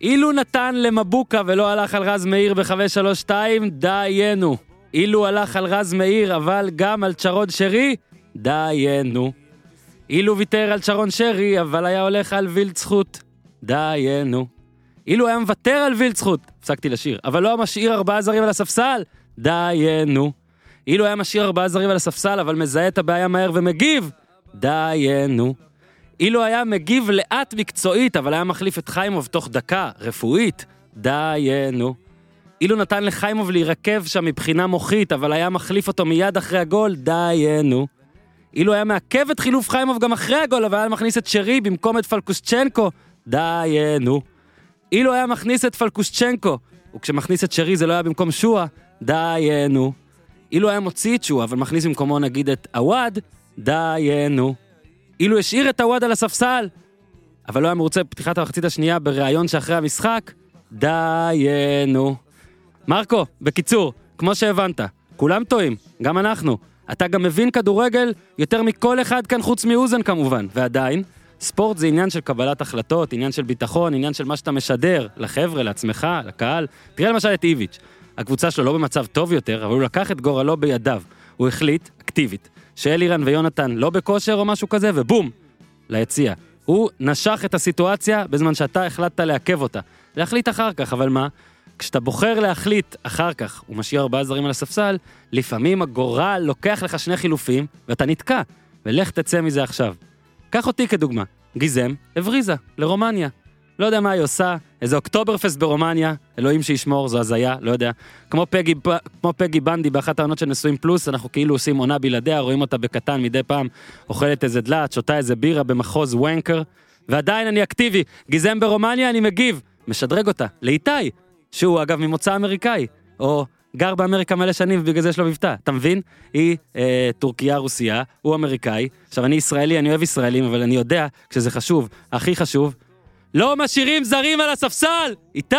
אילו נתן למבוקה ולא הלך על רז מאיר ב-532, דיינו. אילו הלך על רז מאיר, אבל גם על צ'רון שרי, דיינו. אילו ויתר על שרון שרי, אבל היה הולך על וילד זכות, דיינו. אילו היה מוותר על וילד זכות, הפסקתי לשיר, אבל לא משאיר ארבעה זרים על הספסל, דיינו. אילו היה משאיר ארבעה זרים על הספסל, אבל מזהה את הבעיה מהר ומגיב, דיינו. אילו היה מגיב לאט מקצועית, אבל היה מחליף את חיימוב תוך דקה, רפואית, דיינו. אילו נתן לחיימוב להירקב שם מבחינה מוחית, אבל היה מחליף אותו מיד אחרי הגול, דיינו. אילו היה מעכב את חילוף חיימוב גם אחרי הגול, אבל היה מכניס את שרי במקום את פלקושצ'נקו, דיינו. אילו היה מכניס את פלקושצ'נקו, וכשמכניס את שרי זה לא היה במקום שואה, דיינו. אילו היה מוציא את שואה, אבל מכניס במקומו נגיד את עווד, דיינו. אילו השאיר את עווד על הספסל, אבל לא היה מרוצה בפתיחת המחצית השנייה בריאיון שאחרי המשחק, דיינו. מרקו, בקיצור, כמו שהבנת, כולם טועים, גם אנחנו. אתה גם מבין כדורגל יותר מכל אחד כאן חוץ מאוזן כמובן, ועדיין, ספורט זה עניין של קבלת החלטות, עניין של ביטחון, עניין של מה שאתה משדר, לחבר'ה, לעצמך, לקהל. תראה למשל את איביץ', הקבוצה שלו לא במצב טוב יותר, אבל הוא לקח את גורלו בידיו. הוא החליט, אקטיבית, שאלירן ויונתן לא בכושר או משהו כזה, ובום, ליציע. הוא נשך את הסיטואציה בזמן שאתה החלטת לעכב אותה. להחליט אחר כך, אבל מה? כשאתה בוחר להחליט אחר כך, הוא משאיר ארבעה זרים על הספסל, לפעמים הגורל לוקח לך שני חילופים, ואתה נתקע, ולך תצא מזה עכשיו. קח אותי כדוגמה, גיזם הבריזה לרומניה. לא יודע מה היא עושה, איזה אוקטוברפסט ברומניה, אלוהים שישמור, זו הזיה, לא יודע. כמו פגי, כמו פגי בנדי באחת העונות של נשואים פלוס, אנחנו כאילו עושים עונה בלעדיה, רואים אותה בקטן מדי פעם, אוכלת איזה דלעת, שותה איזה בירה במחוז וונקר, ועדיין אני אקטיבי, גיזם ברומניה, אני מגיב, משדרג אותה, לאיתי, שהוא אגב ממוצא אמריקאי, או גר באמריקה מלא שנים ובגלל זה יש לו מבטא, אתה מבין? היא אה, טורקיה רוסייה, הוא אמריקאי. עכשיו אני ישראלי, אני אוהב ישראלים, אבל אני יודע, כשזה חשוב, הכי חשוב, לא משאירים זרים על הספסל! איתי!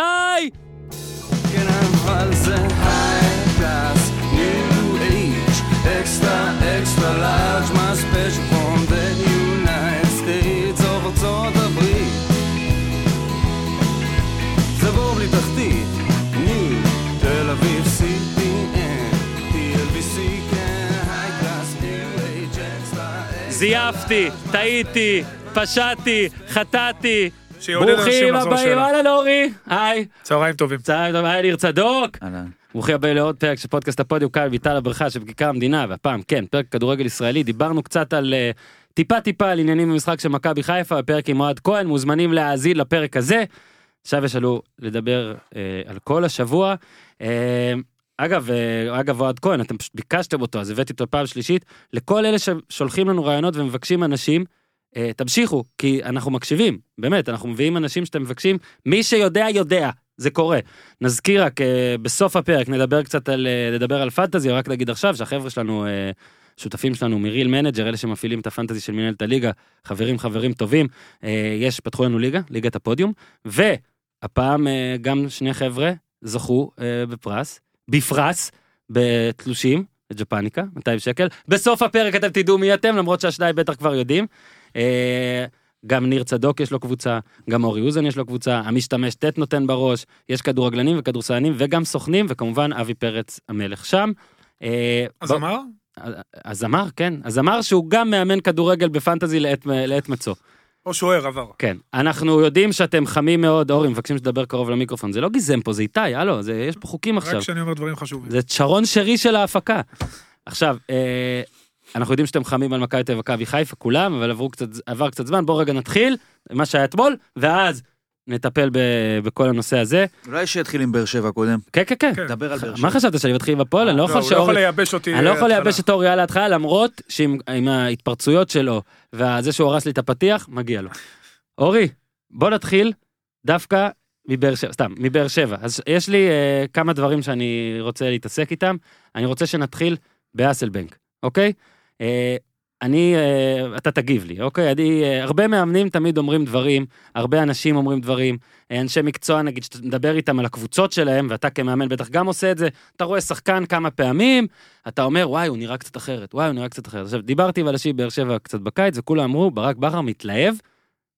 כן, אבל זה high class, new age, extra, extra large, my special from the United States, או ארצות הברית. זה בור בלי תחתית, ניו, תל אביב, CPN, TLBC, כן, high class, new age, extra, extra זייפתי, טעיתי, פשעתי, חטאתי. שיעודד אנשים ברוכים לחזור הבאים, לשאלה. אהלן אורי, היי. צהריים טובים. צהריים טובים, היי ניר צדוק. אהלן. ברוכים הבאים לעוד פרק של פודקאסט הפודיום כאן ביטל הברכה שבכיכר המדינה והפעם כן פרק כדורגל ישראלי דיברנו קצת על אה, טיפה טיפה על עניינים במשחק של מכבי חיפה בפרק עם אוהד כהן מוזמנים להאזין לפרק הזה. עכשיו יש לנו לדבר אה, על כל השבוע. אה, אגב אה, אגב אוהד כהן אתם פשוט ביקשתם אותו אז הבאתי אותו פעם שלישית לכל אלה ששולחים לנו רעיונות ומבקשים אנשים. אה, תמשיכו כי אנחנו מקשיבים באמת אנחנו מביאים אנשים שאתם מבקשים מי שיודע יודע זה קורה. נזכיר רק אה, בסוף הפרק נדבר קצת על אה, נדבר על פנטזי רק נגיד עכשיו שהחבר'ה שלנו אה, שותפים שלנו מריל מנג'ר אלה שמפעילים את הפנטזי של מנהלת הליגה חברים חברים טובים אה, יש פתחו לנו ליגה ליגת הפודיום והפעם אה, גם שני חבר'ה זכו אה, בפרס בפרס בתלושים ג'פניקה 200 שקל בסוף הפרק אתם תדעו מי אתם למרות שהשניים בטח כבר יודעים. אה, גם ניר צדוק יש לו קבוצה, גם אורי אוזן יש לו קבוצה, המשתמש ט' נותן בראש, יש כדורגלנים וכדורסלנים וגם סוכנים, וכמובן אבי פרץ המלך שם. אה, אז בוא- אמר? הזמר, כן, הזמר שהוא גם מאמן כדורגל בפנטזי לעת, לעת מצוא. או שוער עבר. כן, אנחנו יודעים שאתם חמים מאוד, אורי, מבקשים שתדבר קרוב למיקרופון, זה לא גיזם פה, זה איתי, הלו, זה, יש פה חוקים רק עכשיו. כשאני אומר דברים חשובים. זה צ'רון שרי של ההפקה. עכשיו, אה, אנחנו יודעים שאתם חמים על מכבי תל אביב ומכבי חיפה, כולם, אבל עברו קצת, עבר קצת זמן, בואו רגע נתחיל, מה שהיה אתמול, ואז נטפל ב, בכל הנושא הזה. אולי שיתחיל עם באר שבע קודם. כן, כן, כן. כן. דבר על באר שבע. מה חשבת, שאני מתחיל עם הפועל? אני לא לא, יכול הוא לא יכול שאורי... לייבש אותי. אה, אני לא יכול להתחלה. לייבש את אוריה להתחלה למרות שעם עם ההתפרצויות שלו וזה שהוא הרס לי את הפתיח מגיע לו. אורי בוא נתחיל דווקא מבאר שבע סתם מבאר שבע אז יש לי אה, כמה דברים שאני רוצה להתעסק איתם אני רוצה שנתחיל באסלבנק אוקיי. אה, אני, אה, אתה תגיב לי, אוקיי? אני, אה, הרבה מאמנים תמיד אומרים דברים, הרבה אנשים אומרים דברים, אה, אנשי מקצוע, נגיד, שאתה מדבר איתם על הקבוצות שלהם, ואתה כמאמן בטח גם עושה את זה, אתה רואה שחקן כמה פעמים, אתה אומר, וואי, הוא נראה קצת אחרת, וואי, הוא נראה קצת אחרת. עכשיו, דיברתי עם אנשים באר שבע קצת בקיץ, וכולם אמרו, ברק בכר מתלהב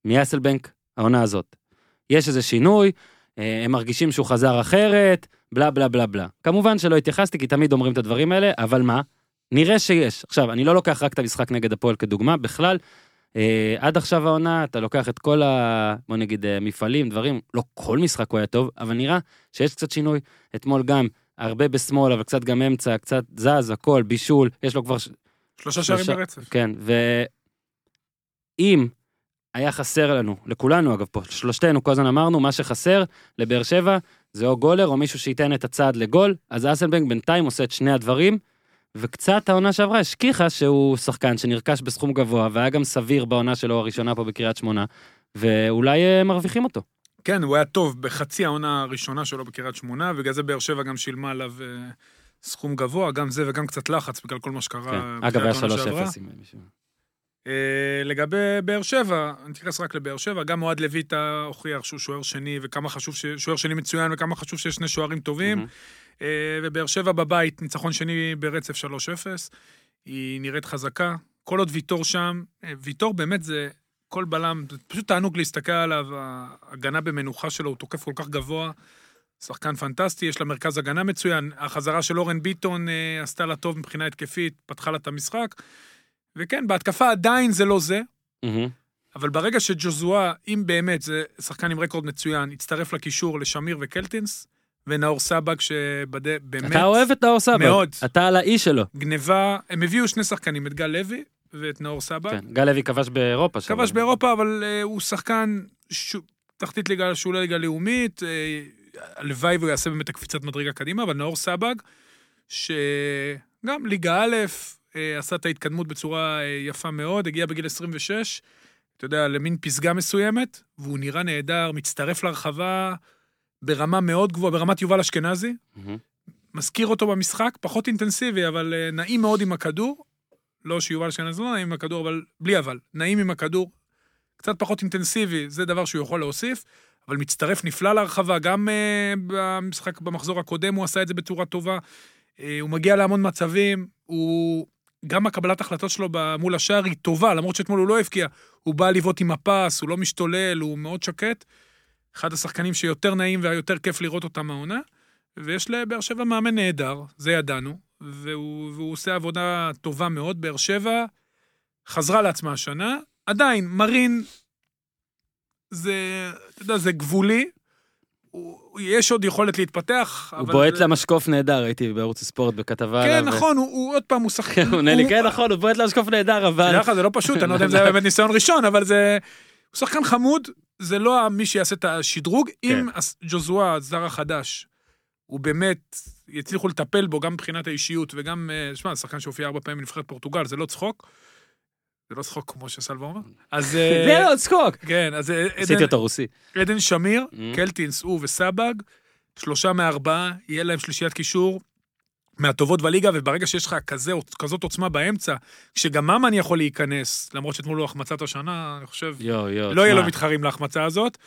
מאסלבנק העונה הזאת. יש איזה שינוי, אה, הם מרגישים שהוא חזר אחרת, בלה בלה בלה בלה. כמובן שלא התייחסתי, כי תמיד אומרים את הדברים האלה, אבל מה? נראה שיש. עכשיו, אני לא לוקח רק את המשחק נגד הפועל כדוגמה, בכלל, אה, עד עכשיו העונה, אתה לוקח את כל ה... בוא נגיד, אה, מפעלים, דברים, לא כל משחק הוא היה טוב, אבל נראה שיש קצת שינוי. אתמול גם, הרבה בשמאל, אבל קצת גם אמצע, קצת זז, הכל, בישול, יש לו כבר ש- שלושה שערים שלושה- ברצף. כן, ואם היה חסר לנו, לכולנו אגב פה, שלושתנו כל הזמן אמרנו, מה שחסר לבאר שבע זה או גולר או מישהו שייתן את הצעד לגול, אז אסנבנק בינתיים עושה את שני הדברים, וקצת העונה שעברה השכיחה שהוא שחקן שנרכש בסכום גבוה, והיה גם סביר בעונה שלו הראשונה פה בקריית שמונה, ואולי אה, מרוויחים אותו. כן, הוא היה טוב בחצי העונה הראשונה שלו בקריית שמונה, בגלל זה באר שבע גם שילמה עליו אה, סכום גבוה, גם זה וגם קצת לחץ בגלל כל מה שקרה. כן. בתחילת אגב, היה אה, העונה 3-0. שעברה. אם מישהו- אה, לגבי באר שבע, אני אתייחס רק לבאר שבע, גם אוהד לויטה הוכיח שהוא שוער שני, וכמה חשוב, ש... שוער שני מצוין, וכמה חשוב שיש שני שוערים טובים. מהמם. אה, ובאר שבע בבית, ניצחון שני ברצף 3-0. היא נראית חזקה. כל עוד ויטור שם, אה, ויטור באמת זה כל בלם, זה פשוט תענוג להסתכל עליו, ההגנה במנוחה שלו, הוא תוקף כל כך גבוה. שחקן פנטסטי, יש לה מרכז הגנה מצוין. החזרה של אורן ביטון אה, עשתה לה טוב מבחינה התקפית, פתחה לה את המשחק. וכן, בהתקפה עדיין זה לא זה, מהמם. אבל ברגע שג'וזואה, אם באמת זה שחקן עם רקורד מצוין, הצטרף לקישור לשמיר וקלטינס, ונאור סבק, שבאמת... אתה אוהב את נאור סבא. מאוד. אתה על האי שלו. גניבה, הם הביאו שני שחקנים, את גל לוי ואת נאור סבק. כן, גל לוי כבש באירופה. שם. כבש באירופה, אבל אה, הוא שחקן ש... תחתית ליגה, שולי ליגה לאומית, אה, הלוואי והוא יעשה באמת את הקפיצת מדרגה קדימה, אבל נאור סבג, שגם ליגה א', אה, עשה את ההתקדמות בצורה אה, יפה מאוד, הגיע בגיל 26, אתה יודע, למין פסגה מסוימת, והוא נראה נהדר, מצטרף לרחבה ברמה מאוד גבוהה, ברמת יובל אשכנזי, מהמם. מזכיר אותו במשחק, פחות אינטנסיבי, אבל אה, נעים מאוד עם הכדור. לא שיובל אשכנזי לא נעים עם הכדור, אבל בלי אבל. נעים עם הכדור, קצת פחות אינטנסיבי, זה דבר שהוא יכול להוסיף, אבל מצטרף נפלא להרחבה. גם אה, במשחק במחזור הקודם הוא עשה את זה בצורה טובה. אה, הוא מגיע להמון מצבים, הוא... גם הקבלת החלטות שלו ב- מול השער היא טובה, למרות שאתמול הוא לא הבקיע. הוא בא לבעוט עם הפס, הוא לא משתולל, הוא מאוד שקט. אחד השחקנים שיותר נעים והיותר כיף לראות אותם העונה. ויש לבאר שבע מאמן נהדר, זה ידענו, והוא, והוא עושה עבודה טובה מאוד. באר שבע חזרה לעצמה השנה, עדיין, מרין זה, אתה יודע, זה גבולי, הוא, יש עוד יכולת להתפתח, הוא אבל בועט זה- לה משקוף נהדר, הייתי בערוץ הספורט בכתבה כן, עליו. אה. נכון, הוא, הוא עוד פעם, הוא שחק... כן, הוא עונה לי, כן, נכון, הוא בועט לה משקוף נהדר, אבל... תדע לך, זה לא פשוט, אני לא יודע אם זה היה באמת ניסיון ראשון, אבל זה... הוא שחקן חמוד, זה לא מי שיעשה את השדרוג. כן. אם הס- ג'וזואה, הזר החדש, הוא באמת, יצליחו לטפל בו גם מבחינת האישיות וגם, אה, שמע, זה שחקן שהופיע ארבע פעמים בנבחרת פורטוגל, זה לא צחוק. זה לא צחוק כמו שסלווה אומר. אז... אה, זה לא צחוק! כן, אז אה, עדן- עשיתי אותו רוסי. עדן שמיר, Mm. קלטינס, הוא וסבג, שלושה מארבעה, יהיה להם שלישיית קישור מהטובות בליגה, וברגע שיש לך כזה, כזאת עוצמה באמצע, כשגם ממן יכול להיכנס, למרות שאתמול הוא החמצת השנה, אני חושב, יואו, יואו. לא יהיה תשמע, לו מתחרים להחמצה הזאת.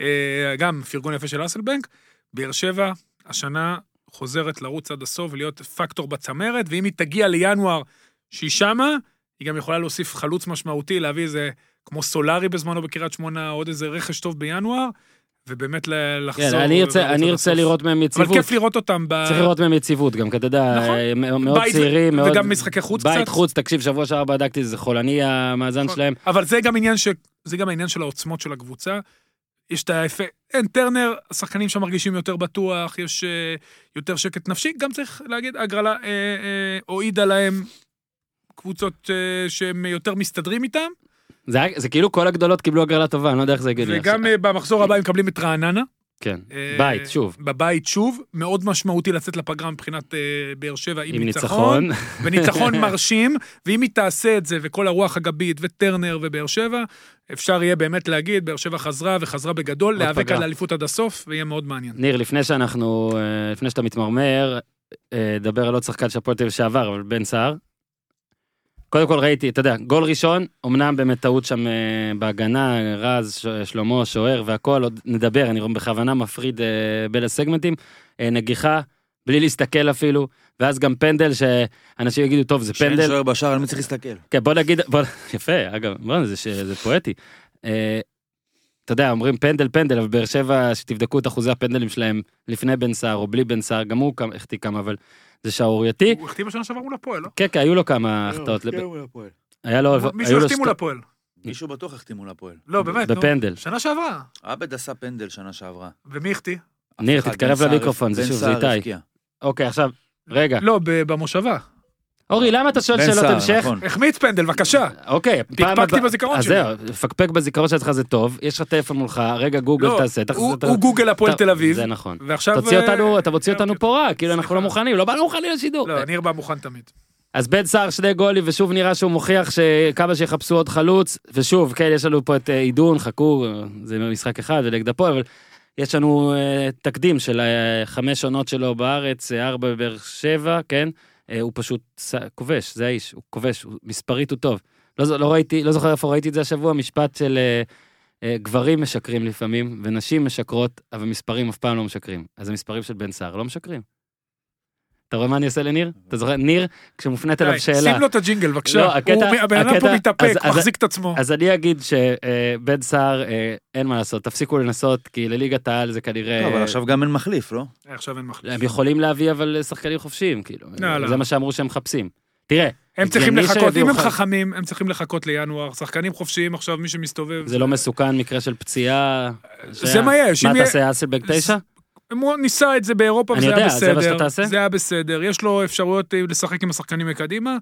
אה, גם פרגון יפה של אסלבנק. באר שבע, השנה חוזרת לרוץ עד הסוף ולהיות פקטור בצמרת, ואם היא תגיע לינואר שהיא שמה, היא גם יכולה להוסיף חלוץ משמעותי, להביא איזה, כמו סולארי בזמנו בקריית שמונה, עוד איזה רכש טוב בינואר, ובאמת ל- לחזור. כן, אני ארצה- ולרוץ אני עד ארצה הסוף. לראות מהם אה, אבל יציבות. כיף לראות אותם ב... צריך לראות מהם יציבות גם, כי אתה יודע, נכון. הם מאוד בית ו- צעירים, מאוד... וגם משחקי חוץ קצת. בית חוץ, תקשיב, שבוע שעבר בדקתי, זה חולני המאזן נכון. שלהם. אבל זה גם עניין ש... זה גם העניין של העוצמות של הקבוצה. יש את האפקט, אין טרנר, השחקנים שם מרגישים יותר בטוח, יש אה, יותר שקט נפשי, גם צריך להגיד, הגרלה אה, אה, הועידה להם קבוצות אה, שהם יותר מסתדרים איתם, זה היה- זה כאילו כל הגדולות קיבלו הגרלה טובה, אני לא יודע איך זה הגיוני. וגם אה, במחזור הבא הם מקבלים את רעננה. כן, אה, בית, שוב. בבית שוב, מאוד משמעותי לצאת לפגרה מבחינת אה, באר שבע עם, עם ניצחון. ניצחון. וניצחון מרשים, ואם היא תעשה את זה, וכל הרוח הגבית, וטרנר ובאר שבע, אפשר יהיה באמת להגיד, באר שבע חזרה, וחזרה בגדול, עוד להיאבק פגרה. על האליפות עד הסוף, ויהיה מאוד מעניין. ניר, לפני שאנחנו, אה, לפני שאתה מתמרמר, אה, דבר על עוד שחקן של הפועל תל אביב שעבר, אבל בן סער. קודם כל ראיתי, אתה יודע, גול ראשון, אמנם באמת טעות שם אה, בהגנה, רז, ש- שלמה, שוער והכל, עוד נדבר, אני בכוונה מפריד אה, בין הסגמנטים. אה, נגיחה, בלי להסתכל אפילו, ואז גם פנדל שאנשים יגידו, טוב, זה שאין פנדל. שוער בשער, על מי צריך להסתכל? כן, בוא נגיד, בוא, יפה, אגב, בוא, זה, ש, זה פואטי. אה, אתה יודע, אומרים פנדל פנדל, אבל באר שבע, שתבדקו את אחוזי הפנדלים שלהם לפני בן סער או בלי בן סער, גם הוא כמה- החטיא כמה, אבל זה שערורייתי. הוא החתים בשנה שעברה מול הפועל, לא? כן, כן, היו לו כמה כן. החטאות. לב- היה לו... מישהו היו לו החתים מול שתי- הפועל. כן, מישהו בטוח החתים מול הפועל. לא, באמת, נו. בפנדל. שנה שעברה. עבד עשה פנדל שנה שעברה. ומי החטיא? אף ניר, אחד, כן, תתקרב בן סער- למיקרופון, זה בן שוב, זה סער איתי. כן. הבקיע. אוקיי, עכשיו, רגע. לא, ב- במושבה. אורי, למה אתה שואל בן שאלות סער, המשך? נכון. החמיץ פנדל, בבקשה. אוקיי, פעם פקפקתי הבאה- בזיכרון אז שלי. זהו, פקפק בזיכרון שלך זה טוב, יש לך טלפון מולך, רגע גוגל לא, תעשה, תעשה- הוא אתה- הוא גוגל הפועל אתה- תל אביב. זה נכון. ועכשיו... תוציא אה, אותנו, אתה מוציא כן, אותנו כן. פה רע, כאילו אנחנו לא סליחה. מוכנים, לא באנו מוכנים לשידור. לא, ניר בא מוכן תמיד. אז בן סער שני גולים, ושוב נראה שהוא מוכיח שכמה שיחפשו עוד חלוץ, ושוב, כן, יש לנו פה את אה, עידון, חכו, אה, זה משחק אחד ונגד הפועל, אבל יש לנו אה, תקדים של אה, חמש עונות שלו בארץ, אה, ארבע בבאר שבע, כן? אה, הוא פשוט ס- כובש, זה האיש, הוא כובש, הוא- מספרית הוא טוב. לא, ז- לא ראיתי, לא זוכר איפה ראיתי את זה השבוע, משפט של אה, אה, גברים משקרים לפעמים, ונשים משקרות, אבל מספרים אף פעם לא משקרים. אז המספרים של בן סער לא משקרים. אתה רואה מה אני עושה לניר? אתה זוכר? ניר, כשמופנית אליו די, שאלה. שים לו את הג'ינגל, בבקשה. לא, הקטע- הוא- הבן אדם הקטע- פה מתאפק, אז- אז- מחזיק את עצמו. אז אני אגיד שבן סער, אה, אין מה לעשות, תפסיקו לנסות, כי לליגת העל זה לא, כנראה... אבל עכשיו גם אין מחליף, לא? עכשיו אין מחליף. הם יכולים להביא אבל אה, שחקנים חופשיים, כאילו. לא, לא. זה מה שאמרו שהם מחפשים. תראה, הם צריכים הגיוני לחכות, שיביאו אם הם חלוץ. חכמים, הם צריכים לחכות לינואר. שחקנים חופשיים עכשיו, מי שמסתובב... זה לא מסוכן, מקרה של פציעה. זה מה יש. מה אם אתה יהיה- עושה, אסלבג תשע? הוא ניסה את זה באירופה, אני וזה היה יודע, זה מה שאתה בסדר. תעשה? זה היה בסדר. יש לו אפשרויות אה, לשחק עם השחקנים מקדימה.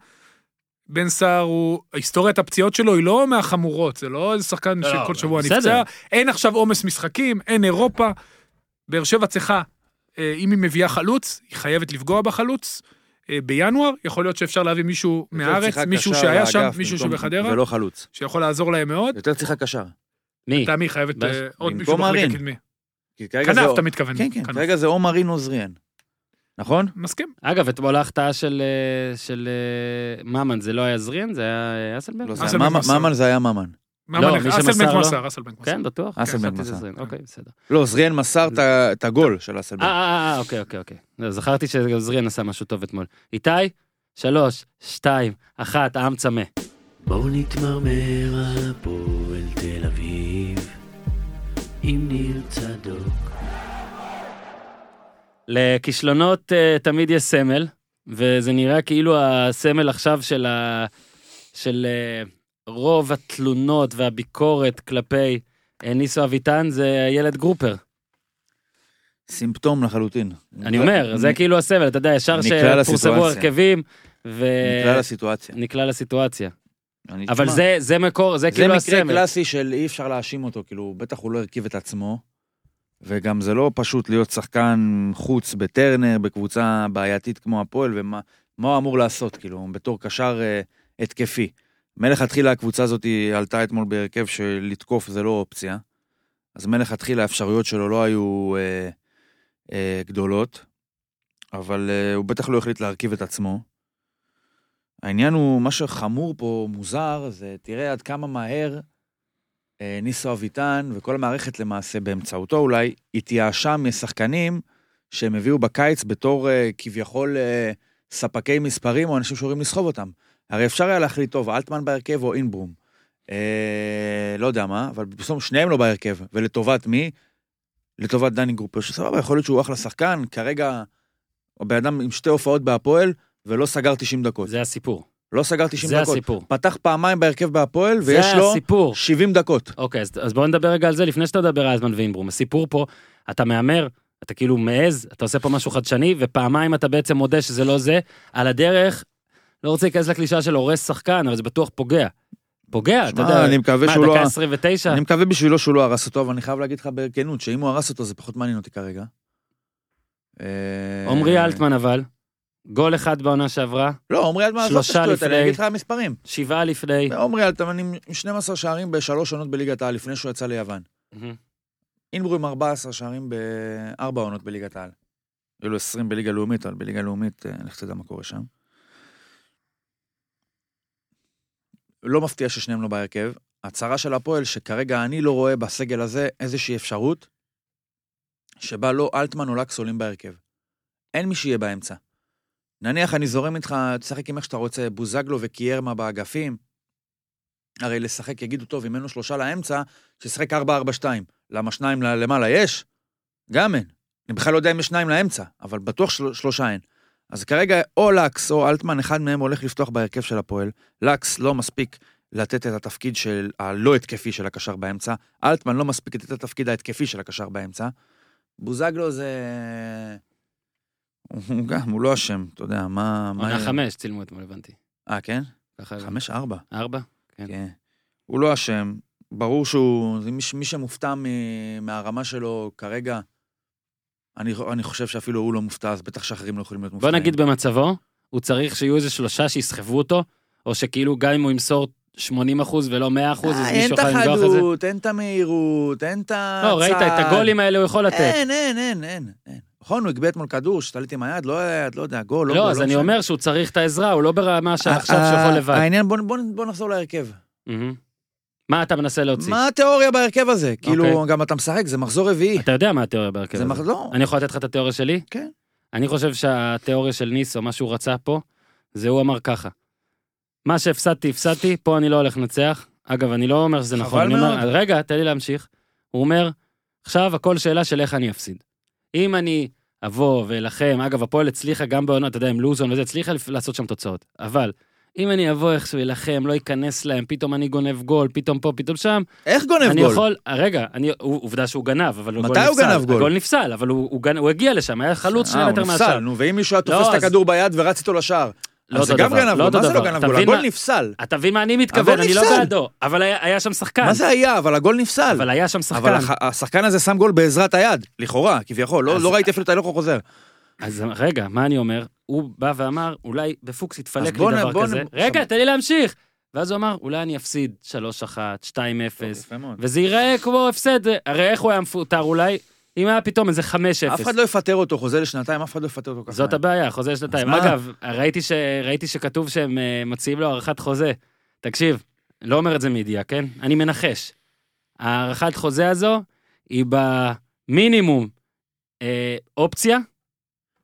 בן סער הוא, היסטוריית הפציעות שלו היא לא מהחמורות, זה לא איזה שחקן לא, שכל לא, שבוע בסדר. נפצע. אין עכשיו עומס משחקים, אין אירופה. באר שבע צריכה, אה, אם היא מביאה חלוץ, היא חייבת לפגוע בחלוץ. אה, בינואר, יכול להיות שאפשר להביא מישהו מהארץ, שיחק מישהו קשר שהיה לאגף שם, מישהו במקום- שבחדרה, ולא חלוץ. שיכול לעזור להם מאוד. יותר צריכה קשר. מי? תמי חייבת אה, עוד במקום מישהו בחלק מרין. הקדמי. כי כרגע זה- כנף, אתה מתכוון. כן, כן, כנף. כרגע זה או מרין או זריאן. נכון? מסכים. אגב, אתמול ההחטאה של אה, של, אה, ממן, זה לא היה זריאן, זה היה אה, אסלבג? לא, זה אסל היה בן ממן- מסעוד. ממן זה היה ממן. לא, מאמן, מי אסלבנק שמסר לו. מסר, אסלבנק מסר. כן, בטוח? אסלבנג חשבתי שזה מסר. זריאן, אוקיי, בסדר. לא, זריאן מסר את ה- את הגול של אסלבן. אה, אה, אה, אוקיי, אוקיי, אוקיי. לא, זכרתי שגם זריאן עשה משהו טוב אתמול. איתי, שלוש, שתיים, אחת, העם צמא. בואו נתמרמר על הפועל תל אביב עם ניר צדוק לכישלונות אה, תמיד יש סמל, וזה נראה כאילו הסמל עכשיו של, ה... של אה, רוב התלונות והביקורת כלפי אה, ניסו אביטן זה ילד גרופר. סימפטום לחלוטין. אני אומר, זה כאילו הסמל, אתה יודע, ישר נקלע שפורסמו לסיטואציה. הרכבים, ו... נקלע לסיטואציה. נקלע לסיטואציה. אני- אה, אבל תשמע, זה, זה מקור, זה זה כאילו מקרה הסמל. קלאסי של אי אפשר להאשים אותו, כאילו, בטח הוא לא הרכיב את עצמו, וגם זה לא פשוט להיות שחקן חוץ בטרנר, בקבוצה בעייתית כמו הפועל, ומה מה הוא אמור לעשות, כאילו, בתור קשר אה, התקפי. מלכתחילה הקבוצה הזאת היא עלתה אתמול בהרכב שלתקוף זה לא אופציה, אז מלכתחילה האפשרויות שלו לא היו אה, אה, גדולות, אבל אה, הוא בטח לא החליט להרכיב את עצמו. העניין הוא, מה שחמור פה, מוזר, זה תראה עד כמה מהר אה, ניסו אביטן וכל המערכת למעשה באמצעותו אולי, התייאשה משחקנים שהם הביאו בקיץ בתור אה, כביכול אה, ספקי מספרים או אנשים שאומרים לסחוב אותם. הרי אפשר היה להחליט, טוב, אלטמן בהרכב או אינברום. אה, לא יודע מה, אבל בסוף שניהם לא בהרכב. ולטובת מי? לטובת דני גרופר, שסבבה, יכול להיות שהוא אחלה שחקן, כרגע הבן אדם עם שתי הופעות בהפועל, ולא סגר 90 דקות. זה הסיפור. לא סגר 90 זה דקות. הסיפור. פתח פעמיים בהרכב בהפועל, זה ויש לו הסיפור. 70 דקות. אוקיי, אז, אז בואו נדבר רגע על זה לפני שאתה מדבר על אייזמן ואינברום. הסיפור פה, אתה מהמר, אתה כאילו מעז, אתה עושה פה משהו חדשני, ופעמיים אתה בעצם מודה שזה לא זה. על הדרך, לא רוצה להיכנס לקלישאה של הורס שחקן, אבל זה בטוח פוגע. פוגע, אה, אתה שמע, יודע. אני מקווה מה, שהוא לא... דקה 29? אני מקווה בשבילו שהוא לא הרס אותו, אבל אני חייב להגיד לך בכנות, שאם הוא הרס אותו זה פחות מעניין אותי כרגע. אה, עמרי אלטמן אבל, גול אחד בעונה שעברה, לא, עומרי אלטמן, עזוב את שלושה השטויות לפני. האלה, אה. אני אגיד לך מספרים. שבעה לפני. עומרי אלטמן עם 12 שערים בשלוש עונות בליגת העל, לפני שהוא יצא ליוון. מהמם. אינברו עם 14 שערים בארבע עונות בליגת העל. היו לו 20 בליגה לאומית, אבל בליגה לאומית, אה, לך תדע מה קורה שם. לא מפתיע ששניהם לא בהרכב. הצהרה של הפועל, שכרגע אני לא רואה בסגל הזה איזושהי אפשרות שבה לא אלטמן או לקס עולים בהרכב. אין מי שיהיה באמצע. נניח אני זורם איתך, תשחק עם איך שאתה רוצה, בוזגלו וקיירמה באגפים, הרי לשחק, יגידו, טוב, אם אין לו שלושה לאמצע, שישחק 4-4-2. למה שניים ל- למעלה יש? גם אין. אני בכלל לא יודע אם יש שניים לאמצע, אבל בטוח של... שלושה אין. אז כרגע או לקס או אלטמן, אחד מהם הולך לפתוח בהרכב של הפועל. לקס לא מספיק לתת את התפקיד של הלא התקפי של הקשר באמצע. אלטמן לא מספיק לתת את התפקיד ההתקפי של הקשר באמצע. בוזגלו זה... הוא גם, הוא לא אשם, אתה יודע, מה... מה- עונה חמש, צילמו אתמול, הבנתי. אה, כן? ככה הבנתי. חמש, ארבע. ארבע? כן. כן. הוא לא אשם, ברור שהוא, זה מי, ש- מי שמופתע מ, מהרמה שלו כרגע, אני, ח- אני חושב שאפילו הוא לא מופתע, אז בטח שאחרים לא יכולים להיות בוא מופתעים. נגיד במצבו, הוא צריך שיהיו איזה שלושה שיסחבו אותו, או שכאילו גם אם הוא ימסור 80 אחוז ולא 100 אחוז, אז אה, אין מישהו את יכול לנגוח את זה. החדות, אין את המהירות, אין את הצעד. לא, ראית, את הגולים האלה הוא יכול לתת. אין, אין, אין, אין. אין. נכון, הוא הגביע אתמול כדור, שתליתי עם היד, לא היה, לא יודע, גול, לא גול. לא, אז אני משנה. אומר שהוא צריך את העזרה, הוא לא ברמה של ה- עכשיו ה- שיכול לבד. העניין, בוא, בוא, בוא נחזור להרכב. מהמם. מה אתה מנסה להוציא? מה התיאוריה בהרכב הזה? כאילו, גם אתה משחק, זה מחזור רביעי. אוקיי. אתה יודע מה התיאוריה בהרכב זה הזה. מחזור, לא. אני יכול לתת לך את התיאוריה שלי? כן. אני חושב שהתיאוריה של ניסו, מה שהוא רצה פה, זה הוא אמר ככה. מה שהפסדתי, הפסדתי, פה אני לא הולך לנצח. אגב, אני לא אומר שזה חבל נכון. אני אומר, מאוד. רגע, תן לי להמשיך. הוא אומר, עכשיו הכל שאלה של איך אני אפסיד. אם אני אבוא ואלחם, אגב, הפועל הצליחה גם בעונות, אתה יודע, עם לוזון וזה, הצליחה לפ- לעשות שם תוצאות. אבל, אם אני אבוא איכשהו אלחם, לא אכנס להם, פתאום אני גונב גול, פתאום פה, פתאום שם, איך גונב אני גול? יכול, רגע, אני, הוא- עובדה שהוא גנב, אבל הגול מתי נפסל. הוא גנב גול? הגול נפסל, אבל הוא, הוא, גנ... הוא הגיע לשם, היה חלוץ שני אה, הוא מטר נפסל, מהשאר. נו, ואם מישהו היה לא, תופס את אז- הכדור ביד ורץ איתו לשער, לא אז זה אותו גם דבר, גנב לא גול, אותו מה זה דבר. לא גנב אתה גול? מבין הגול מה- נפסל. אתה מבין מה אני מתכוון, הגול אני לא נפסל. בעדו, אבל היה, היה שם שחקן. מה זה היה? אבל הגול נפסל. כן. אבל היה שם שחקן. אבל הח- השחקן הזה שם גול בעזרת היד, לכאורה, כביכול, לא אז- לא ראיתי אפילו את ההלוך החוזר. אז רגע, מה אני אומר? הוא בא ואמר, אולי בפוקס יתפלק אז לי בוא נ- דבר בוא נ- כזה. בוא- רגע, שם- תן לי להמשיך. ואז הוא אמר, אולי אני אפסיד 3-1, 2-0, וזה ייראה כמו הפסד. הרי איך הוא היה מפוטר אולי? אם היה פתאום איזה 5-0. אף אחד לא יפטר אותו, חוזה לשנתיים, אף אחד לא יפטר אותו ככה. זאת הבעיה, חוזה שנתיים. מה? אגב, ראיתי, ש... ראיתי שכתוב שהם אה, מציעים לו הארכת חוזה. תקשיב, לא אומר את זה מידיעה, כן? אני מנחש. הארכת חוזה הזו היא במינימום אה, אופציה,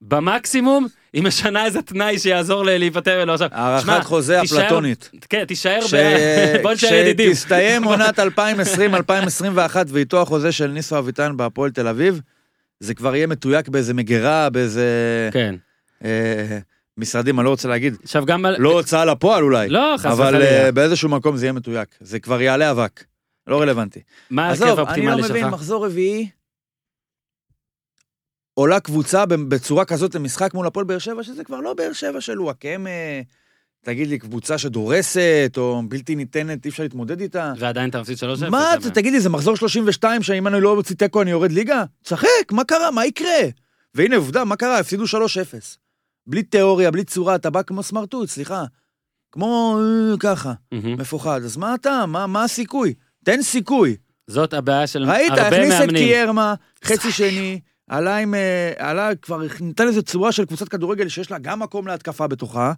במקסימום היא משנה איזה תנאי שיעזור ל- להיפטר ולא עכשיו. שמע, הארכת חוזה תישאר- הפלטונית. כן, תישאר כש- ב... בוא נשאר ידידים. כשתסתיים עונת 2020-2021 ואיתו החוזה של ניסו אביטן בהפועל תל אביב, זה כבר יהיה מתויק באיזה מגירה, באיזה כן. אה, משרדים, אני לא רוצה להגיד, עכשיו גם... על- לא הוצאה לפועל אולי, לא, חס אבל וחלילה. אה, באיזשהו מקום זה יהיה מתויק, זה כבר יעלה אבק, לא רלוונטי. מה ההרכב עזוב, אני לא אה, האופטימלי מבין, שלך? מחזור רביעי, עולה קבוצה ב- בצורה כזאת למשחק מול הפועל באר שבע, שזה כבר לא באר שבע של וואקמה, תגיד לי, קבוצה שדורסת, או בלתי ניתנת, אי אפשר להתמודד איתה. ועדיין אתה מפסיד 3-0. מה, זה אתה- תגיד לי, זה מחזור 32 שאם אני לא אוציא תיקו אני יורד ליגה? צחק, מה קרה? מה יקרה? והנה עובדה, מה קרה? הפסידו 3-0. בלי תיאוריה, בלי צורה, אתה בא כמו סמרטוט, סליחה. כמו אה, ככה, מהמם. מפוחד. אז מה אתה? מה, מה הסיכוי? תן סיכוי. זאת הבעיה של הרבה מאמנים. ראית, הכניס את קיירמה, חצי שני, עלה עם... אה, עלה כבר, נתן איזה צורה של קבוצת כדורגל שיש לה גם מקום להתקפה בתוכה,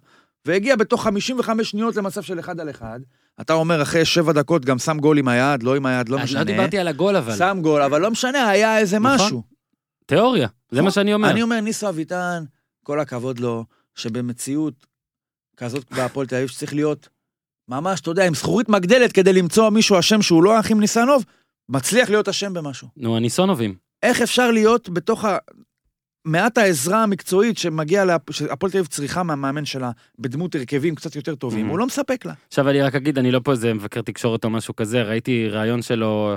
והגיע בתוך 55 שניות למצב של אחד על אחד. אתה אומר, אחרי שבע דקות גם שם גול עם היד, לא עם היד, לא אז משנה. לא דיברתי על הגול אבל. שם גול, אבל לא משנה, היה איזה נכון, משהו. תיאוריה, זה מה שאני אומר. נכון. אני אומר, ניסו אביטן, כל הכבוד לו, שבמציאות כזאת בהפועל תל אביב שצריך להיות ממש, אתה יודע, עם זכורית מגדלת כדי למצוא מישהו אשם שהוא לא האחים ניסנוב, מצליח להיות אשם במשהו. נו, הניסונובים. איך אפשר להיות בתוך ה... מעט העזרה המקצועית שמגיע, לה- שהפועל תל אביב צריכה מהמאמן שלה בדמות הרכבים קצת יותר טובים, Mhm. הוא לא מספק לה. עכשיו אני רק אגיד, אני לא פה איזה מבקר תקשורת או משהו כזה, ראיתי ראיון שלו,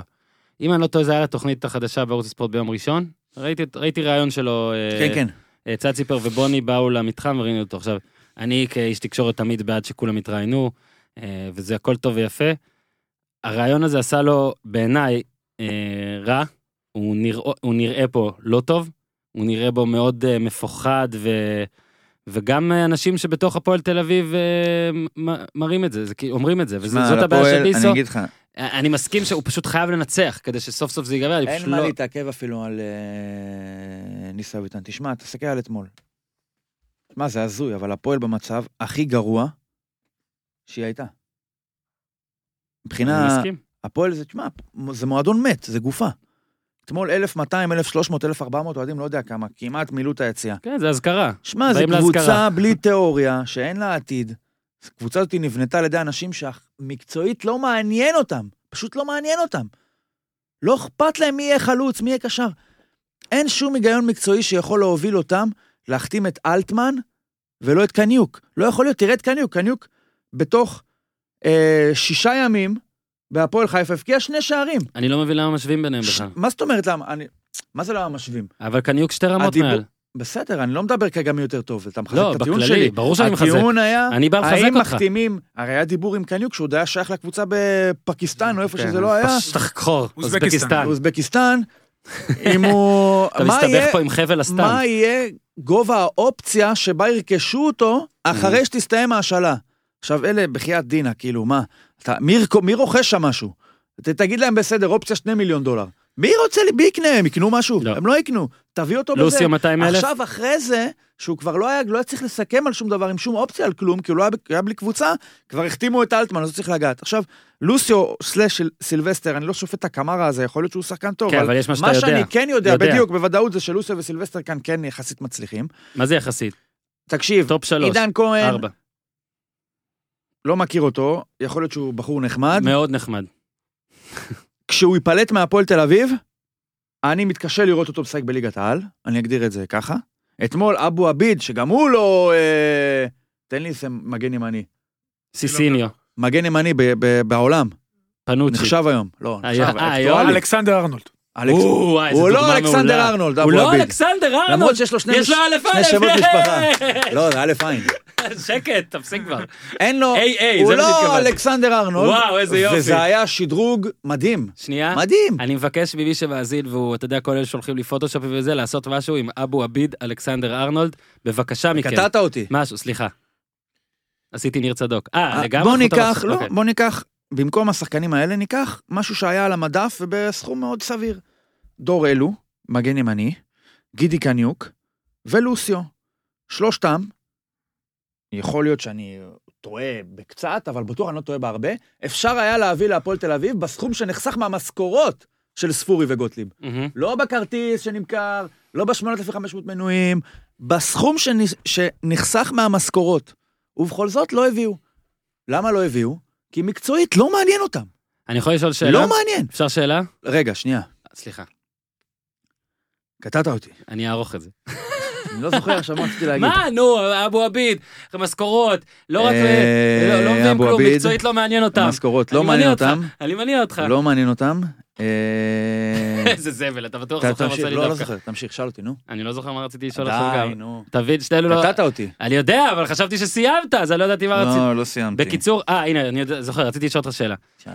אם אני לא טועה, זה היה לתוכנית החדשה בערוץ הספורט ביום ראשון. ראיתי, ראיתי ראיון שלו, אה, כן, כן. אה, צאציפר ובוני באו למתחם וראינו אותו. עכשיו, אני כאיש תקשורת תמיד בעד שכולם יתראיינו, אה, וזה הכל טוב ויפה. הרעיון הזה עשה לו, בעיניי, אה, רע. הוא נראה, הוא נראה פה לא טוב, הוא נראה בו מאוד אה, מפוחד, ו, וגם אה, אנשים שבתוך הפועל תל אביב אה, מ- מראים את זה, זה, כאילו- אומרים את זה, שמע, וזאת הבעיה של לפועל, ניסו. אגיד לך, אה, אני מסכים שהוא פשוט חייב לנצח, כדי שסוף סוף זה ייגמר, אני פשוט אין מה לא... להתעכב אפילו על אה, ניסו אביטן. תשמע, תסתכל על אתמול. מה, זה הזוי, אבל הפועל במצב הכי גרוע שהיא הייתה. אני מבחינה, מסכים. הפועל זה, תשמע, זה מועדון מת, זה גופה. אתמול 1,200, 1,300, 1,400 אוהדים, לא יודע כמה, כמעט מילאו את היציאה. כן, זה אזכרה. שמע, זו באים קבוצה להזכרה. בלי תיאוריה, שאין לה עתיד. הקבוצה הזאת נבנתה על ידי אנשים שאח- מקצועית לא מעניין אותם, פשוט לא מעניין אותם. לא אכפת להם מי יהיה חלוץ, מי יהיה קשר. אין שום היגיון מקצועי שיכול להוביל אותם להחתים את אלטמן ולא את קניוק. לא יכול להיות, תראה את קניוק, קניוק בתוך אה, שישה ימים בהפועל חיפה הבקיע שני שערים. אני לא מבין למה משווים ביניהם ש... בכלל. מה זאת אומרת למה? אני... מה זה למה משווים? אבל קניוק שתי רמות הדיבור- מעל. בסדר, אני לא מדבר כרגע מי יותר טוב, אתה מחזק לא, את הטיעון בכללי, שלי. ברור שאני מחזק. הטיעון היה, אני בא לחזק האם אותך. מחתימים, הרי היה דיבור עם קניוק שהוא עוד היה שייך לקבוצה בפקיסטן או איפה כן, שזה לא היה, פש- תחקור, אוזבקיסטן. אוזבקיסטן. אוזבקיסטן, אם הוא... אתה מה מסתבך יהיה- פה עם חבל הסתם. מה יהיה גובה האופציה שבה ירכשו אותו Mm. אחרי שתסתיים ההשאלה? עכשיו, אלה בחייאת דינה, כאילו, מה? אתה, מי, ירכו- מי רוכש שם משהו? ת, תגיד להם, בסדר, אופציה שני מיליון דולר. מי רוצה, לי- מי יקנה? הם יקנו משהו? לא. הם לא יקנו. תביא אותו בזה. לוסיו 200 אלף. עכשיו, אחרי זה, שהוא כבר לא היה, לא היה צריך לסכם על שום דבר, עם שום אופציה על כלום, כי הוא לא היה, היה בלי קבוצה, כבר החתימו את אלטמן, אז הוא צריך לגעת. עכשיו, לוסיו סלאש של- סילבסטר, אני לא שופט את הקמרה הזה, יכול להיות שהוא שחקן טוב, כן, אבל יש מה שאתה מה יודע. שאני כן יודע, יודע. בדיוק, בוודאות, זה שלוסיו וסילבסטר כאן כן יחסית מצליחים. מה זה יחסית? תקשיב, טופ שלוש, עידן כהן, ארבע. לא מכיר אותו, יכול להיות שהוא בחור נחמד. מאוד נחמד. כשהוא ייפלט מהפועל תל אביב, אני מתקשה לראות אותו משחק בליגת העל, אני אגדיר את זה ככה. אתמול אבו עביד, שגם הוא לא... אה, תן לי איזה מגן ימני. סיסיניו, מגן ימני ב- ב- בעולם, פנוצ'י. נחשב היום. לא, אה, נחשב, אה, אקטואלי. היום? אלכסנדר ארנולד. אלכס- או, וואי, איזה הוא דוגמה לא אלכסנדר מעולה. ארנולד, הוא אבו לא עביד. אלכסנדר ארנולד, למרות שיש לו שני יש לו אלף שני אלף, שמות יש! משפחה. לא, זה אלף עין. שקט, תפסיק כבר. אין לו, היי, היי, הוא זה מה לא שהתכוונתי. אלכסנדר ארנולד. וואו, איזה יופי. אה, וזה היה שדרוג מדהים. שנייה, מדהים. אני מבקש ממי שמאזין, והוא, אתה יודע, כל אלה שהולכים לי פוטושופים וזה, לעשות משהו עם אבו עביד, אלכסנדר ארנולד. בבקשה מכם. קטעת אותי. משהו, סליחה. עשיתי ניר צדוק. אה, לגמרי? בוא אנחנו ניקח, אותו לא, אוקיי. בוא ניקח, במקום השחקנים האלה ניקח משהו שהיה על המדף ובסכום מאוד סביר. דור אלו, מגן ימני, גידי קניוק ולוסיו. שלושתם, יכול להיות שאני טועה בקצת, אבל בטוח אני לא טועה בהרבה, אפשר היה להביא להפועל תל אביב בסכום שנחסך מהמשכורות של ספורי וגוטליב. מהמם. לא בכרטיס שנמכר, לא ב-8,500 מנויים, בסכום שנ- שנחסך מהמשכורות. ובכל זאת לא הביאו. למה לא הביאו? כי מקצועית לא מעניין אותם. אני יכול לשאול שאלה? לא מעניין. אפשר שאלה? רגע, שנייה, סליחה, קטעת אותי. אני אערוך את זה. אני לא זוכר עכשיו מה רציתי להגיד. מה, נו, אבו עביד, משכורות, לא רק... אה, לא- לא מביאים אבו כלום, עביד. מקצועית לא מעניין אותם. המשכורות אני לא מעניין אותך, אותם. אני מניע אותך. לא מעניין אותם. אה, איזה זבל, אתה בטוח ת- זוכר מה תמשיך, עשה לי לא, לא דווקא. זוכר, תמשיך, שאל אותי, נו. אני לא זוכר מה רציתי לשאול עכשיו די, גם. נו. תבין, שנינו לא... קטעת אותי. אני יודע, אבל חשבתי שסיימת, אז אני לא ידעתי מה רציתי. לא סיימתי. בקיצור, אה, הנה, אני יודע- זוכר, רציתי לשאול אותך שאלה. שאל.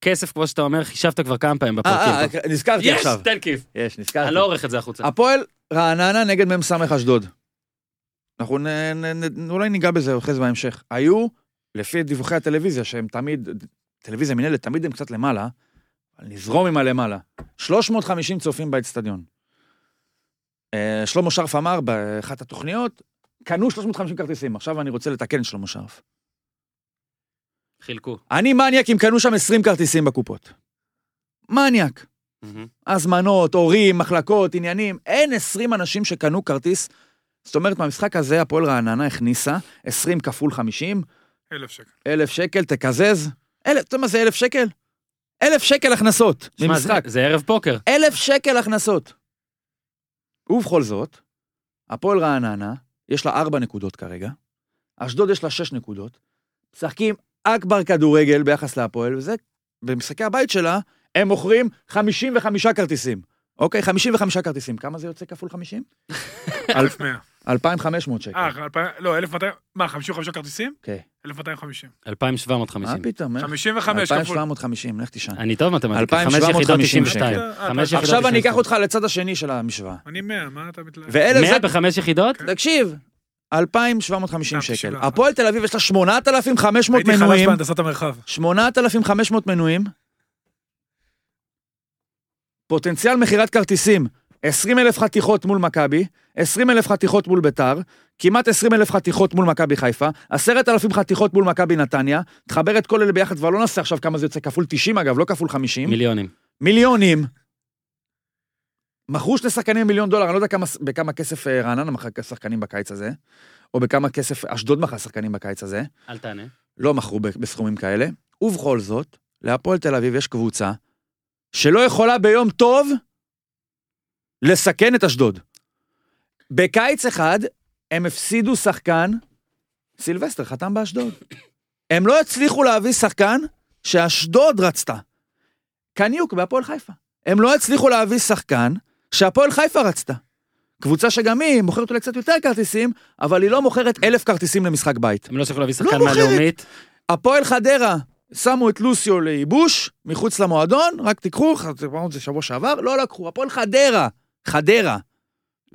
כסף, כמו שאתה אומר, חישבת כבר כמה פעמים אה, בפרקים. אה, נזכרתי יש, עכשיו. אה, תן כיף. יש, נזכרתי. אני לא עורך את זה החוצה. הפועל רעננה נגד מ"ס אשדוד. אנחנו נ, נ, נ, אולי ניגע בזה אחרי זה בהמשך. היו, לפי דיווחי הטלוויזיה, שהם תמיד, טלוויזיה מנהלת, תמיד הם קצת למעלה, אבל נזרום עם הלמעלה. 350 צופים באצטדיון. אה, שלמה שרף אמר באחת התוכניות, קנו 350 כרטיסים, עכשיו אני רוצה לתקן את שלמה שרף. חילקו. אני מניאק אם קנו שם 20 כרטיסים בקופות. מניאק. מהמם. הזמנות, הורים, מחלקות, עניינים, אין 20 אנשים שקנו כרטיס. זאת אומרת, מהמשחק הזה הפועל רעננה הכניסה 20 כפול 50, אלף שקל. אלף שקל, תקזז. אלף, אתה יודע מה זה אלף שקל? אלף שקל הכנסות שמע, זה- ממשחק. זה ערב פוקר. אלף שקל הכנסות. ובכל זאת, הפועל רעננה, יש לה ארבע נקודות כרגע, אשדוד יש לה שש נקודות, משחקים אכבר כדורגל ביחס להפועל, וזה, במשחקי הבית שלה, הם מוכרים 55 כרטיסים. אוקיי, 55 כרטיסים, כמה זה יוצא כפול 50? אלף מאה. 2,500 שקל. אה, אלפיים- לא, אלף מאתיים, מה, חמישים וחמישה כרטיסים? כן. אלף מאתיים חמישים. מה 2,750. פתאום? איך? חמישים וחמש כפול. 2,750, לך תישן. אני טוב מתמטיקה, 5 2,750 יחידות 92. שקל. חמש יחידות אה, עכשיו 92. אני אקח אותך לצד השני של המשוואה. אני מאה, מה אתה מתלהב? ואלה זה... 100 בחמש יחידות? תקשיב, 2,750 שקל. 291. הפועל תל אביב יש לה 8,500 הייתי חלש מנויים. בהנדסת המרחב. 8,500 מנויים. פוטנציאל מכירת כרטיסים, 20,000 חתיכות מול מכבי, 20,000 חתיכות מול ביתר, כמעט 20,000 חתיכות מול מכבי חיפה, 10,000 חתיכות מול מכבי נתניה, תחבר את כל אלה ביחד, כבר לא נעשה עכשיו כמה זה יוצא, כפול 90 אגב, לא כפול 50. מיליונים. מיליונים. מכרו שני שחקנים מיליון דולר, אני לא יודע כמה, בכמה כסף אה, רעננה מכרה שחקנים בקיץ הזה, או בכמה כסף אשדוד מכרה שחקנים בקיץ הזה. אל תענה. לא מכרו ב- בסכומים כאלה. ובכל זאת, להפועל תל אביב יש קבוצה שלא יכולה ביום טוב לסכן את אשדוד. בקיץ אחד הם הפסידו שחקן, סילבסטר חתם באשדוד. הם לא הצליחו להביא שחקן שאשדוד רצתה. קניוק בהפועל חיפה. הם לא הצליחו להביא שחקן שהפועל חיפה רצתה. קבוצה שגם היא מוכרת אולי קצת יותר כרטיסים, אבל היא לא מוכרת אלף כרטיסים למשחק בית. הם לא הצליחו להביא לא שחקן מוכרת. מהלאומית. הפועל חדרה שמו את לוסיו לייבוש מחוץ למועדון, רק תיקחו, אמרנו את זה שבוע שעבר, לא לקחו, הפועל חדרה, חדרה.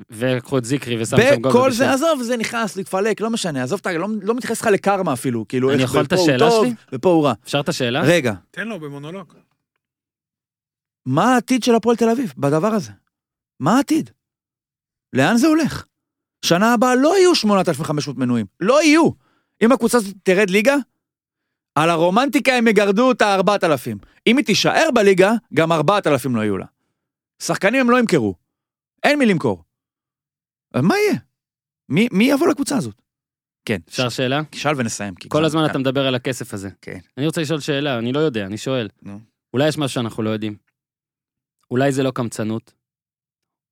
ולקחו את זיקרי ושם שם גול. וכל בבישול. זה, עזוב, זה נכנס, להתפלק, לא משנה, עזוב, אתה לא, לא מתייחס לך לקרמה אפילו, כאילו, אני איך יכול את ופה הוא השאלה טוב, שלי? אה? ופה הוא רע. אפשר את השאלה? רגע, תן לו במונולוג. מה העתיד של הפועל תל אביב בדבר הזה? מה העתיד? לאן זה הולך? שנה הבאה לא יהיו 8,500 מנויים, לא יהיו. אם הקבוצה הזאת תרד ליגה, על הרומנטיקה הם יגרדו אותה 4,000. אם היא תישאר בליגה, גם 4,000 לא יהיו לה. שחקנים הם לא ימכרו. אין מי למכור. אז מה יהיה? מי, מי יבוא לקבוצה הזאת? כן, אפשר שאלה? שאל ונסיים. כי כל כבר- הזמן אתה מדבר על הכסף הזה. כן. אני רוצה לשאול שאלה, אני לא יודע, אני שואל. נו. אולי יש משהו שאנחנו לא יודעים. אולי זה לא קמצנות.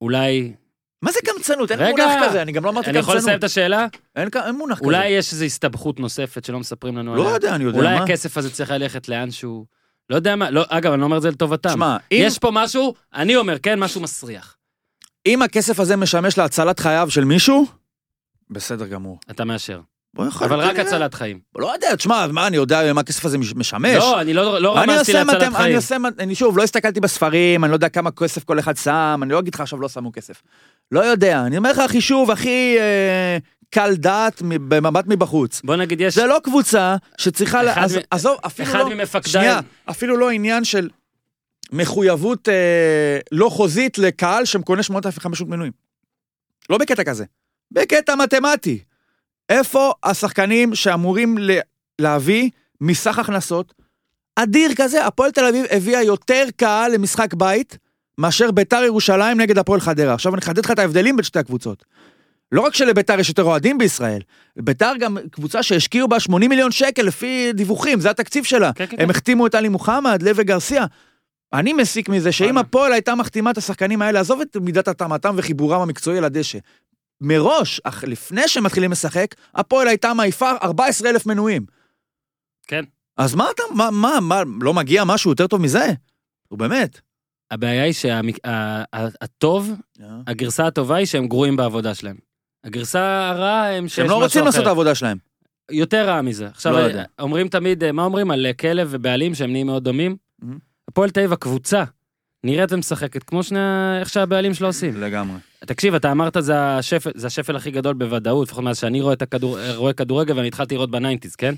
אולי... מה זה קמצנות? אין רגע, מונח כזה, אני גם לא אמרתי אני יכול קמצנות. לסיים את השאלה? אין, ק- אין מונח אולי כזה. יש איזו הסתבכות נוספת שלא מספרים לנו לא עליה. יודע, אני יודע אולי מה. הכסף הזה צריך ללכת לאנשהו... לא יודע מה, לא, אגב, אני לא אומר את זה לטובתם. שמע, אם, יש פה משהו, אני אומר, כן, משהו מסריח. אם הכסף הזה משמש להצלת חייו של מישהו, בסדר גמור. אתה מאשר. בוא יכול, אבל רק כנראה. הצלת חיים. לא יודע, תשמע, מה, אני יודע מה הכסף הזה מש- משמש? לא, אני לא לא אני רמזתי עושה מה להצלת אתם, אני חיים. עושה, מה- אני שוב, לא הסתכלתי בספרים, אני לא יודע כמה כסף כל אחד שם, אני לא אגיד לך עכשיו לא שמו כסף. לא יודע, אני אומר לך חישוב הכי אה, קל דעת מ- במבט מבחוץ. בוא נגיד, יש... זה לא קבוצה שצריכה, לה- אחד אז- מ- עזוב, אפילו אחד לא, ממפקדיי- שנייה, אפילו לא עניין של מחויבות אה, לא חוזית לקהל שמקונה 8,500 מנויים. לא בקטע כזה, בקטע מתמטי. איפה השחקנים שאמורים ל- להביא מסך הכנסות אדיר כזה? הפועל תל אביב הביאה יותר קהל למשחק בית מאשר ביתר ירושלים נגד הפועל חדרה. עכשיו אני אחדד לך את ההבדלים בין שתי הקבוצות. לא רק שלביתר יש יותר אוהדים בישראל, ביתר גם קבוצה שהשקיעו בה 80 מיליון שקל לפי דיווחים, זה התקציב שלה. כן, כן, הם כן. החתימו את עלי מוחמד, לוי גרסיה. אני מסיק מזה שאם וואלה. הפועל הייתה מחתימה את השחקנים האלה, עזוב את מידת התאמתם וחיבורם המקצועי לדשא. מראש, אך לפני שהם מתחילים לשחק, הפועל הייתה מעיפה 14 אלף מנויים. כן. אז מה אתה, מה, מה, מה, לא מגיע משהו יותר טוב מזה? הוא באמת. הבעיה היא שהטוב, אה? הגרסה הטובה היא שהם גרועים בעבודה שלהם. הגרסה הרעה הם שיש שהם לא משהו רוצים לעשות את אחר. העבודה שלהם. יותר רע מזה. עכשיו, לא יודע. אומרים תמיד, אה, מה אומרים על אה, כלב ובעלים שהם נהיים מאוד דומים? Mhm. הפועל תל אביב, הקבוצה, נראית ומשחקת כמו שני... איך שהבעלים שלה עושים. לגמרי. תקשיב, אתה אמרת זה השפל, זה השפל הכי גדול בוודאות, לפחות מאז שאני רואה, את הכדור, רואה כדורגל ואני התחלתי לראות בניינטיז, כן?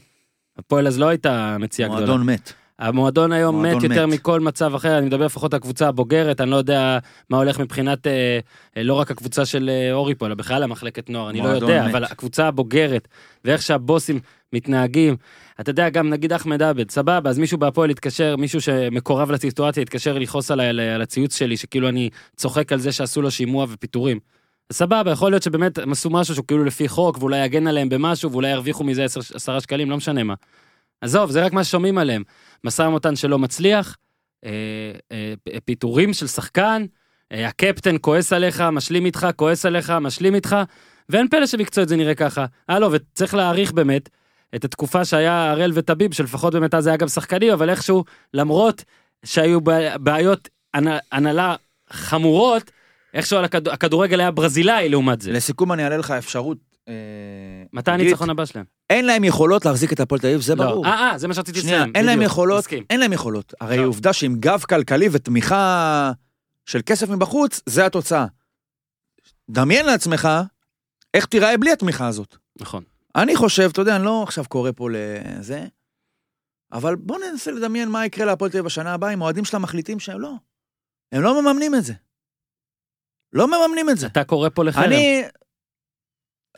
הפועל אז לא הייתה מציאה גדולה. מועדון מת. המועדון היום מועדון מת יותר מת. מכל מצב אחר, אני מדבר לפחות על הקבוצה הבוגרת, אני לא יודע מה הולך מבחינת, אה, אה, לא רק הקבוצה של אה, אורי פה, אלא בכלל המחלקת נוער, אני לא מועדון יודע, מת. אבל הקבוצה הבוגרת, ואיך שהבוסים מתנהגים, אתה יודע, גם נגיד אחמד עבד, סבבה, אז מישהו בהפועל התקשר, מישהו שמקורב לסיטואציה התקשר לכעוס עליי על על הציוץ שלי, שכאילו אני צוחק על זה שעשו לו שימוע ופיטורים. אז סבבה, יכול להיות שבאמת הם עשו משהו שהוא כאילו לפי חוק, ואולי יגן עליהם במשהו, ואולי ירוויחו מזה 10 10 שקלים, לא משנה מה. עזוב, זה רק מה ששומעים עליהם. משא ומתן שלא מצליח, אה, אה, פ- פיטורים של שחקן, אה, הקפטן כועס עליך, משלים איתך, כועס עליך, משלים איתך, ואין פלא שבמקצועית זה נראה ככה. הלו, וצריך להעריך באמת את התקופה שהיה הראל וטביב, שלפחות באמת אז היה גם שחקנים, אבל איכשהו, למרות שהיו בע- בעיות הנ- הנהלה חמורות, איכשהו על הכד... הכדורגל היה ברזילאי לעומת זה. לסיכום, אני אעלה לך אפשרות... אה, מתי חוגית. הניצחון הבא שלהם? אין להם יכולות להחזיק את הפועל תל אביב, זה ברור. לא. אה, אה, זה מה שרציתי לסיים. שנייה, אין להם בדיוק, יכולות, מסכים. אין להם יכולות. הרי לא. עובדה שעם גב כלכלי ותמיכה של כסף מבחוץ, זה התוצאה. דמיין לעצמך איך תיראה בלי התמיכה הזאת. נכון. אני חושב, אתה יודע, אני לא עכשיו קורא פה לזה, אבל בוא ננסה לדמיין מה יקרה להפועל תל אביב בשנה הבאה אם האוהדים שלה מחליטים שהם לא. הם לא מממנים את זה. לא מממנים את זה. אתה קורא פה לחרם. אני...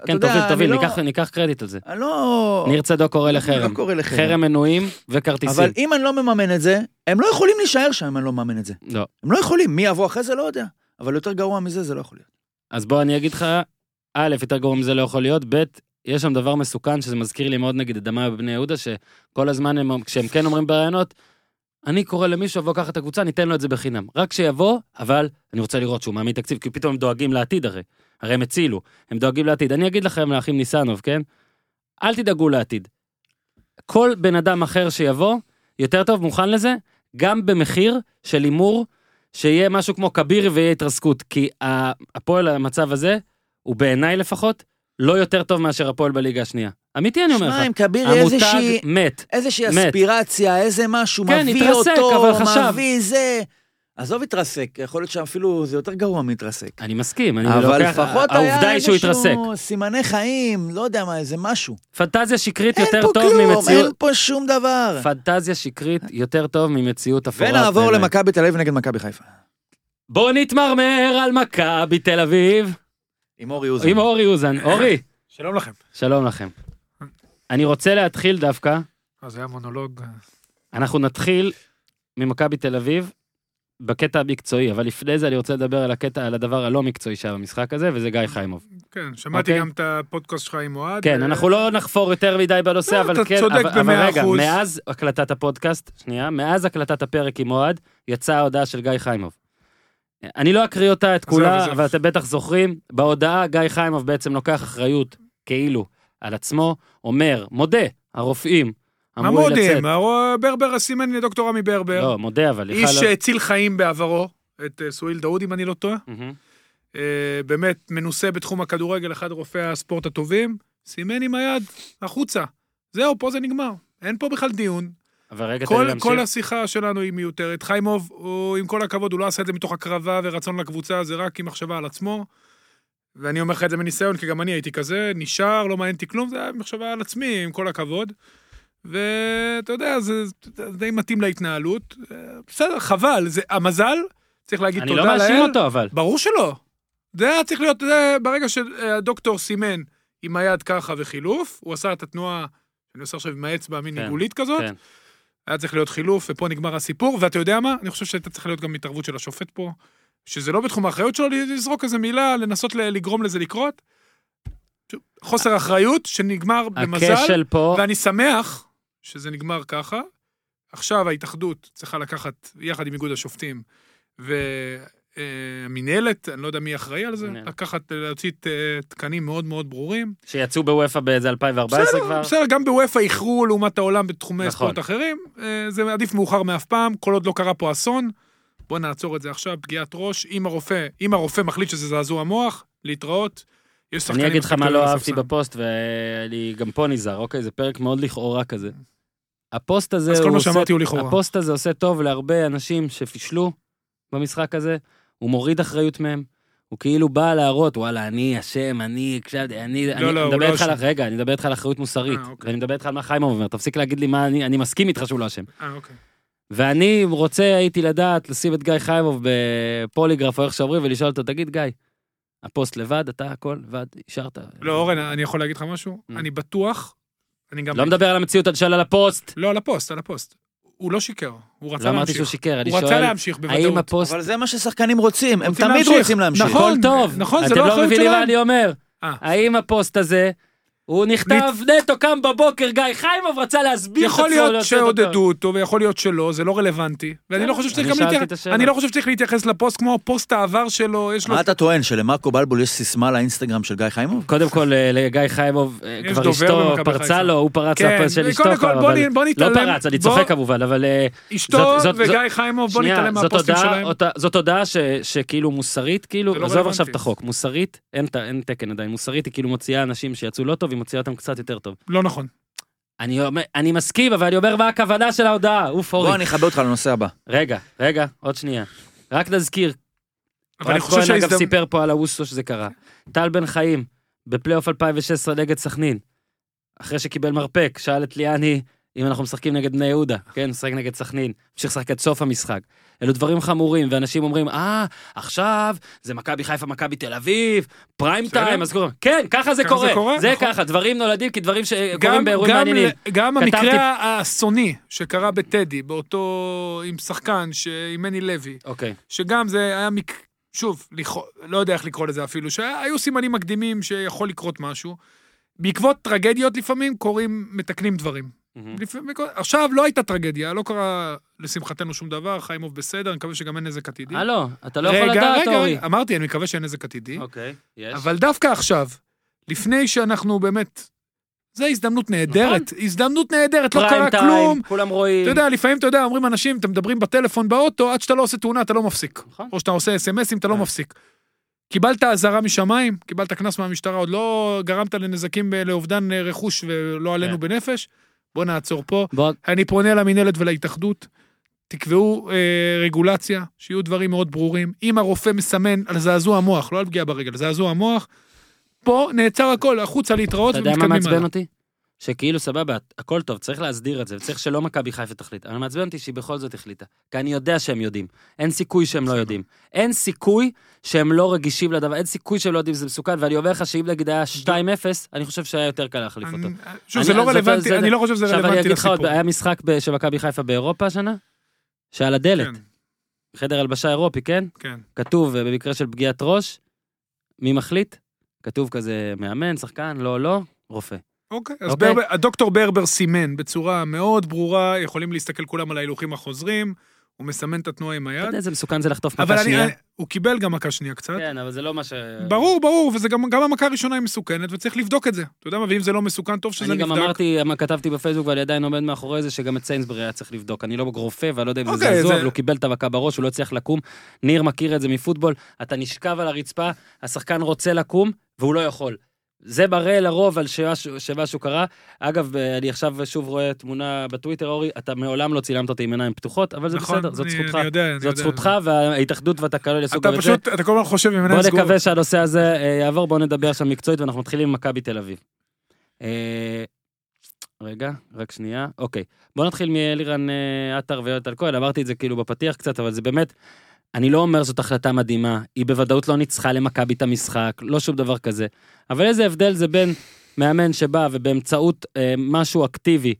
אתה כן, יודע, תוביל, אני תוביל, לא- ניקח- ניקח קרדיט על זה. אני לא... ניר צדוק קורא לחרם. לא קורא לחרם. חרם מנויים וכרטיסים. אבל אם אני לא מממן את זה, הם לא יכולים להישאר שם אם אני לא מממן את זה. לא. הם לא יכולים, מי יבוא אחרי זה לא יודע. אבל יותר גרוע מזה זה לא יכול להיות. אז בוא אני אגיד לך, א', יותר גרוע מזה לא יכול להיות, ב', יש שם דבר מסוכן, שזה מזכיר לי מאוד נגיד את דמאי בבני יהודה, שכל הזמן הם, כשהם כן אומרים בראיונות, אני קורא למישהו, יבוא לקחת את הקבוצה, ניתן לו את זה בחינם. רק שיבוא, אבל אני רוצה לראות שהוא מעמיד תקציב, כי פתאום הם דואגים לעתיד הרי. הרי הם הצילו, הם דואגים לעתיד. אני אגיד לכם, לאחים ניסנוב, כן? אל תדאגו לעתיד. כל בן אדם אחר שיבוא, יותר טוב, מוכן לזה, גם במחיר של הימור, שיהיה משהו כמו כביר ויהיה התרסקות. כי ה- הפועל, המצב הזה, הוא בעיניי לפחות, לא יותר טוב מאשר הפועל בליגה השנייה. אמיתי אני אומר לך. שמע, עם כביר המותג איזושהי... מת. איזושהי מת. אספירציה, איזה משהו, כן, מביא התרסק, אותו, אבל חשב. מביא זה. עזוב התרסק, יכול להיות שאפילו זה יותר גרוע מהתרסק. אני מסכים, אני לא אבל לוקח, לפחות העובדה היה היא שהוא התרסק. איזשהו סימני חיים, לא יודע מה, איזה משהו. פנטזיה שקרית אין יותר פה טוב כלום, אין ממציאות, פה שום דבר. פנטזיה שקרית יותר טוב ממציאות אפורה. ונעבור בעיניי. למכבי תל אביב נגד מכבי חיפה. בוא נתמרמר על מכבי תל אביב, עם אורי אוזן. עם אורי אוזן. אורי, שלום לכם. שלום לכם. אני רוצה להתחיל דווקא, אה, זה היה מונולוג. אנחנו נתחיל ממכבי תל אביב בקטע המקצועי, אבל לפני זה אני רוצה לדבר על הקטע, על הדבר הלא מקצועי שהיה במשחק הזה, וזה גיא חיימוב. כן, שמעתי אוקיי. גם את הפודקאסט שלך עם אוהד. אה, כן, ו- אנחנו לא נחפור יותר מדי בנושא, לא, אבל אתה כן, צודק אבל- אבל במאה רגע, אחוז. מאז הקלטת הפודקאסט, שנייה, מאז הקלטת הפרק עם אוהד, יצאה ההודעה של גיא חיימוב. אני לא אקריא אותה, את עזוב. כולה, אבל אתם בטח זוכרים, בהודעה גיא חיימוב בעצם לוקח אחריות, כאילו, על עצמו, אומר, מודה, הרופאים מה אמרו לי לצאת. מודים? הרו- ברבר הסימן לדוקטור עמי ברבר. לא, מודה, אבל... איש בכלל לא- שהציל חיים בעברו, את אה, סואיל דאוד, אם אני לא טועה. מהמם. אה, באמת מנוסה בתחום הכדורגל, אחד רופאי הספורט הטובים, סימן עם היד, החוצה. זהו, פה זה נגמר. אין פה בכלל דיון. אבל רגע, תן לי כל, להמשיך. כל השיחה שלנו היא מיותרת. חיימוב, הוא, עם כל הכבוד, הוא לא עשה את זה מתוך הקרבה ורצון לקבוצה, זה רק עם מחשבה על עצמו. ואני אומר לך את זה מניסיון, כי גם אני הייתי כזה, נשאר, לא מעניין אותי כלום, זה היה מחשבה על עצמי, עם כל הכבוד. ואתה יודע, זה, זה די מתאים להתנהלות. אה, בסדר, חבל, זה המזל, צריך להגיד אני תודה לא לאל. מאשים אותו, אבל. ברור שלא. זה היה צריך להיות, זה, ברגע שהדוקטור סימן עם היד ככה וחילוף, הוא עשה את התנועה, אני עושה עכשיו עם האצבע, מין כן, עיגולית כזאת, כן. היה צריך להיות חילוף, ופה נגמר הסיפור, ואתה יודע מה? אני חושב שהייתה צריכה להיות גם התערבות של השופט פה, שזה לא בתחום האחריות שלו לזרוק איזה מילה, לנסות ל- לגרום לזה לקרות. שוב, חוסר אחריות שנגמר במזל, הכשל פה, ואני שמח שזה נגמר ככה. עכשיו ההתאחדות צריכה לקחת, יחד עם איגוד השופטים והמינהלת, אני לא יודע מי אחראי על זה, מינהלת. לקחת, להוציא ת- תקנים מאוד מאוד ברורים. שיצאו בוופא באיזה 2014 כבר. בסדר, גם בוופא איחרו לעומת העולם בתחומי נכון. ספורט אחרים. אה, זה עדיף מאוחר מאף פעם, כל עוד לא קרה פה אסון. בוא נעצור את זה עכשיו, פגיעת ראש. אם הרופא, אם הרופא מחליט שזה זעזוע מוח, להתראות. יש שחקנים אני אגיד לך מה מחכים לא על אהבתי הספסל. בפוסט, ואני גם פה נזהר, אוקיי? זה פרק מאוד לכאורה כזה. הפוסט הזה אז הוא כל מה עושה- שאמרתי הוא לכאורה. הפוסט הזה עושה טוב להרבה אנשים שפישלו במשחק הזה, הוא מוריד אחריות מהם. הוא כאילו בא להראות, וואלה, אני אשם, אני הקשבתי, אני... אני לא, הוא מדבר לא איתך על- אשם. רגע, אני מדבר איתך על אחריות מוסרית. אה, אוקיי. ואני מדבר איתך על מה חיימוב אומר, תפסיק להגיד לי מה אני... אני מסכים איתך שהוא לא אשם. אה, אוקיי. ואני רוצה הייתי לדעת, לשים את גיא חיימוב בפוליגרף או איך שאומרים, ולשאול אותו, תגיד, גיא, הפוסט לבד, אתה הכל לבד, אישרת. לא, אורן, אני יכול להגיד לך משהו? Mm. אני בטוח, אני גם... לא מדבר על המציאות, אני שואל על הפוסט. לא, על הפוסט, על הפוסט. הוא לא שיקר, הוא רצה לא אמרתי שהוא להמשיך. שיקר, אני הוא רצה שואל, להמשיך האם בוודאות. הפוסט... אבל זה מה ששחקנים רוצים, הם רוצים תמיד להמשיך. רוצים להמשיך. נכון. הכל טוב. נכון, זה אתם לא לא אחריות מבינים שלהם. מה אני אומר. אה. האם הפוסט הזה, הוא נכתב נטו קם בבוקר, גיא חיימוב רצה להסביר את עצמו. יכול להיות לעשות אותו. כן. שעודדו אותו, ויכול להיות שלא, זה לא רלוונטי. ואני לא חושב שצריך אני גם שאלתי את להתייחס... השאלה. אני לא חושב שצריך להתייחס לפוסט כמו פוסט העבר שלו, יש לו... מה אתה טוען, שלמרקו בלבול יש סיסמה לאינסטגרם של גיא חיימוב? קודם כל, אה, לגיא חיימוב, אה, יש כבר דובר אשתו במכבי פרצה חיפה. לו, הוא פרץ כן, לפרס של קודם אשתו כל, כבר, בוא אבל... נ- בוא לא נתעלם- פרץ, אני בוא- צוחק כמובן, אבל... אה, זאת- אשתו זאת- וגיא חיימוב, בוא שנייה, נתעלם זאת מהפוסטים הודעה- שלהם. אותה- זאת הודעה ש- שכאילו מוסרית, זה כאילו, לא עזוב עכשיו רלוונטי. את החוק, מוסרית, אין ת- אין תקן עדיין, מוסרית היא כאילו מוציאה אנשים שיצאו לא טוב, היא מוציאה אותם קצת יותר טוב. לא נכון. אני אומר- אני מסכים, אבל אני אומר מה הכוונה של ההודעה, אוף בוא, אורי. אני אחבר אותך לנושא הבא. רגע, רגע, עוד שנייה. רק נזכיר, אבל אני רב חושב כהן אגב שההזדמנות... סיפר פה על האוסו שזה קרה. טל בן חיים, בפלייאוף 2016 נגד סכנין, אחרי שקיבל מרפק, שאל את ליאני אם אנחנו משחקים נגד בני יהודה, כן, משחק נגד סכנין, המשיך לשחק עד סוף המשחק. אלו דברים חמורים, ואנשים אומרים, אה, עכשיו זה מכבי חיפה, מכבי תל אביב, פריים בסדר. טיים, אז קוראים, כן, ככה זה ככה זה קורה, קורה, זה נכון. ככה, דברים נולדים כדברים שקורים גם, באירועים גם, מעניינים. ל- גם כתבתי- המקרה האסוני שקרה בטדי, באותו... עם שחקן, ש... עם מני לוי, אוקיי, שגם זה היה, מק... שוב, לכאו- לא יודע איך לקרוא לזה אפילו, שהיו סימנים מקדימים שיכול לקרות משהו. בעקבות טרגדיות לפעמים קורים, מתקנים דברים. לפעמים, עכשיו לא הייתה טרגדיה, לא קרה לשמחתנו שום דבר, חיימוב בסדר, אני מקווה שגם אין נזק עתידי. הלו, אתה לא יכול רגע, לדעת, רגע, אורי. רגע, אמרתי, אני מקווה שאין נזק עתידי. אוקיי, יש. אבל דווקא עכשיו, לפני שאנחנו באמת... זו הזדמנות נהדרת, הזדמנות נהדרת, לא פריים קרה טיים, כלום. כולם רואים. אתה יודע, לפעמים, אתה יודע, אומרים אנשים, אתם מדברים בטלפון באוטו, עד שאתה לא עושה תאונה, אתה לא מפסיק. נכון. או שאתה עושה אס.אם.אסים, אתה לא מפסיק. קיבלת אזהרה משמיים, קיבלת קנס מהמשטרה, עוד לא גרמת לנזקים, אה, לאובדן אה, רכוש ולא עלינו כן. בנפש. בוא נעצור פה. בוא, אני פונה למינהלת ולהתאחדות, תקבעו אה, רגולציה, שיהיו דברים מאוד ברורים. אם הרופא מסמן על זעזוע מוח, לא על פגיעה ברגל, זעזוע מוח, פה נעצר הכל, החוצה להתראות אתה יודע מה ומתקדמים מעצבן אותי? שכאילו סבבה, הכל טוב, צריך להסדיר את זה, וצריך שלא מכבי חיפה תחליט. אבל מעצבן אותי שהיא בכל זאת החליטה. כי אני יודע שהם יודעים. אין סיכוי שהם לא יודעים. אין סיכוי שהם לא רגישים לדבר, אין סיכוי שהם לא יודעים שזה מסוכן, ואני אומר לך שאם נגיד היה 2-0, אני חושב שהיה יותר קל להחליף אותו. אני- שוב, אני- זה לא זאת- רלוונטי, זה- אני לא חושב שזה עכשיו אני רלוונטי אגיד לך עוד, לסיפור. היה משחק ב- של מכבי חיפה באירופה השנה? שעל הדלת, כן, חדר הלבשה אירופי, כן? כן. כתוב אה, במקרה של פגיעת ראש, מי מחליט? כתוב כזה מאמן, שחקן, לא, לא, רופא. אוקיי, אז אוקיי. ברבר- הדוקטור ברבר סימן בצורה מאוד ברורה, יכולים להסתכל כולם על ההילוכים החוזרים, הוא מסמן את התנועה עם אתה היד, יודע איזה מסוכן זה לחטוף אבל מכה אני- שנייה? אני- הוא קיבל גם מכה שנייה קצת. כן, אבל זה לא מה ש... ברור, ברור, וזה גם, גם המכה הראשונה היא מסוכנת, וצריך לבדוק את זה. אתה יודע מה, ואם זה לא מסוכן, טוב שזה אני נבדק. גם אמרתי, מה כתבתי בפייסבוק, ואני עדיין עומד מאחורי זה, שגם את סיינסברי היה צריך לבדוק. אני לא רופא, ואני לא יודע אם זה אוקיי, זעזוע, זה- אבל הוא קיבל את המכה בראש, הוא לא הצליח לקום. ניר מכיר את זה מפוטבול, אתה נשכב על הרצפה, השחקן רוצה לקום, והוא לא יכול. זה מראה לרוב על שמשהו, שמשהו קרה. אגב, אה, אני עכשיו שוב רואה תמונה בטוויטר, אורי, אתה מעולם לא צילמת אותי עם עיניים פתוחות, אבל זה נכון, בסדר, זאת אני- זכותך. אני יודע, אני זאת יודע. זכותך, וההתאחדות והתקנון יעשו אתה גם את זה. פשוט, אתה כל הזמן חושב עם בוא עיניים סגורות. נקווה שהנושא הזה אה, יעבור, בוא נדבר עכשיו מקצועית, ואנחנו מתחילים עם מכבי תל אביב. אה, רגע, רק שנייה, אוקיי. בוא נתחיל מאלירן אה, עטר ויונתן כהן, אמרתי את זה כאילו בפתיח קצת, אבל זה באמת, אני לא אומר זאת החלטה מדהימה, היא בוודאות לא ניצחה למכבי את המשחק, לא שום דבר כזה. אבל איזה הבדל זה בין מאמן שבא ובאמצעות אה, משהו אקטיבי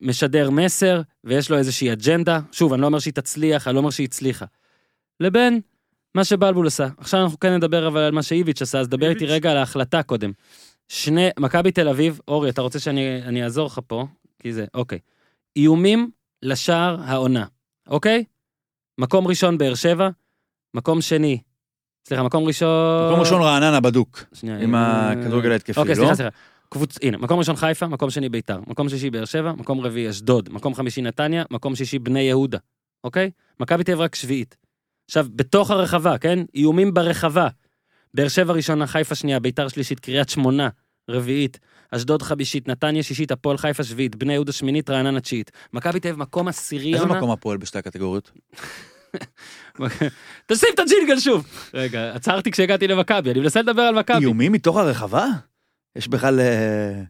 משדר מסר, ויש לו איזושהי אג'נדה, שוב, אני לא אומר שהיא תצליח, אני לא אומר שהיא הצליחה, לבין מה שבלבול עשה. עכשיו אנחנו כן נדבר אבל על מה שאיביץ' עשה, אז דבר איתי איביץ'. רגע על ההחלטה קודם. שני, מכבי תל אביב, אורי, אתה רוצה שאני אני אעזור לך פה? כי זה, אוקיי. איומים לשער העונה, אוקיי? מקום ראשון באר שבע, מקום שני, סליחה, מקום ראשון... מקום ראשון רעננה בדוק, שנייה, עם אה, הכדורגל ההתקפי, אוקיי, לא? סליחה, סליחה. קבוצ... הנה, מקום ראשון חיפה, מקום שני ביתר, מקום שלישי באר שבע, מקום רביעי אשדוד, מקום חמישי נתניה, מקום שישי בני יהודה, אוקיי? מכבי תל אביב רק שביעית. עכשיו, בתוך הרחבה, כן? איומים ברחבה. באר שבע ראשונה, חיפה שנייה, ביתר שלישית, קריית שמונה, רביעית, אשדוד חמישית, נתניה שישית, הפועל חיפה שביעית, בני יהודה שמינית, רעננה תשיעית. מכבי תל אביב מקום עשירי איזה עונה. מקום הפועל בשתי הקטגוריות? תשים את הג'ינגל שוב! רגע, עצרתי כשהגעתי למכבי, אני מנסה לדבר על מכבי. איומים מתוך הרחבה? יש בכלל... אה,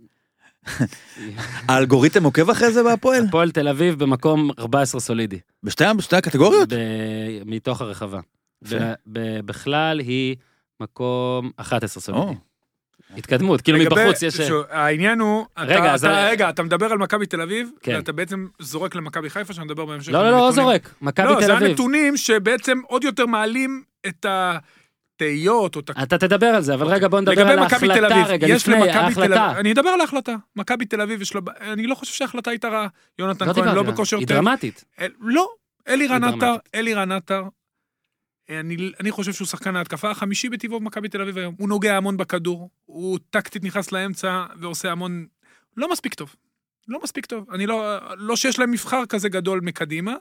האלגוריתם עוקב אחרי זה בהפועל? הפועל תל אביב במקום 14 סולידי. בשתי בשתי הקטגוריות? ב- מתוך הרחבה. יפה. ב- ב- בכלל היא מקום 11 או, סולידי. התקדמות, כאילו לגבי- מבחוץ יש... שוב, העניין הוא, אתה- רגע, אז אתה- אני- רגע, אתה מדבר על מכבי תל אביב, כן. ואתה בעצם זורק למכבי חיפה, שנדבר בהמשך. לא, על לא, לא, לא הנתונים. זורק. מכבי לא, תל זה אביב. הנתונים שבעצם עוד יותר מעלים את התהיות, או את אתה תדבר על זה, אבל רגע, בוא נדבר לגבי על מכבי תל ההחלטה, אביב, רגע, יש לפני, למכבי תל ההחלטה. אביב, אני אדבר על ההחלטה. מכבי תל אביב יש לה, אני לא חושב שההחלטה הייתה רעה. יונתן לא כהן לא דיברתי, בכושר היא טוב. דרמטית. אל- לא, אלירן היא עטר, דרמטית. אלירן עטר. אה, אני, אני חושב שהוא שחקן ההתקפה החמישי בטבעו במכבי תל אביב היום. הוא נוגע המון בכדור, הוא טקטית נכנס לאמצע ועושה המון... לא מספיק טוב. לא מספיק טוב. אני לא... לא שיש להם מבחר כזה גדול מקדימה.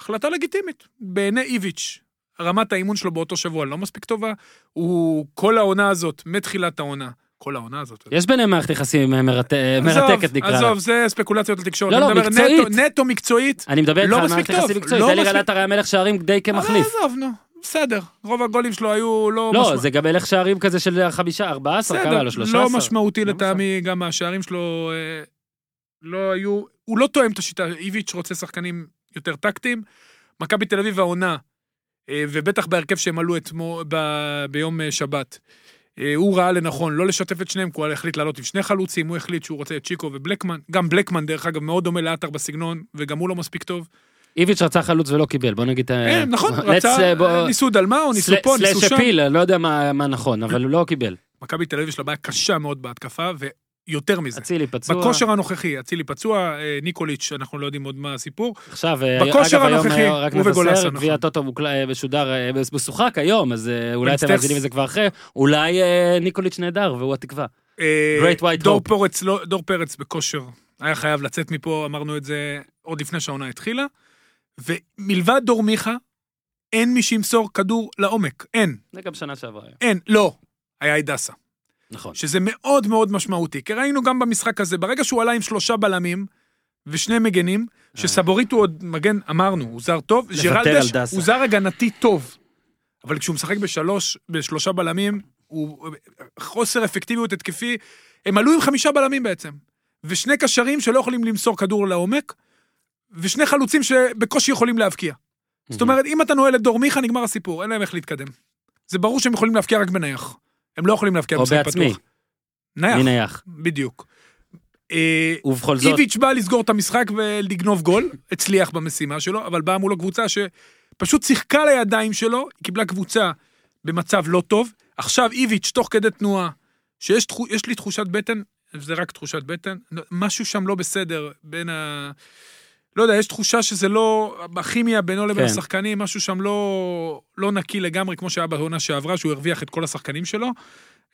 החלטה לגיטימית, בעיני איביץ'. רמת האימון שלו באותו שבוע לא מספיק טובה. הוא כל העונה הזאת, מתחילת העונה, כל העונה הזאת. יש ביניהם מערכת יחסים אה, מרתק- אה, עזוב, מרתקת נקרא לה. עזוב, זה ספקולציות לתקשורת. לא, אני לא, מדבר מקצועית. נטו, נטו מקצועית. אני מדבר איתך לא על מספיק מערכת יחסים טוב, מקצועית. לא אלי מספיק- אה, גלטר היה מלך שערים די כמחליף. אבל עזוב, נו, בסדר. רוב הגולים שלו היו לא... לא, משמע- זה גם מלך שערים כזה של חמישה, ארבעה עשר, בסדר, כמה לו? שלושה לא עשר? משמעותי לא לטעמי, גם השערים שלו אה, לא היו... הוא לא תואם את השיטה, איביץ' רוצה שחקנים יותר טקטיים. מכבי תל אביב העונה, אה, ובטח בהרכב שהם עלו אתמול, ב- ביום אה, שבת, אה, הוא ראה לנכון לא לשתף את שניהם, כי הוא החליט לעלות עם שני חלוצים, הוא החליט שהוא רוצה את צ'יקו ובלקמן. גם בלקמן, דרך אגב, מאוד דומה לעטר בסגנון, וגם הוא לא מספיק טוב. איביץ' רצה חלוץ ולא קיבל, בוא נגיד... אה, נכון, let's, רצה, אה, בוא- אה, ניסו דלמאו, ניסו סל- פה, ניסו סלאש שם. הפיל, אני לא יודע מה מה נכון, אבל הוא לא קיבל. מכבי תל אביב יש לה בעיה קשה מאוד בהתקפה, יותר מזה. אצילי פצוע. בכושר הנוכחי, אצילי פצוע, אה, ניקוליץ', אנחנו לא יודעים עוד מה הסיפור. עכשיו, אה, בכושר אגב, היום, הנוכחי, אה, רק הוא וגולסה, מבשר, נכון. גביע הטוטו מוקל- אה, משודר, אה, מס- משוחק היום, אז אה, אולי אתם במצטרף. מאזינים לזה כבר אחרי, אולי אה, ניקוליץ' נהדר והוא התקווה. אה, Great White דור Hope. פורץ, לא, דור פרץ בכושר, היה חייב לצאת מפה, אמרנו את זה עוד לפני שהעונה התחילה. ומלבד דור מיכה, אין מי שימסור כדור לעומק, אין, זה גם שנה שעברה. היה. אין, לא. היה הדסה, נכון. שזה מאוד מאוד משמעותי, כי ראינו גם במשחק הזה, ברגע שהוא עלה עם שלושה בלמים ושני מגנים, שסבורית הוא עוד מגן, אמרנו, הוא זר טוב, לוותר ג'רלדש על דסה. הוא זר הגנתי טוב, אבל כשהוא משחק בשלוש, בשלושה בלמים, הוא חוסר אפקטיביות התקפי, הם עלו עם חמישה בלמים בעצם, ושני קשרים שלא יכולים למסור כדור לעומק, ושני חלוצים שבקושי יכולים להבקיע. זאת אומרת, אם אתה נועל את דור מיכה, נגמר הסיפור, אין להם איך להתקדם. זה ברור שהם יכולים להבקיע רק בנייח. הם לא יכולים להבקיע או במשחק פתוח. בעצמי. נייח, הנה יח. בדיוק. אה, ובכל זאת, איביץ' בא לסגור את המשחק ולגנוב גול, הצליח במשימה שלו, אבל באה מולו קבוצה שפשוט שיחקה לידיים שלו, היא קיבלה קבוצה במצב לא טוב. עכשיו איביץ', תוך כדי תנועה, שיש תחו- יש לי תחושת בטן, זה רק תחושת בטן, לא- משהו שם לא בסדר בין ה... לא יודע, יש תחושה שזה לא... הכימיה בינו לבין כן. השחקנים, משהו שם לא, לא נקי לגמרי, כמו שהיה בעונה שעברה, שהוא הרוויח את כל השחקנים שלו,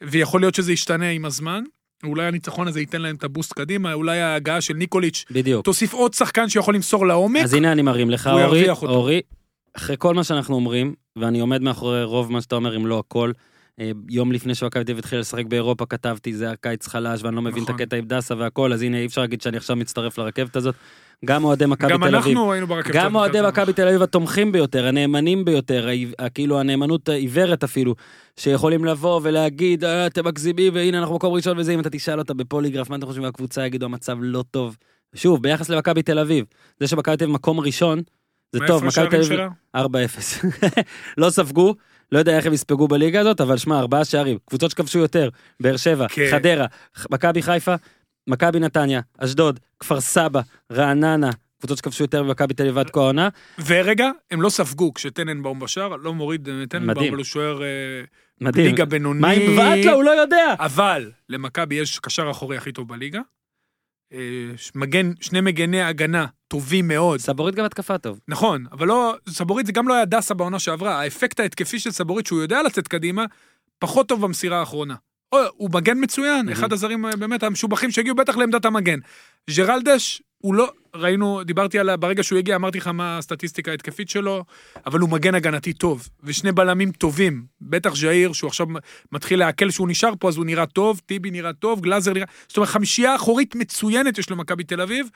ויכול להיות שזה ישתנה עם הזמן. אולי הניצחון הזה ייתן להם את הבוסט קדימה, אולי ההגעה של ניקוליץ' בדיוק. תוסיף עוד שחקן שיכול למסור לעומק. אז הנה אני מרים לך, הוא אורי, ירוויח אותו. אורי, אחרי כל מה שאנחנו אומרים, ואני עומד מאחורי רוב מה שאתה אומר, אם לא הכל, אה, יום לפני שמכבי תל אביב התחילה לשחק באירופה כתבתי, זה הקיץ חלש, ואני לא מבין את נכון. הקטע עם דסה והכל, אז הנה אי אפשר להגיד שאני עכשיו מצטרף לרכבת הזאת. גם אוהדי מכבי גם תל אביב. אנחנו היינו ברכבת. גם אוהדי הזאת. מכבי תל אביב התומכים ביותר, הנאמנים ביותר, ה- כאילו הנאמנות העיוורת אפילו, שיכולים לבוא ולהגיד, "אה, אתם מגזימים, והנה אנחנו מקום ראשון וזה, אם אתה תשאל אותה בפוליגרף, מה אתם חושבים מהקבוצה, יגידו, המצב לא טוב. שוב, ביחס למכבי תל אביב, זה שמכבי תל אביב מקום ראשון, זה מאיפה טוב, מכבי תל השערים אביב שלה? 4-0. לא ספגו, לא יודע איך הם יספגו בליגה הזאת, אבל שמע, ארבעה שערים. קבוצות שכבשו יותר, באר שבע, כן. חדרה, ח- מכבי חיפה, מכבי נתניה, אשדוד, כפר סבא, רעננה, קבוצות שכבשו יותר ממכבי תל אביב עד כה העונה. ורגע, הם לא ספגו כשטננבאום בשער, לא מוריד אה, מדהים. טננבאום, אבל הוא שוער אה, מדהים. ליגה בינונית. מה עם ואטלה? הוא לא יודע. אבל למכבי יש קשר אחורי הכי טוב בליגה. אה, מגן, שני מגני הגנה טובים מאוד. סבורית גם התקפה טוב. נכון, אבל לא, סבורית זה גם לא היה דסה בעונה שעברה. האפקט ההתקפי של סבורית, שהוא יודע לצאת קדימה, פחות טוב במסירה האחרונה. או, הוא מגן מצוין, אחד הזרים אה, באמת המשובחים שהגיעו בטח לעמדת המגן. ג'רלדש, הוא לא, ראינו, דיברתי על, ה- ברגע שהוא הגיע, אמרתי לך מה הסטטיסטיקה ההתקפית שלו, אבל הוא מגן הגנתי טוב, ושני בלמים טובים, בטח ז'איר, שהוא עכשיו מתחיל לעכל שהוא נשאר פה, אז הוא נראה טוב, טיבי נראה טוב, גלאזר נראה... זאת אומרת, חמישייה אחורית מצוינת יש למכבי תל אביב,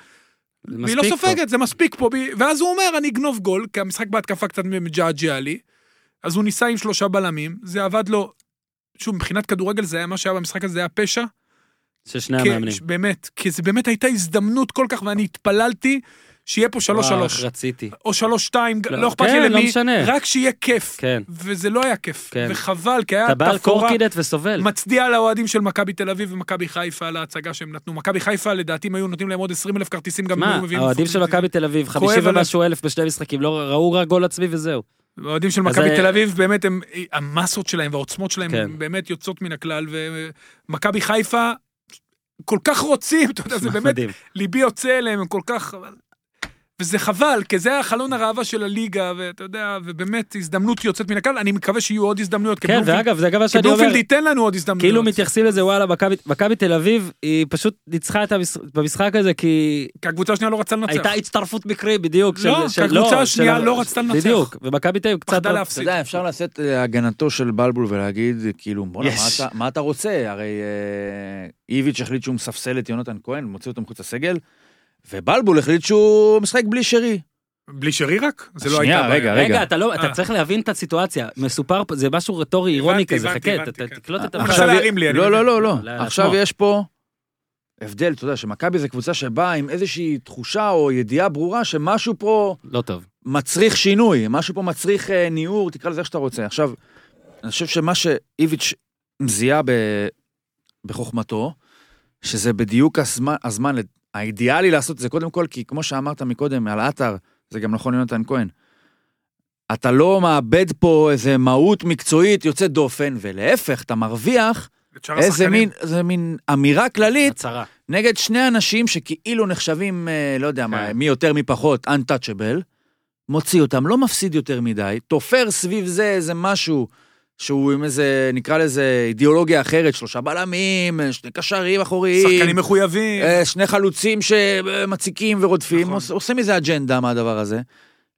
והיא לא מספיק פה. סופגת, זה מספיק פה. ב- ואז הוא אומר, אני אגנוב גול, כי המשחק בהתקפה קצת מג'עג'ע לי. אז הוא ניסה עם שלושה בלמים, זה עבד לו. שוב, מבחינת כדורגל זה היה מה שהיה במשחק הזה, זה היה פשע. של שני כי- המאמנים. ש- באמת, כי זה באמת הייתה הזדמנות כל כך, ואני התפללתי שיהיה פה שלוש וואו, שלוש. איך רציתי. או שלוש שתיים, לא, לא אכפת כן, לי לא למי, משנה. רק שיהיה כיף. כן. וזה לא היה כיף. כן. וחבל, כי היה אתה בא על תפאורה. קורקינט וסובל. מצדיע לאוהדים של מכבי תל אביב ומכבי חיפה על ההצגה שהם נתנו. מכבי חיפה, לדעתי, אם היו נותנים להם עוד 20 אלף כרטיסים, גם מה, היו מביאים... האוהדים של מכבי תל אביב, 50 הלב. ומשהו אלף בשני משחקים, לא ראו רק גול עצמי וזהו. האוהדים של אז מכבי אה, תל אביב, באמת הם, המסות שלהם והעוצמות שלהם כן. כן. באמת יוצאות מן הכלל, ומכבי חיפה כל כך רוצים, אתה יודע, זה באמת, מדהים. ליבי יוצא אליהם, הם כל כך... וזה חבל, כי זה היה חלון הראווה של הליגה, ואתה יודע, ובאמת הזדמנות יוצאת מן הכלל, אני מקווה שיהיו עוד הזדמנויות, כי כן, בלומפילד- ואגב, זה גם מה כי שאני אומר. בלומפילד ייתן לנו עוד הזדמנויות. כאילו מתייחסים לזה, וואלה, מכבי- מכבי תל אביב, היא פשוט ניצחה את המשחק- במשחק הזה, כי כי הקבוצה השנייה לא רצתה לנצח. הייתה הצטרפות מקרים, בדיוק. לא, של- כי של- הקבוצה של השנייה ה- לא רצתה לנצח. בדיוק, ומכבי תל אביב קצת... לא- פחדה אתה להפסיד. יודע, אפשר לשאת להגנתו של בלבול ולהגיד, כאילו, בוא'נה, מה יש. אתה- מה אתה רוצה? הרי אה, איביץ' החליט שהוא מספסל את יונתן כהן, מוציא אותו מחוץ לסגל, ובלבול החליט שהוא משחק בלי שרי. בלי שרי רק? זה לא שנייה, הייתה בעיה. רגע, רגע, אתה לא, אתה אה. צריך להבין את הסיטואציה. מסופר פה, זה משהו רטורי, אירוני הבנתי, כזה, הבנתי, חכה, הבנתי, ת- כן. תקלוט את הוא המחשב. מנסה להרים לי, אני לא, מבין. לא, לא, לא. לעצמו. עכשיו יש פה הבדל, אתה יודע, שמכבי זו קבוצה שבאה עם איזושהי תחושה או ידיעה ברורה שמשהו פה... לא טוב. מצריך שינוי, משהו פה מצריך אה, ניעור, תקרא לזה איך שאתה רוצה. עכשיו, אני חושב שמה שאיביץ' זיהה ב... בחוכמתו, שזה בדיוק הזמן, הזמן לד- האידיאלי לעשות את זה, קודם כל, כי כמו שאמרת מקודם, על עטר, זה גם נכון ליונתן כהן. אתה לא מאבד פה איזה מהות מקצועית יוצאת דופן, ולהפך, אתה מרוויח את שאר איזה השחקנים. מין, זה מין אמירה כללית הצהרה. נגד שני אנשים שכאילו נחשבים, אה, לא יודע מה, כן. מי יותר מי פחות, untouchable, מוציא אותם, לא מפסיד יותר מדי, תופר סביב זה איזה משהו שהוא עם איזה, נקרא לזה אידיאולוגיה אחרת, שלושה בלמים, אה, שני קשרים אחוריים. שחקנים מחויבים. אה, שני חלוצים שמציקים ורודפים, נכון. נכון. עושה מזה אג'נדה מהדבר הזה.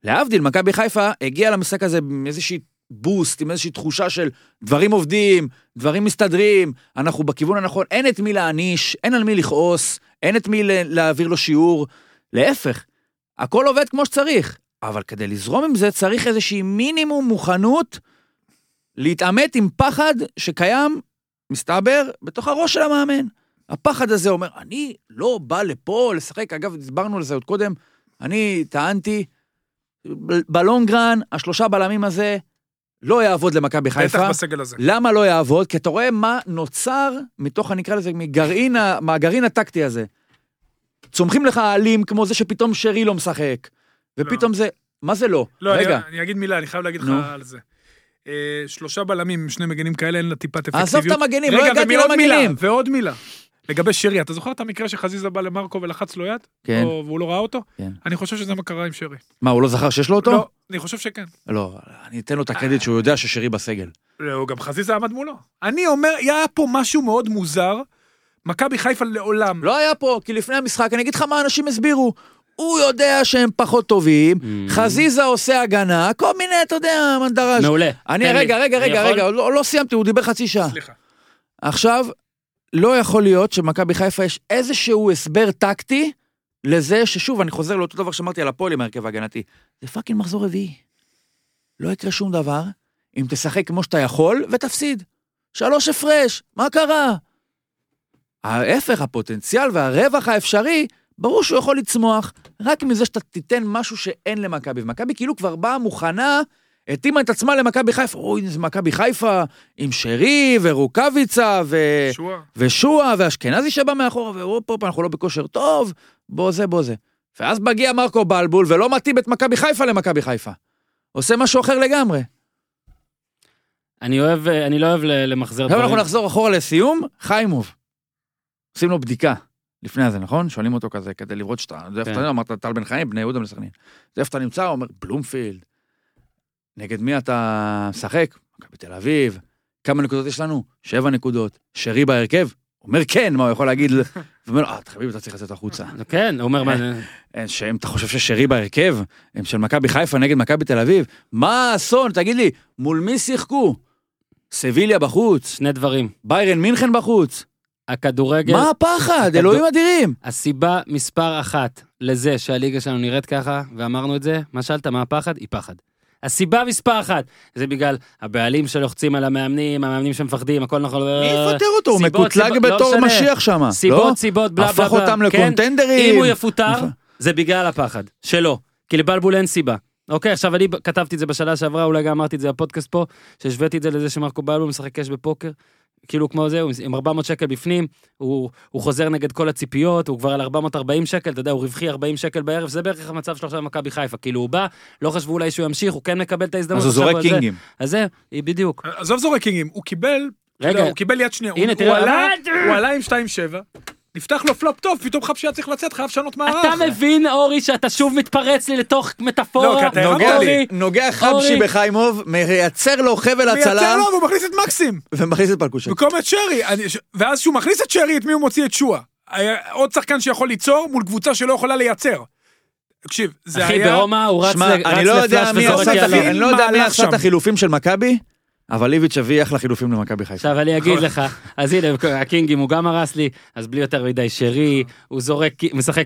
להבדיל, מכבי חיפה הגיעה למשחק הזה עם איזושהי בוסט, עם איזושהי תחושה של דברים עובדים, דברים מסתדרים, אנחנו בכיוון הנכון, אין את מי להעניש, אין על מי לכעוס, אין את מי ל- להעביר לו שיעור, להפך, הכל עובד כמו שצריך, אבל כדי לזרום עם זה צריך איזושהי מינימום מוכנות להתעמת עם פחד שקיים, מסתבר, בתוך הראש של המאמן. הפחד הזה אומר, אני לא בא לפה לשחק, אגב, דיברנו על זה עוד קודם, אני טענתי, ב- בלונגרן, השלושה בלמים הזה לא יעבוד למכבי בטח חיפה. בסגל הזה. למה לא יעבוד? כי אתה רואה מה נוצר מתוך, אני אקרא לזה, מגרעין, ה- מהגרעין הטקטי הזה. צומחים לך העלים כמו זה שפתאום שרי לא משחק, ופתאום זה, מה זה לא? לא, רגע, אני, אני אגיד מילה, אני חייב להגיד לך נו. על זה. אה, שלושה בלמים עם שני מגנים כאלה, אין לה טיפת אפקטיביות. עזוב את המגנים, רגע, לא הגעתי ועוד מילה, למגנים. ועוד מילה. לגבי שרי, אתה זוכר את המקרה שחזיזה בא למרקו ולחץ לו יד? כן. או- והוא לא ראה אותו? כן. אני חושב שזה מה קרה עם שרי. מה, הוא לא זכר שיש לו אותו? לא, אני חושב שכן. לא, אני אתן לו את הקרדיט שהוא יודע ששרי בסגל. לא, הוא גם חזיזה עמד מולו. אני אומר, היה פה משהו מאוד מוזר. מכבי חיפה לעולם. לא היה פה, כי לפני המשחק, אני אגיד לך מה אנשים הסבירו. הוא יודע שהם פחות טובים, Mm. חזיזה עושה הגנה, כל מיני, אתה יודע, מנדרש. מעולה. אני, תן לי. רגע, רגע, אני רגע, יכול? רגע, לא לא סיימתי, הוא דיבר חצי שעה. סליחה. עכשיו, לא יכול להיות שמכבי חיפה יש איזשהו הסבר טקטי לזה ששוב, אני חוזר לאותו דבר שאמרתי על הפועל עם ההרכב ההגנתי. זה פאקינג מחזור רביעי. לא יקרה שום דבר אם תשחק כמו שאתה יכול ותפסיד. שלוש הפרש, מה קרה? ההפך, הפוטנציאל והרווח האפשרי, ברור שהוא יכול לצמוח רק מזה שאתה תיתן משהו שאין למכבי. ומכבי כאילו כבר באה מוכנה, התאימה את עצמה למכבי חיפה. אוי, זה מכבי חיפה עם שרי ורוקאביצה ו... שועה. ושועה ואשכנזי שבא מאחורה, והופ הופ, אנחנו לא בכושר טוב, בוא זה, בוא זה. ואז מגיע מרקו בלבול ולא מתאים את מכבי חיפה למכבי חיפה. עושה משהו אחר לגמרי. אני אוהב, אה, אני לא אוהב ל- למחזר עכשיו דברים. אנחנו נחזור אחורה לסיום, חיימוב. עושים לו בדיקה. לפני הזה, נכון? שואלים אותו כזה, כדי לראות שאתה, זה איפה כן. אתה אמרת, טל בן חיים, בני יהודה מסכנין. זה איפה אתה נמצא, הוא אומר, בלומפילד. נגד מי אתה משחק? מכבי תל אביב. כמה נקודות יש לנו? שבע נקודות. שרי בהרכב? אומר כן, מה הוא יכול להגיד? הוא אומר, לו, אה, חביב, אתה צריך לצאת החוצה. כן, הוא אומר, מה זה- אין, שאם אתה חושב ששרי בהרכב, הם של מכבי חיפה נגד מכבי תל אביב, מה האסון? תגיד לי, מול מי שיחקו? סביליה בחוץ, שני דברים. ביירן מינכן בחוץ. הכדורגל, מה הפחד? הכדור- אלוהים אדירים. הסיבה מספר אחת לזה שהליגה שלנו נראית ככה, ואמרנו את זה, מה שאלת, מה הפחד? היא פחד. הסיבה מספר אחת, זה בגלל הבעלים שלוחצים על המאמנים, המאמנים שמפחדים, הכל נכון. מי יפטר אותו? הוא סיבות, מקוטלג סיבות, לא בתור משנה. משיח שם. לא? סיבות, סיבות, בלה בלה בלה. הפך אותם כן, לקונטנדרים. אם הוא יפוטר, נכון. זה בגלל הפחד. שלא. כי לבלבול אין סיבה. אוקיי, עכשיו אני כתבתי את זה בשנה שעברה, אולי גם אמרתי את זה בפודקאסט פה, שהשוויתי את זה לזה שמרקו בלבול משחק קאש בפוקר. כאילו כמו זה, הוא עם 400 שקל בפנים, הוא, הוא חוזר נגד כל הציפיות, הוא כבר על 440 שקל, אתה יודע, הוא רווחי 40 שקל בערב, זה בערך המצב שלו עכשיו במכבי חיפה. כאילו הוא בא, לא חשבו אולי שהוא ימשיך, הוא כן מקבל את ההזדמנות. אז עכשיו הוא זורק על זה. קינגים. אז זה, בדיוק. עזוב זורקינגים, הוא קיבל, רגע. רגע, הוא קיבל יד שנייה, הנה, הוא- תראה, הוא עלה, אבל- הוא עלה עם 2-7, נפתח לו פלופ טוב, פתאום חפשיה צריך לצאת, חייב לשנות מערך. אתה מבין, אורי, שאתה שוב מתפרץ לי לתוך אה. לא, כי מטאפורה? אוקיי. אתה הרמת לי. אורי, נוגע אורי. חבשי בחיימוב, מייצר לו חבל מייצר הצלה לו והוא מכניס את מקסים, ומכניס את פלקושה. במקום את שרי, אני- ש- ואז כשהוא מכניס את שרי, את מי הוא מוציא את שואה? היה עוד שחקן שיכול ליצור מול קבוצה שלא יכולה לייצר. תקשיב, זה אחי, היה... ברומא הוא רץ שמע, ל- רץ אני לא יודע לפלאש מי וזורק עשה את יאללה. החילופים, אני לא יודע מי מהלך עשה את שם. החילופים של מכבי, אבל איביץ' הביא אחלה חילופים למכבי חיפה. עכשיו אני אגיד לך, אז הנה, הקינגים הוא גם הרס לי, אז בלי יותר מדי שרי, הוא זורק, קי- משחק,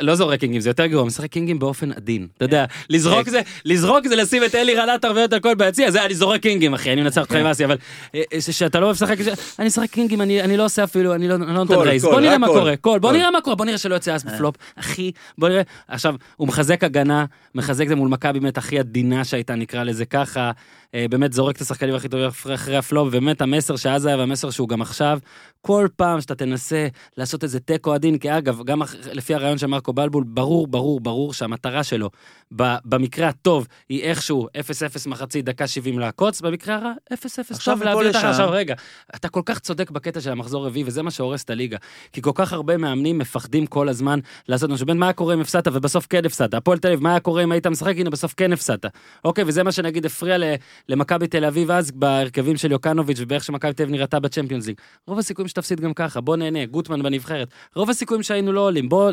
לא זורק קינגים, זה יותר גרוע, משחק קינגים באופן עדין, אתה יודע, כן. לזרוק זה, לזרוק זה לשים את אלי רלט הרבה יותר קול ביציע, זה אני זורק קינגים אחי, אני מנצח אותך כן. עם אסי, אבל אה, אה, ש- שאתה לא אוהב לשחק, ש- אני משחק קינגים, אני אני לא עושה אפילו, אני לא אני לא נותן קול, רייז, קול, בוא נראה רק מה קול. קורה, קול, בוא קול. נראה מה קורה, בוא נראה שלא יוצא אס אה. בפלופ, אחי, בוא נראה, עכשיו, הוא מחזק הגנה, מחזק זה מול מכבי באמת הכי עדינה שהייתה, נקרא לזה ככה, אה, באמת זורק את השחקנים הכי טובים אחרי- אחרי הפלופ, ובאמת המסר שאז היה והמסר שהוא גם עכשיו, כל פעם שאתה תנסה לעשות איזה תיקו עדין, כי אגב, גם אח- לפי הרעיון של מרקו בלבול, ברור, ברור, ברור שהמטרה שלו, ב- במקרה הטוב היא איכשהו 0-0 מחצית, דקה 70 לעקוץ, במקרה הרע 0-0 עכשיו טוב מפה להביא אותך לשם. עכשיו, לא, רגע, אתה כל כך צודק בקטע של המחזור הרביעי, וזה מה שהורס את הליגה. כי כל כך הרבה מאמנים מפחדים כל הזמן לעשות משהו. בין מה היה קורה אם הפסדת ובסוף כן הפסדת. הפועל תל אביב, מה היה קורה אם היית משחק, הנה בסוף כן הפסדת. אוקיי, וזה מה שנגיד הפריע ל- למכבי תל אביב אז בהרכבים של יוקנוביץ' ובאיך שמכבי תל אביב נראתה בצ'מפיונס ליג. רוב הסיכויים שתפסיד גם ככה, בוא נהנה, גוטמן בנבחרת. רוב הסיכויים שהיינו לא עולים, בוא...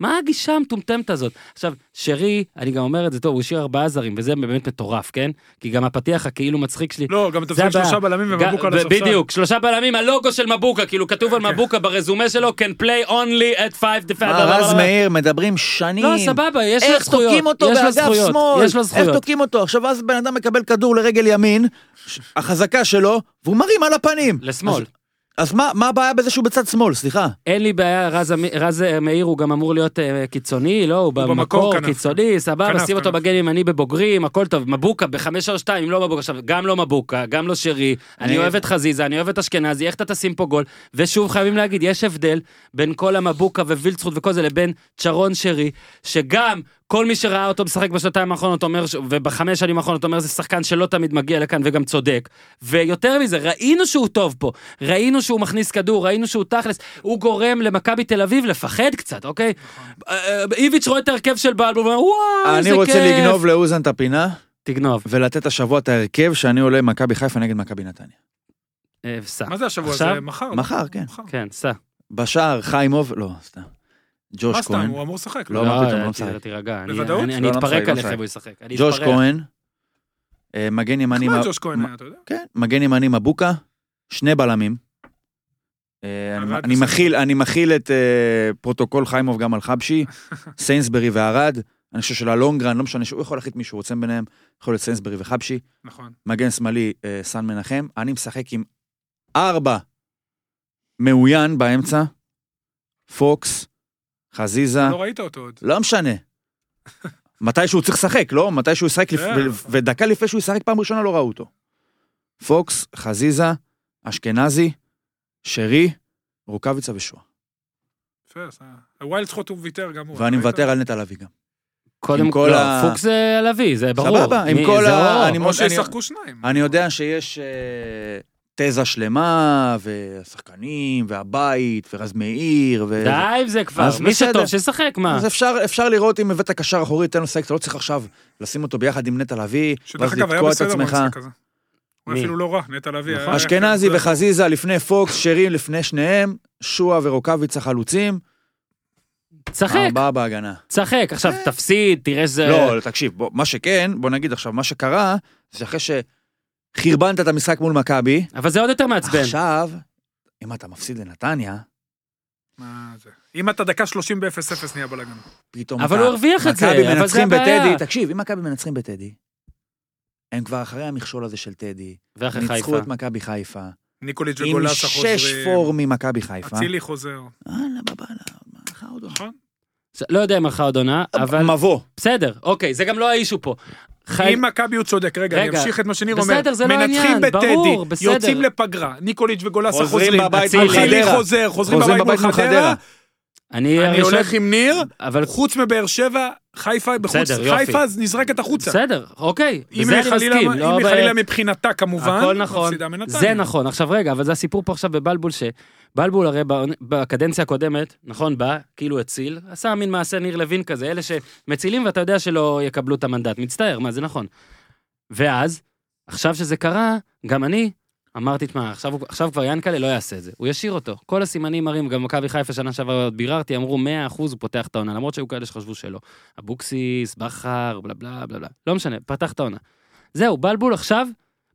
מה הגישה המטומטמת הזאת? עכשיו, שרי, אני גם אומר את זה, טוב, הוא השאיר ארבעה זרים, וזה באמת מטורף, כן? כי גם הפתיח הכאילו מצחיק שלי, לא, גם אתה משחק הבעיה. שלושה בלמים ג- ומבוקה על ב- הספסל. כן. בדיוק, שלושה בלמים, הלוגו של מבוקה, כאילו כתוב על מבוקה ברזומה שלו, can play only at five לא, defense. מה, רז מאיר, מדברים שנים. לא, סבבה, יש לו איך זכויות. תוקעים אותו יש לו באגף זכויות, שמאל? יש לו איך זכויות. תוקעים אותו? עכשיו אז בן אדם מקבל כדור לרגל ימין, ש- החזקה שלו, והוא מרים על הפנים. לשמאל. אז- אז מה מה הבעיה בזה שהוא בצד שמאל? סליחה. אין לי בעיה, רז אמי- רז אה, מאיר הוא גם אמור להיות אה, קיצוני, לא, הוא במקור במקור כנף. קיצוני, סבבה, כנף, שים אותו כנף. בגן ימני בבוגרים, הכל טוב. מבוקה ב-532, אם לא מבוקה, עכשיו, גם לא מבוקה, גם לא שרי, אני אני- אוהב את חזיזה, אני אוהב את אשכנזי, איך אתה תשים פה גול? ושוב, חייבים להגיד, יש הבדל בין כל המבוקה ווילצחוט וכל זה לבין צ'רון שרי, שגם... כל מי שראה אותו משחק בשנתיים האחרונות אומר, ש- ובחמש שנים האחרונות אומר, זה שחקן שלא תמיד מגיע לכאן וגם צודק. ויותר מזה, ראינו שהוא טוב פה, ראינו שהוא מכניס כדור, ראינו שהוא תכלס, הוא גורם למכבי תל אביב לפחד קצת, אוקיי? אה, אה, איביץ' רואה את ההרכב של בלבול, הוא אומר, וואו, איזה אני אה, כיף. רוצה לגנוב לאוזן את הפינה, תגנוב. ולתת השבוע את ההרכב שאני עולה מכבי חיפה נגד מכבי נתניה. אה, סע. מה זה השבוע עכשיו? הזה? מחר. מחר, כן. כן, סע. בשער חיימוב, לא, סתם. מה ג'וש סתם? כהן. הוא אמור לשחק. לא, מה פתאום, לא אה, משחק. ת- תירגע, אני- בוודאות? אני- אני לא, לא משחק, אתפרק לא עליך משחק. והוא ישחק. אני ג'וש אתפרק. כהן. אה, מגן ימני... מה מ- ג'וש כהן מ- היה, אתה יודע? כן, מגן ימני מבוקה, שני בלמים. אה, אני- ערד אני בסדר. מכיל, אני מכיל את אה, פרוטוקול חיימוב גם על חבשי, סיינסברי וערד, אני חושב שללונגרן, לא משנה, שהוא יכול להחליט מי שהוא רוצה ביניהם, יכול להיות סיינסברי וחבשי, נכון. מגן שמאלי אה, סן מנחם, אני משחק עם ארבע מאוין באמצע, פוקס, חזיזה, לא ראית אותו עוד. לא משנה. מתי שהוא צריך לשחק, לא? מתי שהוא ישחק, לפ... כן. ו- ודקה לפני שהוא ישחק פעם ראשונה לא ראו אותו. פוקס, חזיזה, אשכנזי, שרי, רוקאביצה ושואה. יפה, עשה. ווילד זכות הוא ויתר גם הוא. ואני ראית? מוותר על נטע לביא גם. קודם עם כל, כל לא, ה- פוקס זה לביא, זה ברור. סבבה, עם מי- כל זה ה- אור. אני- או שישחקו שניים. אני יודע שיש אה, תזה שלמה, והשחקנים, והבית, ורז מאיר, ו... די עם זה כבר, אז מי בסדר. שטוב שישחק, מה? אז אפשר, אפשר לראות אם הבאת קשר אחורי, תן לו לשחק, אתה לא צריך עכשיו לשים אותו ביחד עם נטע לביא, שדרך ואז אגב, היה לתקוע את בסדר עצמך. נכון. במשחק הזה. הוא מי? היה אפילו לא רע, נטע לביא. היה- כן, אשכנזי וחזיזה לפני פוקס, שרי לפני שניהם, שועה ורוקאביצה חלוצים, תשחק, ארבעה בהגנה. תשחק, עכשיו תפסיד, תראה איזה... אה, לא, תקשיב, בוא, מה שכן, בוא נגיד עכשיו, מה שקרה, זה שאחרי שחרבנת את המשחק מול מכבי, אבל זה עוד יותר מעצבן. עכשיו, אם אתה מפסיד לנתניה, מה זה? אם אתה דקה 30 ב-0-0 נהיה בלאגן. פתאום אבל אתה- הוא הרוויח את זה, אבל מכבי זה מנצחים הבעיה. בטדי, תקשיב, אם מכבי מנצחים בטדי, הם כבר אחרי המכשול הזה של טדי, ואחרי חיפה. ניצחו את מכבי חיפה, ניקוליץ' עם וגולסה חוזרים. שש פור ממכבי חיפה. אצילי חוזר. יאללה, בבאללה, מה לך עוד עונה? נכון? לא יודע אם הלכה עוד עונה, אבל מבוא. בסדר, אוקיי, זה גם לא האישו פה. חי- אם מכבי הוא צודק, רגע, אני רגע. אמשיך את מה שניר אומר. בסדר, זה לא העניין, מנצחים ברור, בטדי, בסדר. יוצאים לפגרה, ניקוליץ' וגולסה חוזרים חוזרים. בבית מול אצילי חדרה. חוזר, חוזרים חוזרים בבית מול חדרה. אני אני הראשון- הולך עם ניר, אבל חוץ מבאר שבע, חיפה בחוץ, בסדר, יופי. חיפה אז נזרקת החוצה. בסדר, אוקיי, אם בזה אני חלילה- מסכים. לא אם היא ב- חלילה מבחינתה כמובן, הכל נכון, מפסידה מנתניה. זה נכון. עכשיו רגע, אבל זה הסיפור פה עכשיו בבלבול, שבלבול הרי בעונ- בקדנציה הקודמת, נכון, בא, כאילו הציל, עשה מין מעשה ניר לוין כזה, אלה שמצילים ואתה יודע שלא יקבלו את המנדט. מצטער, מה, זה נכון. ואז, עכשיו שזה קרה, גם אני אמרתי, תשמע, עכשיו, הוא- עכשיו כבר ינקלה לא יעשה את זה, הוא ישאיר אותו. כל הסימנים מראים, גם מכבי חיפה שנה שעברה ביררתי, אמרו 100% הוא פותח את העונה, למרות שהיו כאלה שחשבו שלא. אבוקסיס, בכר, בלה בלה בלה בלה, לא משנה, פתח את העונה. זהו, בלבול עכשיו,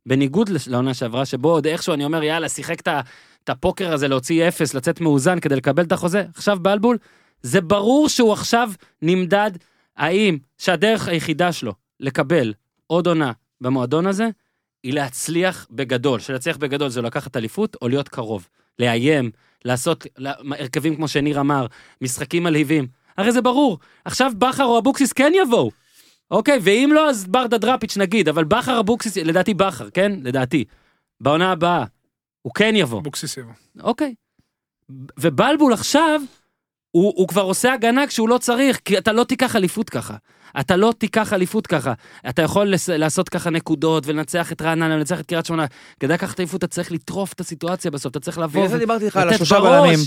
בניגוד לש- לעונה שעברה, שבו עוד איכשהו אני אומר, יאללה, שיחק את ה- את הפוקר הזה להוציא אפס, לצאת מאוזן כדי לקבל את החוזה, עכשיו בלבול, זה ברור שהוא עכשיו נמדד האם שהדרך היחידה שלו לקבל עוד עונה במועדון הזה, היא להצליח בגדול. שלהצליח בגדול זה לקחת אליפות או להיות קרוב. לאיים, לעשות לה- הרכבים כמו שניר אמר, משחקים מלהיבים. הרי זה ברור, עכשיו בכר או אבוקסיס כן יבואו. אוקיי, ואם לא, אז ברדה דראפיץ' נגיד, אבל בכר אבוקסיס, לדעתי בכר, כן? לדעתי. בעונה הבאה, הוא כן יבוא. אבוקסיס יבוא. אוקיי. ובלבול עכשיו, הוא, הוא כבר עושה הגנה כשהוא לא צריך, כי אתה לא תיקח אליפות ככה. אתה לא תיקח אליפות ככה. אתה יכול לס- לעשות ככה נקודות ולנצח את רעננה, לנצח את קריית שמונה. כדי לקחת אליפות אתה צריך לטרוף את הסיטואציה בסוף, אתה צריך לבוא. בגלל זה דיברתי איתך על לתת השלושה בראש. בלמים.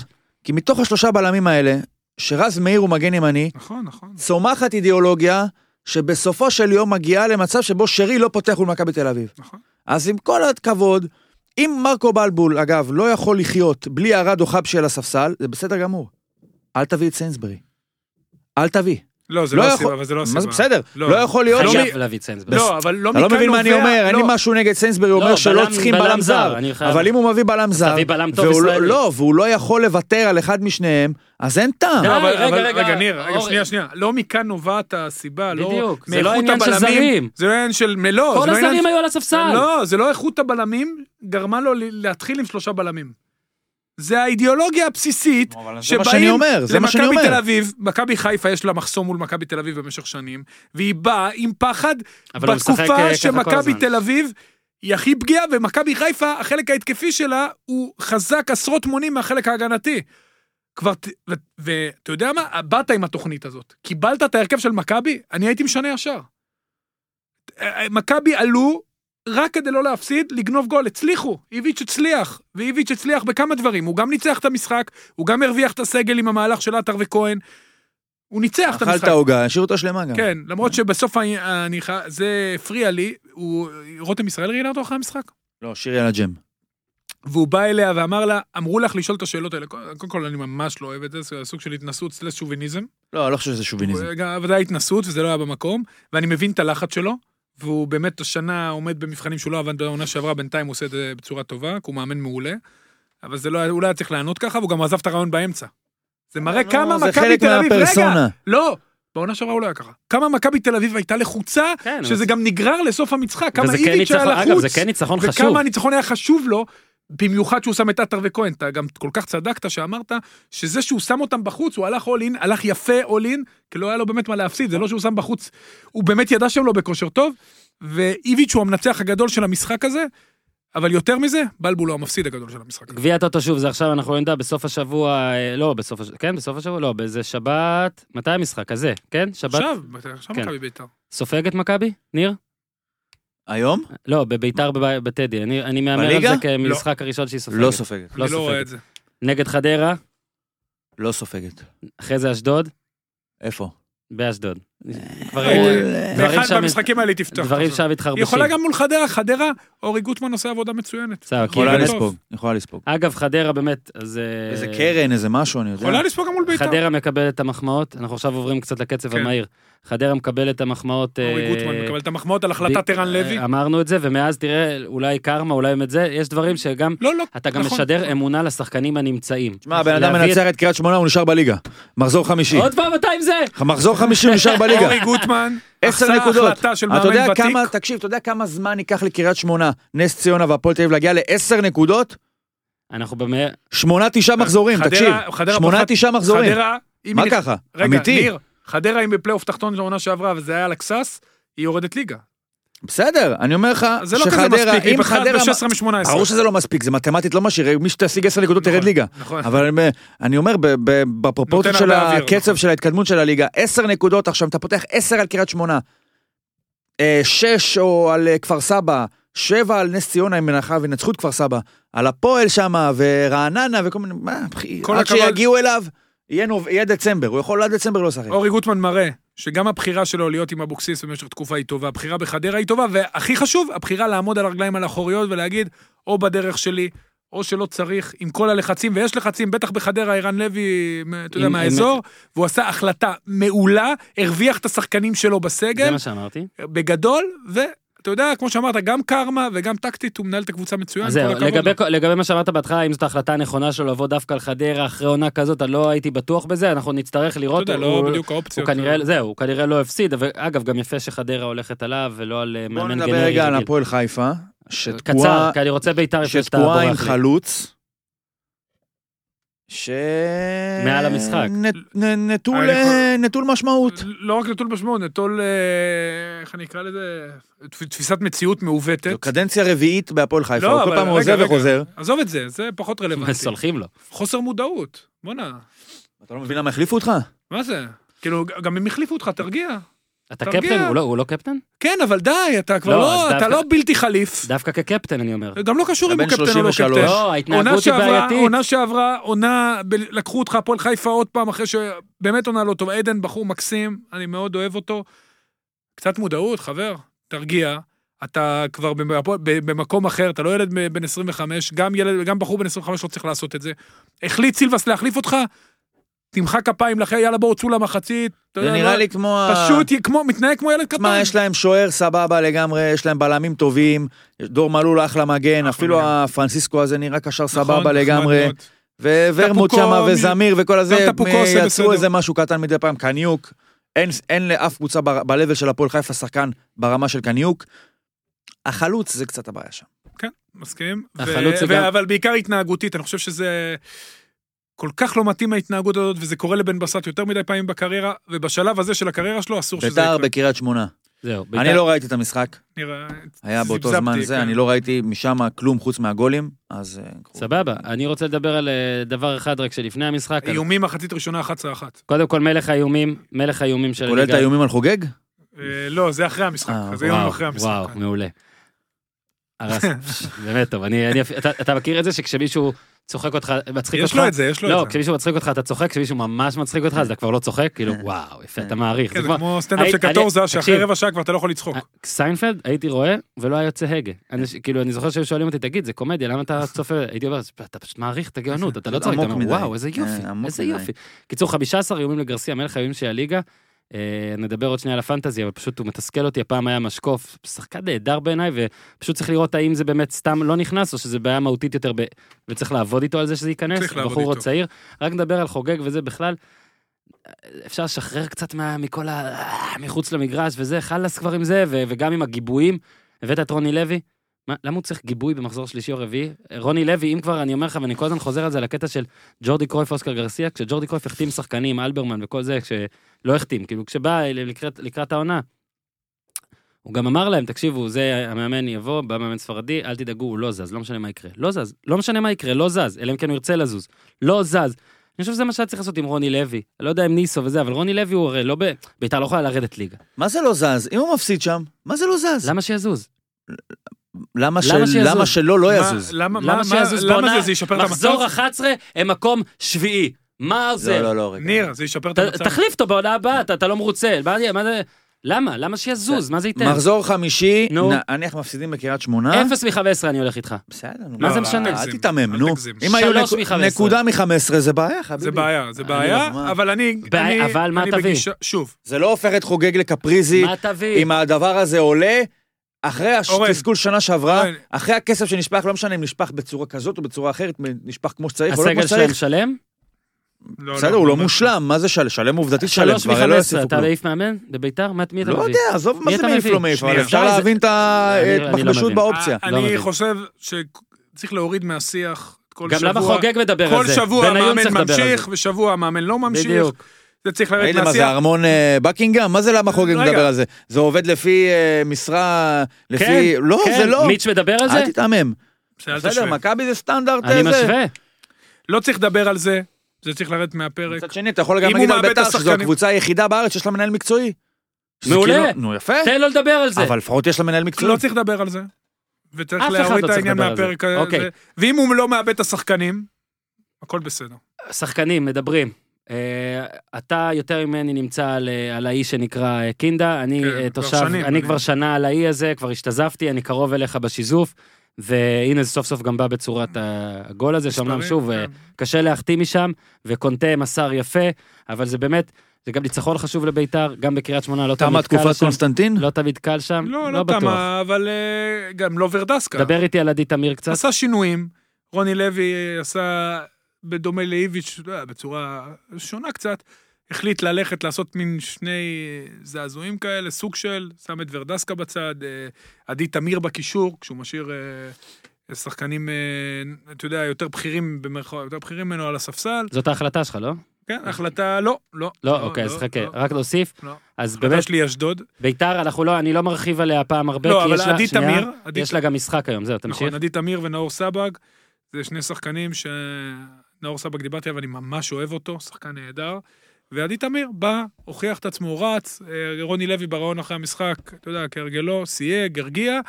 כי מתוך השלושה בלמים האלה, שרז מאיר הוא מגן ימני, נכון, נכון. צומחת אידיאולוגיה שבסופו של יום מגיעה למצב שבו שרי לא פותח מול מכבי תל אביב. נכון. אז עם כל הכבוד, אם מרקו בלבול, אגב, לא יכול לחיות בלי ארד או חבשי על הספסל, זה בסדר גמור. אל תביא את סיינסברי. אל תביא. לא, זה לא לא יכול- הסיבה, אבל זה לא הסיבה. מה זה בסדר? לא. לא יכול להיות ש... חייב להביא את סיינסברג. לא, אבל לא אתה לא מכאן מבין מה אני נובע- אומר, אין לי לא, משהו נגד סיינסברי, הוא לא, אומר שלא בלם- צריכים בלם בלם זר, זר, אני חייב- אבל אם הוא מביא בלם זר, תביא בלם טוב והוא לא- ישראלי. לא, והוא לא יכול לוותר על אחד משניהם, אז אין טעם. די, לא, אבל, רגע, אבל, רגע, רגע, רגע, ניר, רגע, אורן. שנייה, שנייה. לא מכאן נובעת הסיבה, לא... בדיוק, זה לא מאיכות עניין של הבלמים, זרים. זה לא עניין של... לא, כל זה לא עניין- הזרים היו על הספסל. לא, זה לא איכות הבלמים גרמה לו ל- להתחיל עם שלושה בלמים. זה האידיאולוגיה הבסיסית, אבל זה שבאים מה שאני אומר, זה מה שאני למכבי אומר. תל אביב, מכבי חיפה יש לה מחסום מול מכבי תל אביב במשך שנים, והיא באה עם פחד אבל הוא משחק, אה, ככה כל בתקופה שמכבי הזמן. תל אביב היא הכי פגיעה, ומכבי חיפה, החלק ההתקפי שלה הוא חזק עשרות מונים מהחלק ההגנתי. כבר, ת- ו- ואתה יודע מה? באת עם התוכנית הזאת. קיבלת את ההרכב של מכבי, אני הייתי משנה ישר. אה, אה, מכבי עלו רק כדי לא להפסיד, לגנוב גול. הצליחו, איביץ' הצליח, ואיביץ' הצליח בכמה דברים. הוא גם ניצח את המשחק, הוא גם הרוויח את הסגל עם המהלך של עטר וכהן. הוא ניצח את המשחק. אכלת עוגה, השאיר אותה שלמה גם. כן, למרות שבסוף אני- אני ח- זה הפריע לי, הוא... רותם ישראל ראיינה אותו אחרי המשחק? לא, שירי על הג'ם. והוא בא אליה ואמר לה, אמרו לך לשאול את השאלות האלה. קודם קודם כל, אני ממש לא אוהב את זה, זה סוג של התנסות סלש שוביניזם. לא, אני לא חושב שזה שוביניזם. הוא- גם- אבל זה היה התנסות וזה לא היה במקום, ואני מבין את הלחץ שלו, והוא באמת השנה עומד במבחנים שהוא לא עבד בעונה שעברה, בינתיים הוא עושה את זה בצורה טובה, כי הוא מאמן מעולה, אבל זה לא, היה- הוא לא היה צריך לענות ככה, והוא גם עזב את הרעיון באמצע. זה מראה לא, כמה זה מכבי חלק תל אביב, רגע, מהפרסונה. לא, בעונה שעברה הוא לא היה ככה. כמה מכבי תל אביב הייתה לחוצה, כן, שזה גם נגרר לסוף המשחק, כמה וזה כן איביץ' היה ניצחון- לחוץ. אגב, זה כן ניצחון חשוב. וכמה הניצחון היה חשוב לו, במיוחד שהוא שם את עטר וכהן. אתה גם כל כך צדקת שאמרת שזה שהוא שם אותם בחוץ, הוא הלך אול אין, הלך יפה אול אין, כי לא היה לו באמת מה להפסיד, זה לא שהוא שם בחוץ. הוא באמת ידע שהם לא בכושר טוב, ואיביץ' הוא המנצח הגדול של המשחק הזה, אבל יותר מזה, בלבול הוא המפסיד הגדול של המשחק הזה. גביע הטוטו שוב, זה עכשיו, אנחנו נדע בסוף השבוע, אה, לא, בסוף השבוע, כן, בסוף השבוע, לא, באיזה שבת, מתי המשחק? הזה, כן? שבת? עכשיו, עכשיו כן. מכבי בית"ר. סופגת מכבי, ניר? היום? לא, בביתר בב- בטדי, אני- אני מהמר על בליגה? זה כמשחק הראשון שהיא סופגת. לא סופגת. לא אני לא רואה סופגת. את זה. נגד חדרה, לא סופגת. אחרי זה אשדוד, איפה? באשדוד. כבר- אה, דברים באחד שם- במשחקים האלה תפתח. דברים עכשיו. שם היא מתחרבשים. יכולה גם מול חדרה, חדרה, אורי גוטמן עושה עבודה מצוינת. בסדר, כי- יכולה טוב. לספוג, יכולה לספוג. אגב, חדרה באמת, אז... אה, איזה קרן, איזה משהו, אני יודע. יכולה לספוג גם מול בית"ר. חדרה מקבלת את המחמאות, אנחנו עכשיו עוברים קצת לקצב כן. המהיר. חדרה מקבלת את המחמאות... אורי אה, גוטמן מקבל את המחמאות על החלטת ב- אה, ערן לוי. אמרנו את זה, ומאז תראה, אולי קרמה, אולי באמת זה, יש דברים שגם... לא, לא. אתה גם נכון. משדר אמונה לשחקנים הנמצאים. תשמע, הבן אדם להביא את- מנצח את קריית שמונה, הוא נשאר בליגה. מחזור חמישי. עוד פעם אתה עם זה? מחזור חמישי הוא נשאר בליגה. אורי גוטמן, עשר עשה נקודות. החלטה של אתה יודע מאמן ותיק. כמה, תקשיב, אתה יודע כמה זמן ייקח לקריית שמונה, נס ציונה והפועל תל אביב להגיע לעשר נקודות? אנחנו במאה... שמונה תשעה מחזורים, אה, חדרה- תקשיב. חדרה שמונה פותחת- תשעה מחזורים. חדרה, אם מה היא- ככה? רגע, אמיתי? ניר, חדרה אם בפלייאוף תחתון של העונה שעברה וזה היה על הקסס, היא יורדת ליגה. בסדר, אני אומר לך אז זה לא כזה שחדרה, מספיק, היא אם בכלל חדרה... ב-16 מ-18. ברור שזה לא מספיק, זה מתמטית לא משאיר, מי שתשיג עשר נקודות תרד ליגה. נכון. אבל אני- אני אומר, ב- ב- בפרופורציות נותן של הרבה אוויר, הקצב נכון. של ההתקדמות של הליגה, 10 נקודות עכשיו, אתה פותח 10 על קריית שמונה, 6 או על אה, כפר סבא, 7 על נס ציונה, אם מנחה וינצחו את כפר סבא, על הפועל שמה ורעננה וכל מיני, מה, אחי, כל עד הכבוד. שיגיעו אליו, יהיה נוב- יהיה דצמבר, הוא יכול עד דצמבר לא לשחק. אורי גוטמן מראה שגם הבחירה שלו להיות עם אבוקסיס במשך תקופה היא טובה, הבחירה בחדרה היא טובה, והכי חשוב, הבחירה לעמוד על הרגליים האחוריות ולהגיד, או בדרך שלי, או שלא צריך, עם כל הלחצים, ויש לחצים, בטח בחדרה, ערן לוי, אתה יודע, עם- מהאזור, והוא עשה החלטה מעולה, הרוויח את השחקנים שלו בסגל, זה מה שאמרתי. בגדול, ואתה יודע, כמו שאמרת, גם קרמה וגם טקטית, הוא מנהל את הקבוצה מצוין, אז כל זהו, הכבוד. לגבי לו. כל- לגבי מה שאמרת בהתחלה, אם זאת ההחלטה הנכונה שלו לבוא דווקא על חדרה אחרי עונה כזאת, אני לא הייתי בטוח בזה, אנחנו נצטרך אתה לראות. יודע, הוא- לא בדיוק הוא האופציות. כנראה, זהו, הוא כנראה לא הפסיד, אבל אגב, גם יפה שחדרה הולכת עליו ולא על אה, בוא מאמן גנרי. נדבר רגע על רגיל. הפועל חיפה, קצר, שתקועה כי אני רוצה ביתר לפני שאתה שתקועה עם בורח לי. חלוץ. ש... מעל המשחק. נ- נ- נטול, אני יכול- אה, נטול משמעות. לא רק נטול משמעות, נטול, אה, איך אני אקרא לזה, תפ- תפיסת מציאות לא מעוותת. זו קדנציה רביעית בהפועל חיפה, הוא כל לא, אבל פעם רגע, עוזב רגע. וחוזר. עזוב את זה, זה פחות רלוונטי. סולחים לו. חוסר מודעות, בואנה. אתה לא מבין למה החליפו אותך? מה זה? כאילו, ג- גם אם החליפו אותך, תרגיע. אתה תרגיע. קפטן? הוא לא- הוא לא קפטן? כן, אבל די, אתה כבר לא, לא, אז אתה דווקא- לא בלתי חליף. דווקא כקפטן, אני אומר. זה גם לא קשור אתה אם הוא בן קפטן או לא 33. קפטן. לא, עונה ההתנהגות היא שעברה, בעייתית. עונה שעברה, עונה, ב- לקחו אותך הפועל חיפה עוד פעם אחרי שבאמת עונה לא טוב. עדן בחור מקסים, אני מאוד אוהב אותו. קצת מודעות, חבר, תרגיע. אתה כבר במפו- ב- במקום אחר, אתה לא ילד ב- בן 25, גם ילד, גם בחור בן 25 לא צריך לעשות את זה. החליט סילבס להחליף אותך, תמחא כפיים לאחר, יאללה בואו צאו למחצית. אתה זה יודע, נראה לא- לי כמו... ה- פשוט י- כמו, מתנהג כמו ילד קטן. תשמע, יש להם שוער סבבה לגמרי, יש להם בלמים טובים, דור מלול אחלה מגן, אפילו מגן. הפרנסיסקו הזה נראה קשר נכון, סבבה נחמד לגמרי, מאוד. וורמוט טפוקו, שמה מי- וזמיר וכל הזה, אה, טפוקו עושה יצרו בסדר. איזה משהו קטן מדי פעם, קניוק, אין, אין לאף קבוצה בר- ב-level של הפועל חיפה שחקן ברמה של קניוק. החלוץ זה קצת הבעיה שם. כן, מסכים. ו- החלוץ ו- גם- אבל בעיקר התנהגותית, אני חושב שזה כל כך לא מתאים ההתנהגות הזאת, וזה קורה לבן בסט יותר מדי פעמים בקריירה, ובשלב הזה של הקריירה שלו אסור שזה ביתר יקרה. בקריית שמונה. זהו. בית"ר- אני לא ראיתי את המשחק, נראה- היה באותו זיבזבתי, זמן כן. זה, אני לא ראיתי משם כלום חוץ מהגולים, אז... אה, סבבה, אני רוצה לדבר על אה, דבר אחד רק שלפני המשחק. אז איומים מחצית ראשונה 11-1. קודם כל מלך האיומים, מלך האיומים של כולל את האיומים על חוגג? אה, לא, זה אחרי המשחק, אה, זה יום וואו, אחרי המשחק. וואו, מעולה. הרס, באמת טוב, אני, אני, אתה, אתה מכיר את זה שכשמישהו צוחק אותך, מצחיק יש אותך? לו את זה, יש לו לא, את זה. כשמישהו מצחיק אותך אתה צוחק, כשמישהו ממש מצחיק אותך אז אתה כבר לא צוחק, כאילו וואו, יפה, אתה מעריך. כן, זה כבר- כמו סטנדאפ של אני- קטורזה, שאחרי תקשיב. אה, רבע שעה כבר אתה לא יכול לצחוק. סיינפלד, הייתי רואה, ולא היה יוצא הגה. כן. אנש- כאילו, אני זוכר שהיו שואלים אותי, תגיד, זה קומדיה, למה אתה צופה? הייתי אומר, אתה פשוט מעריך את הגאונות, אתה לא כן, זה צריך, אתה עמוק אומר, מדי. וואו, איזה יופי, אה, עמוק איזה מדי. יופי. קיצור, 15 איומים לגרסיה, מלך האיומים של הליגה. אה, נדבר עוד שנייה על הפנטזי, אבל פשוט הוא מתסכל אותי, הפעם היה משקוף, שחקן נהדר בעיניי, ופשוט צריך לראות האם זה באמת סתם לא נכנס, או שזה בעיה מהותית יותר, ב... וצריך לעבוד איתו על זה שזה ייכנס, צריך לעבוד בחור עוד איתו. צעיר. רק נדבר על חוגג וזה בכלל, אפשר לשחרר קצת מה, מכל ה... מחוץ למגרש וזה, חלאס כבר עם זה, ו- וגם עם הגיבויים. הבאת את רוני לוי? מה, למה הוא צריך גיבוי במחזור שלישי או רביעי? רוני לוי, אם כבר, אני אומר לך, ואני כל הזמן חוזר על זה, על הקטע של ג'ורדי קרויף, אוסקר גרסיה, כשג'ורדי קרויף החתים שחקנים, אלברמן וכל זה, כשלא החתים, כאילו, כשבא לקראת, לקראת העונה, הוא גם אמר להם, תקשיבו, זה המאמן יבוא, בא מאמן ספרדי, אל תדאגו, הוא לא זז, לא משנה מה יקרה. לא זז, לא משנה מה יקרה, לא זז, אלא אם כן הוא ירצה לזוז. לא זז. אני חושב שזה מה שהיה צריך לעשות עם רוני לוי. אני לא יודע עם ניסו וזה, אבל רוני לוי הוא הרי לא ב... בית"ר לא יכולה לרדת ליגה. מה זה לא זז? אם הוא מפסיד שם, מה זה לא זז? למה שיזוז? למה של- למה שיזוז? למה שלו לא מה- יזוז? למה מה- למה שיזוז מה- למה בעונה? זה, זה ישפר את המצב? מחזור 11 הם מקום שביעי. מה לא, עוזר? לא, לא, רגע. ניר, זה ישפר את ת- המצב. תחליף אותו בעונה הבאה, אתה- אתה לא מרוצה. מה זה- מה זה... למה? למה שיזוז? מה זה ייתן? מחזור אה? חמישי, נו. נ- נניח מפסידים בקריית שמונה. אפס מ-15 אני הולך איתך. בסדר, נו. מה זה לא, משנה? אל תגזים, תיתמם, אל נו. תגזים. אם היו שלוש נק- מ-15. נקודה מ-15 זה בעיה, חביבי. זה בעיה, זה אני בעיה, לא, מה? אבל אני... בעיה, אני- אבל מה אני תביא? בגישה- שוב, זה לא הופך את חוגג לקפריזי. מה תביא? אם הדבר הזה עולה, אחרי אורן. התסכול שנה שעברה, אורן. אחרי הכסף שנשפך, לא משנה אם נשפך בצורה כזאת או בצורה אחרת, נשפך כמו שצריך או לא כמו הסגל שלהם שצריך. שלם? לא, בסדר, הוא לא ממש. מושלם, מה זה שלם? שלם עובדתית שלם, שלוש כבר לא מ-15, יוסיפו אתה כלום. מעיף מאמן? בביתר? מה- מי אתה לא מביא? יודע, עזוב מה מי זה אתה מעיף מביא? לא מעיף, אבל שנייה. אפשר די, זה- להבין את ה- אני- את אני לא מכבשות מבין. באופציה. לא אה, אני מבין. חושב שצריך להוריד מהשיח כל גם שבוע. למה חוגג מדבר על זה? כל שבוע בניון המאמן צריך לדבר על ממשיך, זה. ושבוע המאמן לא ממשיך. בדיוק. זה צריך לרדת ראיתם מה זה מהשיח. ארמון אה, בקינגהם? מה זה למה חוגג רגע. מדבר על זה? זה עובד לפי אה, משרה, כן, לפי... לא, כן, זה לא. מיץ' מדבר על זה? אל תתעמם. בסדר, אל בסדר, תשווה. מכבי זה סטנדרט אני אה, זה. משווה. לא צריך לדבר על זה, זה צריך לרדת מהפרק. מצד שני, אתה יכול גם אם להגיד הוא על מאבד את בית"ר שזו השחקנים. הקבוצה היחידה בארץ שיש לה מנהל מקצועי. שזה מעולה. כאילו- נו, יפה. תן לו לדבר על זה. אבל לפחות יש לה מנהל מקצועי. לא צריך לדבר על זה. וצריך אף אחד להוריד לא את צריך העניין לדבר על זה. מהפרק הזה. אוקיי. ואם הוא לא מאבד את השחקנים, הכל בסדר. שחקנים מדברים. אה, אתה יותר ממני נמצא על, אה, על האי שנקרא אה, קינדה, אני כן, אה, כבר תושב, שנים, אני אני- כבר שנה על האי הזה, כבר השתזפתי, אני קרוב אליך בשיזוף, והנה זה סוף סוף גם בא בצורת אה, הגול הזה, שאומנם מספרים, שוב, כן. אה, קשה להחתים משם, וקונטה מסר יפה, אבל זה באמת, זה גם ניצחון חשוב לביתר, גם בקריית שמונה לא תמה תמיד קל תקופת שם, קונסטנטין? לא תמיד קל שם, לא, לא לא בטוח. תמה, אבל אה, גם לא ורדסקה. דבר איתי על עדי תמיר קצת. עשה שינויים, רוני לוי אה, עשה, בדומה לאיביץ', לא יודע, בצורה שונה קצת, החליט ללכת לעשות מין שני אה, זעזועים כאלה, סוג של, שם את ורדסקה בצד, אה, עדי תמיר בקישור, כשהוא משאיר אה, שחקנים, אה, אתה יודע, יותר בכירים, במרכאות, יותר בכירים ממנו על הספסל. זאת ההחלטה שלך, לא? כן, החלטה, לא, לא. לא, אוקיי, אז חכה, לא. רק להוסיף. לא. אז באמת, החלטה שלי אשדוד. ביתר, אנחנו לא, אני לא מרחיב עליה הפעם הרבה, לא, כי אבל יש לה, עדי שנייה, תמיר, עדי- יש לה גם משחק היום, זהו, תמשיך. נכון, עדי תמיר ונאור סבג, זה שני שחקנים שאני נאור סבק דיברתי עליו, אני ממש אוהב אותו, שחקן נהדר. ועדי תמיר בא, הוכיח את עצמו, רץ, אה, רוני לוי בראיון אחרי המשחק, אתה יודע, כהרגלו, סייג, הרגיע,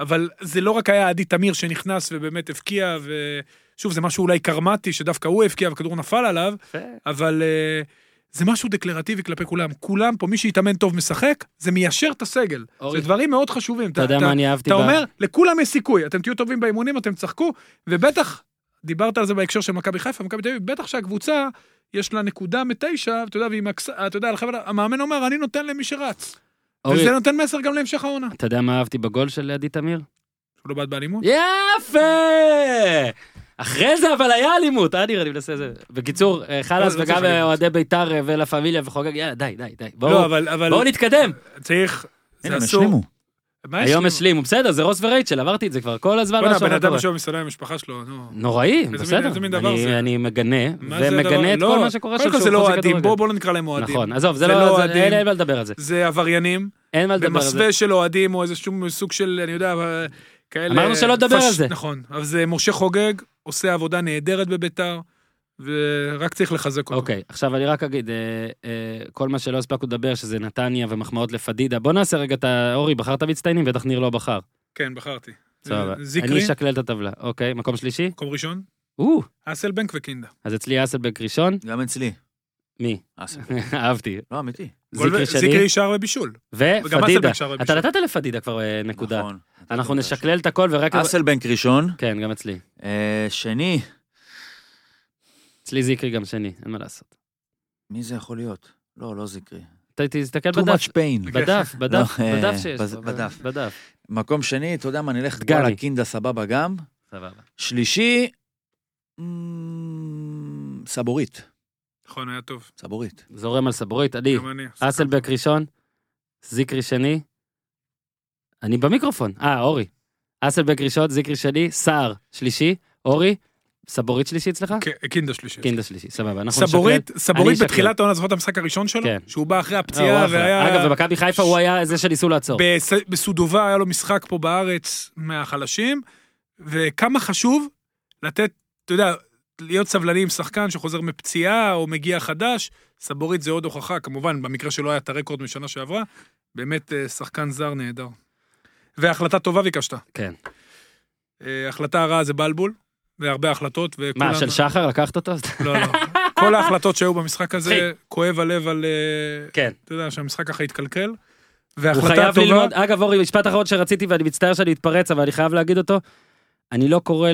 אבל זה לא רק היה עדי תמיר שנכנס ובאמת הבקיע, ושוב, זה משהו אולי קרמטי, שדווקא הוא הבקיע והכדור נפל עליו, אבל אה, זה משהו דקלרטיבי כלפי כולם. כולם פה, מי שהתאמן טוב משחק, זה מיישר את הסגל. אורי. זה דברים מאוד חשובים. אתה יודע מה אני אהבתי? אתה ב- אומר, לכולם יש סיכוי, אתם תהיו טובים באימונים, אתם תשחקו, ובטח, דיברת על זה בהקשר של מכבי חיפה, מכבי תל אביב, בטח שהקבוצה, יש לה נקודה מתשע, אתה יודע, והיא מקס... אתה יודע, לחבר, המאמן אומר, אני נותן למי שרץ. אורי, וזה נותן מסר גם להמשך העונה. אתה יודע מה אהבתי בגול של עדי תמיר? שהוא לא בעד באלימות? יפה! אחרי זה אבל היה אלימות, היה נראה לי מנסה זה. בקיצור, אה, חלאס לא, לא צריך וגם אלימות. אוהדי ביתר אה, ולה פמיליה וחוגג, יאללה, די, די, די. לא, בואו אבל, אבל בואו נתקדם. צריך... הנה, זה הם אסור. השלימו. מה היום השלימו? השלימו, בסדר, זה רוס ורייצ'ל, עברתי את זה כבר כל הזמן. בוא'נה, משהו הבן לא אדם קורה. יושב במסעדה עם המשפחה שלו, נו. נוראי, מין- בסדר. איזה מין דבר אני- זה? אני מגנה, מה זה הדבר- ומגנה את לא, כל מה שקורה קודם שם כל זה שהוא לא חוזר אוהדים, כדורגל. בואו לא נקרא להם אוהדים. נכון, עזוב, זה זה לא, לא זה- אוהדים. אין אין מה לדבר על זה. זה עבריינים, אין מה לדבר על זה. במסווה של אוהדים או איזה שום סוג של, אני יודע, אבל כאלה... אמרנו שלא לדבר פש- על זה. נכון, אבל זה משה חוגג, עושה עבודה נהדרת בביתר, ורק צריך לחזק אותו. אוקיי, עכשיו אני רק אגיד, אה, אה, כל מה שלא הספקנו לדבר, שזה נתניה ומחמאות לפדידה. בוא נעשה רגע את ה... אורי, בחרת מצטיינים? בטח ניר לא בחר. כן, בחרתי. סבבה. זיקרי, אה, אני אשקלל את הטבלה. אוקיי, מקום שלישי? מקום ראשון, או, אסלבנק וקינדה. אז אצלי אסלבנק ראשון. גם אצלי. מי? אסף. אהבתי. לא, אמיתי. גול ו- זיקרי שני. זיקרי שער ובישול. וגם ופדידה. אסלבנק שער אתה ובישול. נתת לפדידה כבר אה, נקודה. נכון. אנחנו נשקלל את הכל ורק... אסלבנק ראשון. כן, גם אצלי. אה, שני. אצלי זיקרי גם שני, אין מה לעשות. מי זה יכול להיות? לא, לא זיקרי. ת- תסתכל too בדף. much pain. בדף, בדף, אה, בדף שיש. בז- לו, בדף. בדף. מקום שני, אתה יודע מה, נלך דגני. כבר לקינדה סבבה גם. סבבה. שלישי, אמ, סבורית. נכון, היה טוב. סבורית. זורם על סבורית, עדי. גם אני. אסלבק ראשון, זיקרי שני. אני במיקרופון. אה, אורי. אסלבק ראשון, זיקרי שני, סער שלישי, אורי, סבורית שלישי אצלך? כן, קינדה שלישי. קינדה שלישי, סבבה. אנחנו סבורית, סבורית אשקלל. בתחילת העונה, זוכר את המשחק הראשון שלו? כן. שהוא בא אחרי נשקלל- אה, הפציעה הוא אחלה. והיה... אגב, במכבי חיפה הוא היה זה שניסו לעצור. בס- בסודובה היה לו משחק פה בארץ מהחלשים, וכמה חשוב לתת, אתה יודע, להיות סבלני עם שחקן שחוזר מפציעה או מגיע חדש, סבורית זה עוד הוכחה, כמובן, במקרה שלו היה את הרקורד משנה שעברה, באמת אה, שחקן זר נהדר. והחלטה טובה ביקשת. כן. אה, החלטה רעה זה בלבול, והרבה החלטות, וכולם... מה, של שחר לקחת אותו? לא, לא. כל ההחלטות שהיו במשחק הזה, מצחיק. כואב הלב על... אה, כן. אתה יודע, שהמשחק ככה התקלקל. הוא והחלטה חייב טובה, ללמוד, אגב אורי, משפט אחרון שרציתי ואני מצטער שאני אתפרץ, אבל אני חייב להגיד אותו. אני לא קורא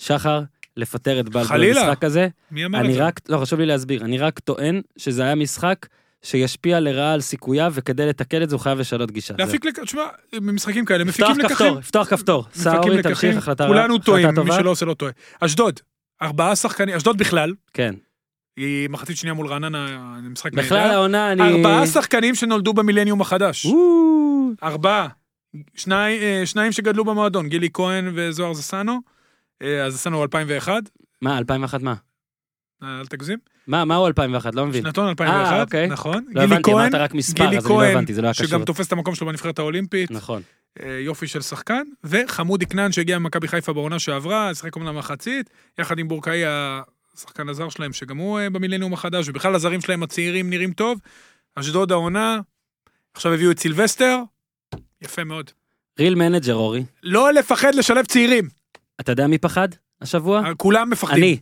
לשחר לפטר את בלבול חלילה. במשחק הזה. מי אמר את אני זה? רק, לא, חשוב לי להסביר, אני רק טוען שזה היה משחק שישפיע לרעה על סיכוייו, וכדי לתקן את זה הוא חייב לשנות גישה. זהו. להפיק לקחים, תשמע, במשחקים כאלה, לפתוח מפיקים לקחים. כפתור, לפתוח כפתור. סע מפיקים אורי, לקחים. תמשיך, החלטה רעה. כולנו החלטה טועים, מי טובה. שלא עושה לא טועה. אשדוד, ארבעה שחקנים, אשדוד בכלל, כן. היא מחצית שנייה מול רעננה, זה משחק בכלל נהדר. העונה אני... ארבעה שחקנים שנולדו במילניום החדש. וואו. ארבעה. שני, אה, שניים שגדלו במועדון, גילי כהן וזוהר זסנו. אה, אז זסנו 2001, מה, 2001 מה? אה, אל תגזים. מה, מהו 2001? לא מבין. שנתון כן. אה, 2001, אוקיי. נכון. לא גילי הבנתי, כהן, אמרת רק מספר, גילי אז אני לא כהן, הבנתי, זה לא היה קשור. שגם תופס את המקום שלו בנבחרת האולימפית. נכון. אה, יופי של שחקן, וחמודי כנען שהגיע ממכבי חיפה בעונה שעברה, שיחק אומנם מחצית, יחד עם בורקאי השחקן הזר שלהם, שגם הוא אה, במילניום החדש, ובכלל הזרים שלהם הצעירים נראים טוב. אשדוד העונה, עכשיו הביאו את סילבסטר, יפה מאוד. ריל מנג'ר, אורי. לא לפחד לשלב צעירים, אתה יודע מי פחד השבוע? אה, כולם מפחדים. אני.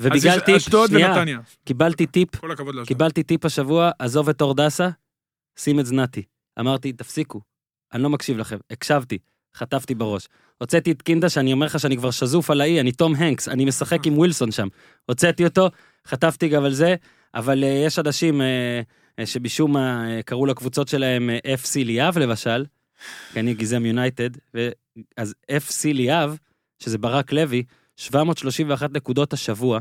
ובגלל אז יש טיפ, אשדוד שנייה, ונתניה, קיבלתי טיפ, כל הכבוד לאשדוד. קיבלתי טיפ השבוע, עזוב את אור דסה, שים את זנתי. אמרתי, תפסיקו, אני לא מקשיב לכם. הקשבתי, חטפתי בראש. הוצאתי את קינדה, שאני אומר לך שאני כבר שזוף על האי, אני תום הנקס, אני משחק עם ווילסון שם. הוצאתי אותו, חטפתי גם על זה, אבל uh, יש אנשים uh, uh, שמשום מה uh, קראו לקבוצות שלהם uh, FC ליאב למשל, כי אני גיזם יונייטד, ו- אז FC ליאב, שזה ברק לוי, 731 נקודות השבוע,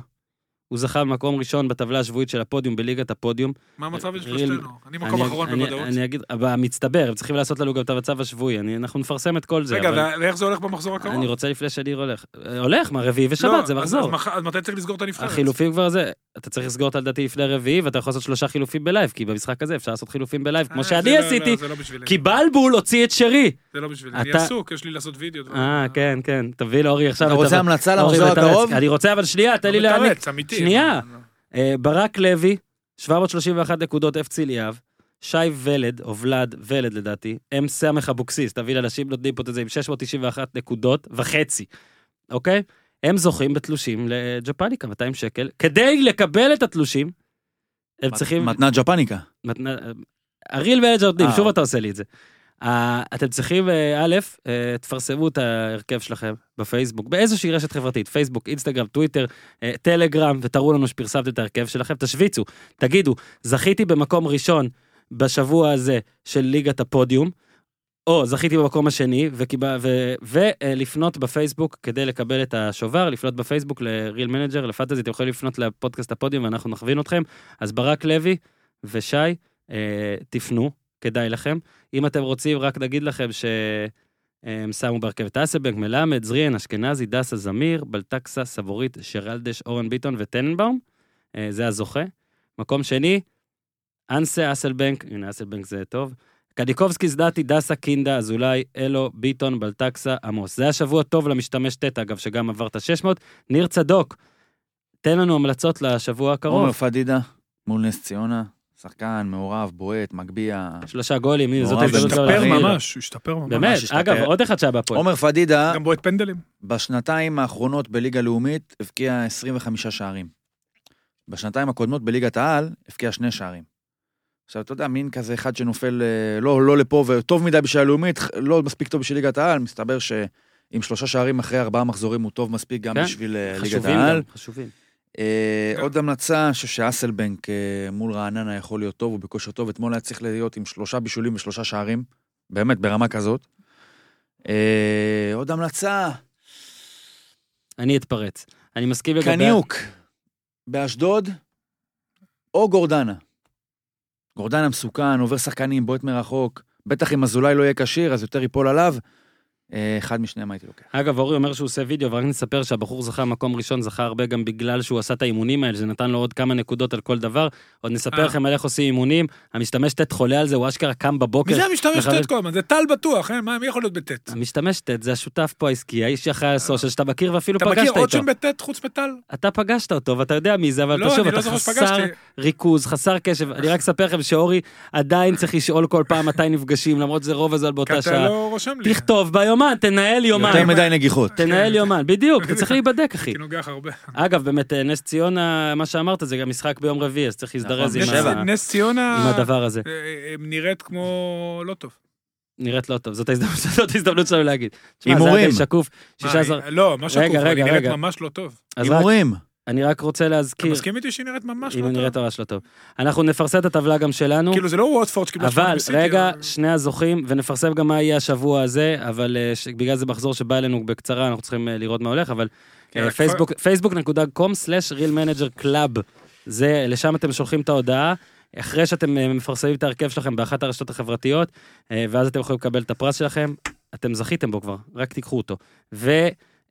הוא זכה במקום ראשון בטבלה השבועית של הפודיום בליגת הפודיום. מה המצב של ריל- שלושתנו? אני מקום אני- אחרון אני- בוודאות. אני אגיד, במצטבר, הם צריכים לעשות לנו גם את המצב השבועי, אני- אנחנו נפרסם את כל זה. רגע, אבל וה- ואיך זה הולך במחזור הקרוב? אני רוצה לפני שניר הולך. אה, הולך, מה, רביעי לא, ושבת, זה אז- אז מחזור. מח- אז מתי צריך לסגור את הנבחרת? החילופים כבר זה, אתה צריך לסגור אותה לדעתי לפני רביעי, ואתה יכול לעשות שלושה חילופים בלייב, כי במשחק הזה אפשר לעשות חילופים בלייב, אה, כמו זה שאני לא- לא, עשיתי, זה לא בשבילי. כי בלבול הוציא את שרי. זה לא בשבילי. אני אתה- עסוק, יש לי לעשות וידאו. דברים. אה, כן, כן, תביא לאורי עכשיו אתה את רוצה ה- המלצה אורי למחזור מתרץ. הקרוב? אוקיי, אני רוצה, אבל שנייה, תן לי לא להעניק. מתאמץ, אמיתי. שנייה. אה, ברק לוי, 731 נקודות FC ליאב, שי ולד, או ולד, ולד לדעתי, אם סמך אבוקסיס, תבין, אנשים נותנים פה את זה עם 691 נקודות וחצי, אוקיי? הם זוכים בתלושים לג'פניקה, 200 שקל. כדי לקבל את התלושים, הם צריכים... מתנת ג'פניקה. מתנה- אריל מנג'ר נותנים, אה. שוב אתה עושה לי את זה. אה, אתם צריכים, אה, א', אה, תפרסמו את ההרכב שלכם בפייסבוק, באיזושהי רשת חברתית, פייסבוק, אינסטגרם, טוויטר, אה, טלגרם, ותראו לנו שפרסמתם את ההרכב שלכם, תשוויצו, תגידו, זכיתי במקום ראשון בשבוע הזה של ליגת הפודיום, או זכיתי במקום השני, וקיבל- ו- ולפנות בפייסבוק כדי לקבל את השובר, לפנות בפייסבוק לריל מנג'ר, לפנטזי, אתם יכולים לפנות לפודקאסט הפודיום ואנחנו נכווין אתכם. אז ברק לוי ושי, אה, תפנו, כדאי לכם. אם אתם רוצים, רק נגיד לכם ש... אה, הם שמו בהרכבת אסבנק, מלמד, זריאן, אשכנזי, דסה, זמיר, בלטקסה, סבורית, שרלדש, אורן ביטון וטננבאום. אה, זה הזוכה. מקום שני, אנסה אסלבנק, הנה אסלבנק זה טוב. קניקובסקי, זדתי, דסה, קינדה, אזולאי, אלו, ביטון, בלטקסה, עמוס. זה היה שבוע טוב למשתמש טט, אגב, שגם עבר את ה-600. ניר צדוק, תן לנו המלצות לשבוע עומר הקרוב. פדידה מול נס ציונה, שחקן מעורב, בועט, מגביה. שלושה גולים, הנה, זאת נורא, זה ההזדמנות. שלו השתפר לא, להחמיא לו. ממש, השתפר ממש. באמת, אוקיי. השתפר. אגב, עוד אחד שהיה בהפועל. עומר פדידה, גם בועט פנדלים. בשנתיים האחרונות בליגה לאומית הבקיע 25 שערים. בשנתיים הקודמות בליגת העל הבקיע שני שערים. עכשיו, אתה יודע, מין כזה אחד שנופל אה, לא, לא לפה וטוב מדי בשביל הלאומית, ח- לא מספיק טוב בשביל ליגת העל, מסתבר שעם שלושה שערים אחרי ארבעה מחזורים הוא טוב מספיק גם כן, בשביל אה, ליגת חשובים העל. גם, חשובים. אה, כן. עוד המלצה, אני חושב שאסלבנק אה, מול רעננה יכול להיות טוב, הוא בכושר טוב, אתמול היה צריך להיות עם שלושה בישולים ושלושה שערים, באמת, ברמה כזאת. אה, עוד המלצה, אני אתפרץ. אני מסכים לגבי... קניוק, באשדוד, או גורדנה. גורדנה מסוכן, עובר שחקנים, בועט מרחוק, בטח אם אזולאי לא יהיה כשיר, אז יותר ייפול עליו. אה, אחד משניהם הייתי לוקח. אגב, אורי אומר שהוא עושה וידאו, אבל רק נספר שהבחור זכה מקום ראשון, זכה הרבה גם בגלל שהוא עשה את האימונים האלה, זה נתן לו עוד כמה נקודות על כל דבר. עוד נספר אה. לכם על איך עושים אימונים. המשתמש טט חולה על זה, הוא אשכרה קם בבוקר. מי זה המשתמש מחבר- טט כל הזמן? זה טל בטוח, אה? מה, מי יכול להיות בטט? המשתמש טט זה השותף פה העסקי, האיש שאחראי על הסושיאל שאתה מכיר ואפילו אה. אתה מכיר פגשת עוד איתו. שם בטט חוץ מטל? אתה פגשת אותו ואתה יודע מי זה, אבל לא, פשוט אני אתה לא זוכר חסר שפגשתי. ריכוז, חסר קשב. אני רק אספר לכם שאורי עדיין צריך לשאול כל פעם מתי נפגשים, למרות שזה רוב הזמן כי באותה אתה שעה. לא רושם לי. תכתוב ביומן, תנהל יותר יומן. מדי כאילו. נגיחות. תנהל יומן, בדיוק, אתה צריך להיבדק, אחי. כי נוגח הרבה. אגב, באמת, אה, נס ציונה, מה שאמרת, זה גם משחק ביום רביעי, אז צריך להזדרז עם נכון, נס- ה- שבע. עם נס ציונה הדבר הזה. אה, אה, נראית כמו לא טוב. נראית לא טוב, זאת ההזדמנות- זאת ההזדמנות שלנו להגיד. תשמע, זה היה הימורים. די שקוף, מה, 16... אה, לא, מה שקוף, רגע, אבל היא נראית רגע. ממש לא טוב. אז רק- הימורים. אני רק רוצה אתה להזכיר, מסכים איתי שהיא נראית ממש אם לא היא נראית טוב? ממש לא טוב. אנחנו נפרסם את הטבלה גם שלנו. כאילו זה לא ווטפורד שקיבלה אבל שמונה מסיטי, רגע, אבל- שני הזוכים, ונפרסם גם מה יהיה השבוע הזה, אבל אה, ש- בגלל זה מחזור שבא אלינו בקצרה, אנחנו צריכים אה, לראות מה הולך, אבל אה, כן, רק פייסבוק.com/realmanagerclub, זה, לשם אתם שולחים את ההודעה. אחרי שאתם אה, מפרסמים את ההרכב שלכם באחת הרשתות החברתיות, אה, ואז אתם יכולים לקבל את הפרס שלכם, אתם זכיתם בו כבר, רק תיקחו אותו.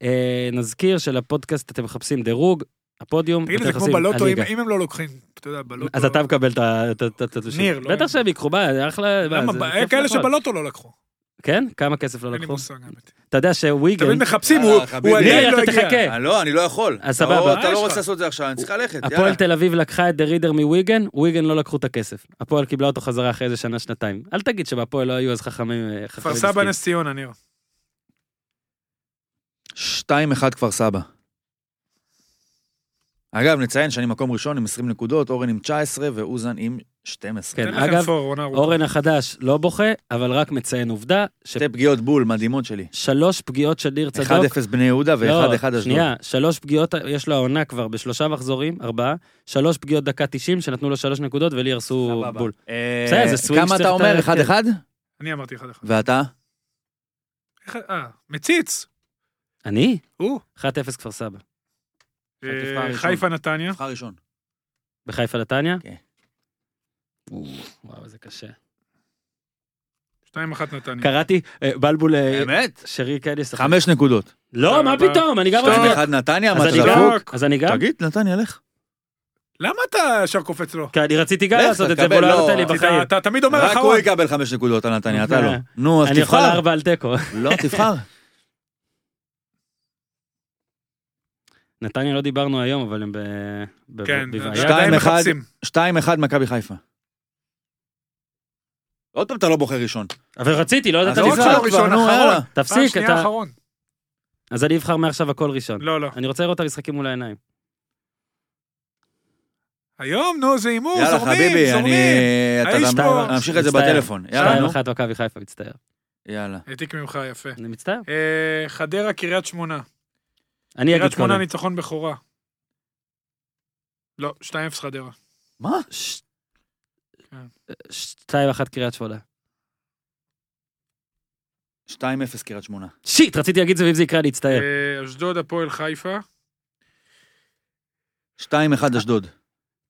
ונזכיר שלפודקאסט אתם מחפשים דירוג, הפודיום, תגיד לי, אתם זה כמו מחפשים בלוטו, אם- הליגה. אם הם לא לוקחים, אתה יודע, בלוטו... אז אתה מקבל את ה- את ה- את התלושים. ניר, לא בטח הם. שהם ייקחו, מה, זה אחלה... מה, למה? זה ב- כיף כאלה לאכול. שבלוטו לא לקחו. כן? כמה כסף לא אין לי לקחו? מושג, האמת. אתה יודע שוויגן... תמיד מחפשים, יאללה, הוא חביבי. הוא עדיין ניר, לא אתה הגיע. תחכה. אה, לא, אני לא יכול. אז אתה סבבה. אה, לא- אתה יש לא לך. רוצה לעשות את זה עכשיו, אני צריך ללכת, הפועל יאללה. תל אביב לקחה את דה רידר מוויגן, וויגן לא לקחו את הכסף. הפועל קיבלה אותו חזרה אחרי איזה שנה-שנתיים. אל תגיד שבהפועל לא היו אז חכמים... אה, חכמים כפר סבא, עסקיים. נס ציונה, ניר. 2-1 כפר סבא. אגב, נציין שאני מקום ראשון עם 20 נקודות, אורן עם 19 ואוזן עם 12. כן, תן לכם אגב, פור, עונה ארוכה. אורן החדש לא בוכה, אבל רק מציין עובדה, שתי פגיעות בול מדהימות שלי. ששלוש פגיעות של ניר צדוק... 1-0 בני יהודה לא, ו-1-1 אשדוד. שנייה, שלוש פגיעות, יש לו העונה כבר בשלושה מחזורים, ארבעה, שלוש פגיעות דקה 90, שנתנו לו שלוש נקודות ולי הרסו סבבה. בול. אה, בסדר, זה סווינג כן. כמה שצריך אתה את אומר? ה- 1-1? אני אמרתי אחד אחד. ואתה? איך- אה, מציץ. אני? הוא. 1-0 כפר סבא. אה, חטיפה ראשון. חיפה נתניה, נבחר ראשון. בחיפה נתניה? כן. אוף, וואו, זה קשה. 2-1 נתניה. קראתי, אה, בלבול, אה, באמת? שרי כן ישחק. חמש נקודות. לא, תודה מה רבה. פתאום, אני גם שתיים רציתי... אחד נתניה, אז מה אני לא- כן. אתה גם- דפוק? אז אני גם? תגיד, נתניה, לך. למה אתה ישר קופץ לו? כי אני רציתי גם לך, לעשות את זה, תקבל, והוא לא לא, נתן לי רצית- בחיים. אתה- אתה תמיד אומר רק הוא אחרון. יקבל חמש נקודות על נתניה, אתה לא. אה. נו, אז אני יכול תבחר. ארבע על תיקו. לא, תבחר. נתניה לא דיברנו היום, אבל הם ב... ב- כן, בבעיה. שתיים, עדיין אחד. מחפשים. שתיים אחד מכבי חיפה. עוד פעם אתה לא בוחר ראשון. אבל רציתי, לא אז ידעת אתה תבחר רוצה לבחור. כבר, ראשון, נו, אחרון. יאללה. פעם תפסיק, שנייה אתה... אחרון. אז אני אבחר מעכשיו הכל ראשון. לא, לא. אני רוצה לראות את המשחקים מול העיניים. היום, נו, זה הימור, יאללה זורמים, חביבי, אני... זורמים. אתה האיש גם- פה- נמשיך את זה מצטער. בטלפון. יאללה, שתיים נו. אחת מכבי חיפה, מצטער. יאללה. העתיק ממך, יפה. אני מצטער. אה, חדרה, קריית שמונה. אני קריית אגיד שמונה קודם. ניצחון בכורה. לא, 2-0 חדרה. מה? ש- כן. שתיים אחת קריית שמונה. שתיים אפס קריית שמונה. שיט, רציתי להגיד זה ואם זה יקרה אני אצטער. אה, אשדוד, הפועל חיפה. שתיים אחד אשדוד.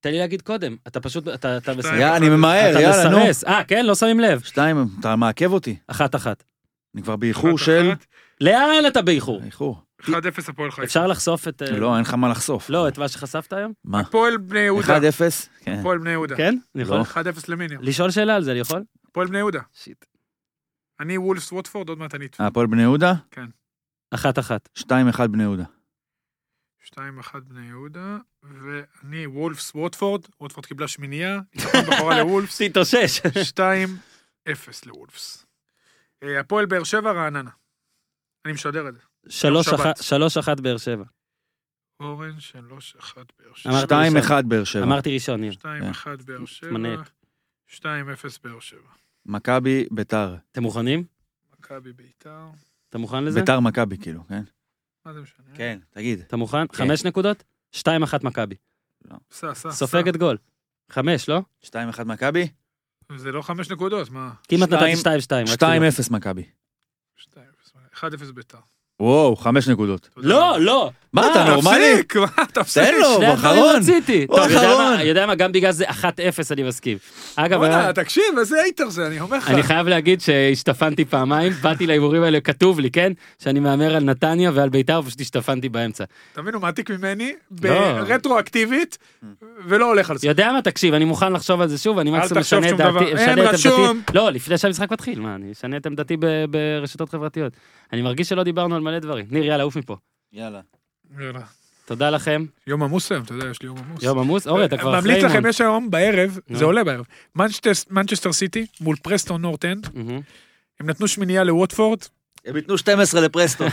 תן לי להגיד קודם, אתה פשוט, אתה אתה מסרס. שתיים, יאללה, אני אחד. ממהר, אתה יאללה, נו. מסרס. אה, כן, לא שמים לב. שתיים, אתה מעכב אותי. אחת אחת. אני כבר באיחור של... 1-1, לאן אתה באיחור? איחור. 1-0 הפועל חיפה. אפשר לחשוף את... אה, אה. לא, אין לך מה לחשוף. לא, את מה שחשפת היום? מה? הפועל אה, בני יהודה. 1-0? כן. הפועל בני יהודה. כן? אני יכול? לא. 1-0 למיניו. לשאול שאלה על זה, אני יכול? הפועל בני יהודה. שיט. אני וולפס ווטפורד, עוד מעט אני... אה, הפועל בני יהודה? אחת אחת. 2-1 בני יהודה. 2-1 בני יהודה. ואני וולפס ווטפורד. ווטפורד קיבלה שמינייה. ניצחון בכורה לוולפס. תתאושש. 2-0 לוולפס. אה, הפועל באר שבע, רעננה. אני משדר את זה. שלוש שבת. אחת- שלוש אחת באר שבע. אורן, 3-1 באר שבע. אמרתי 2-1 באר שבע. אמרתי ראשון, ניר. 2-1 באר שבע. מנהל. 2-0 באר שבע. מכבי, ביתר. אתם מוכנים? מכבי ביתר. אתה מוכן לזה? ביתר מכבי, כאילו, כן? מה זה משנה? כן, תגיד. אתה מוכן? חמש נקודות? שתיים אחת מכבי. סע, סע, סע. סופגת גול. חמש, לא? 2-1 מכבי? זה לא חמש נקודות, מה? כמעט נתתי שתיים- שתיים שתיים. רק 2-0 שתדע. מכבי. 2-0. 1-0 ביתר. וואו, חמש נקודות. תודה. לא, לא. מה, אה, אתה נורמלי? תפסיק, מה, תפסיק. תן לו, שני הוא הדברים אחרון. רציתי. הוא טוב, יודע אחרון. מה- יודע מה? גם בגלל זה 1-0 אני מסכים. אגב, היה- בוא'נה, תקשיב, איזה הייטר זה, אני אומר לך. אני חייב להגיד שהשתפנתי פעמיים, באתי להימורים האלה, כתוב לי, כן? שאני מהמר על נתניה ועל ביתר, ופשוט השתפנתי באמצע. אתה מבין, הוא מעתיק ממני, לא. Mm. ברטרואקטיבית, ולא הולך על זה. יודע מה, תקשיב, אני מוכן לחשוב על זה שוב, אני מקסימום תחשוב משנה את שום דבר. דעתי, אין משנה את רשום. עמדתי. לא, לפני שהמשחק מתחיל, מה, אני אשנה את עמדתי ב- ברשתות חברתיות. אני מרגיש שלא דיברנו על מלא דברים. ניר, יאללה, עוף מפה. יאללה. יאללה. תודה לכם, יום עמוס היום, אתה יודע, יש לי יום עמוס. יום עמוס. אורי, אתה כבר אחרי ממליץ לכם, אימון. יש היום בערב, נו. זה עולה בערב, מנצ'סטר- מנצ'סטר סיטי מול פרסטון נורטן, מהמם. הם נתנו שמינייה לווטפורד, הם ייתנו 12 לפרסטון.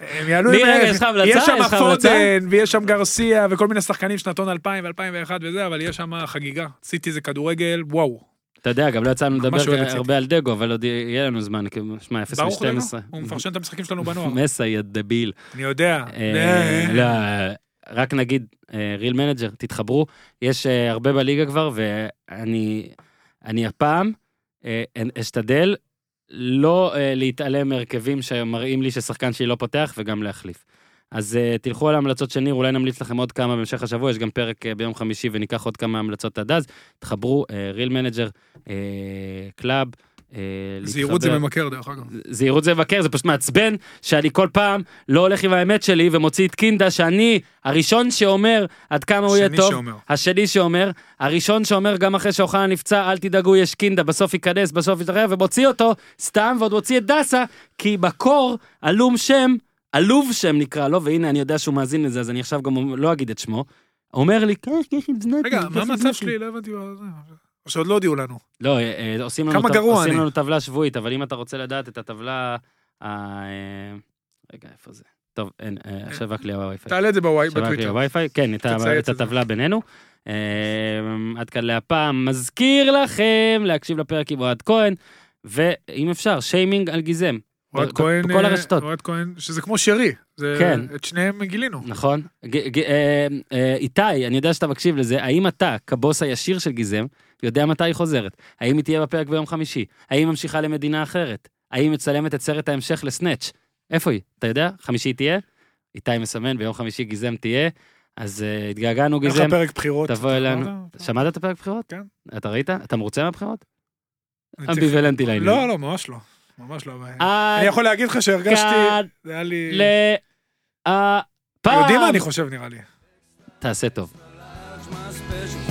הם יעלו ניר, עם... רגע, יש לך המלצה? יש יש שם לך המלצה? פודן, ויש שם גרסיה, וכל מיני שחקנים שנתון 2000 ו-2001 וזה, אבל יש שם חגיגה. סיטי זה כדורגל, וואו. אתה יודע, גם לא יצא לנו לדבר ממש אוהב את הרבה על דגו, אבל עוד יהיה לנו זמן, כי שמע, 0 ברוך לנו, מ-12. הוא מפרשן את המשחקים שלנו בנוער. מסה, יא דביל. אני יודע. אה, לא, רק נגיד, ריל מנג'ר, תתחברו, יש אה, הרבה בליגה כבר, ואני אני הפעם אה, אשתדל לא אה, להתעלם מהרכבים שמראים לי ששחקן שלי לא פותח, וגם להחליף. אז אה, תלכו על ההמלצות של ניר, אולי נמליץ לכם עוד כמה בהמשך השבוע, יש גם פרק אה, ביום חמישי וניקח עוד כמה המלצות עד אז. תחברו, אה, ריל מנג'ר, קלאב. אה, זהירות זה להתחבר. ממכר דרך אגב. זהירות זה מבקר, זה פשוט מעצבן שאני כל פעם לא הולך עם האמת שלי ומוציא את קינדה שאני הראשון שאומר עד כמה הוא יהיה שני טוב, שאומר. השני שאומר, הראשון שאומר גם אחרי שאוחנה נפצע אל תדאגו יש קינדה, בסוף ייכנס, בסוף יתרחב ומוציא אותו סתם ועוד מוציא את דסה כי בקור עלום שם, עלוב שם נקרא לו והנה אני יודע שהוא מאזין לזה אז אני עכשיו גם לא אגיד את שמו. אומר לי, "כן, יש לי זנתי, רגע, יש לי מה המצב זנתי." שלי? לא הבנתי. מה זה. או שעוד לא הודיעו לנו. לא, אה, אה, עושים לנו, כמה טב- גרוע עושים אני. לנו טבלה שבועית, אבל אם אתה רוצה לדעת את הטבלה... ה- אה, רגע, איפה זה? טוב, אין, אה, עכשיו רק לי הווי-פיי. כן. תעלה את זה בוואי, עכשיו רק לי בטוויטר. הווי-פיי, כן, את ה- תציית את את זה. הטבלה בינינו. אה, עד כאן להפעם. מזכיר לכם להקשיב לפרק עם אוהד כהן, ואם אפשר, שיימינג על גיזם, אוהד ב- כהן, בכל אה, הרשתות. אוהד כהן, שזה כמו שרי. זה- כן. את שניהם גילינו. נכון? ג- ג- אה, אה, איתי, אני יודע שאתה מקשיב לזה, האם אתה, כבוס הישיר של גיזם, יודע מתי היא חוזרת? האם היא תהיה בפרק ביום חמישי? האם היא ממשיכה למדינה אחרת? האם היא מצלמת את סרט ההמשך לסנאץ'? איפה היא? אתה יודע? חמישי היא תהיה? איתי מסמן, ביום חמישי גיזם תהיה, אז אה, התגעגענו היה גיזם, לך פרק בחירות. תבוא אלינו. אמרת? שמעת את הפרק בחירות? כן. אתה ראית? אתה מרוצה מהבחירות? אני צריך- אמביוולנטי אה, לעניין. לא, לא, ממש לא. ממש לא. עד אני יכול להגיד לך שהרגשתי, כאן זה היה לי... להפעם. יודעים מה אני חושב, נראה לי. תעשה טוב. much special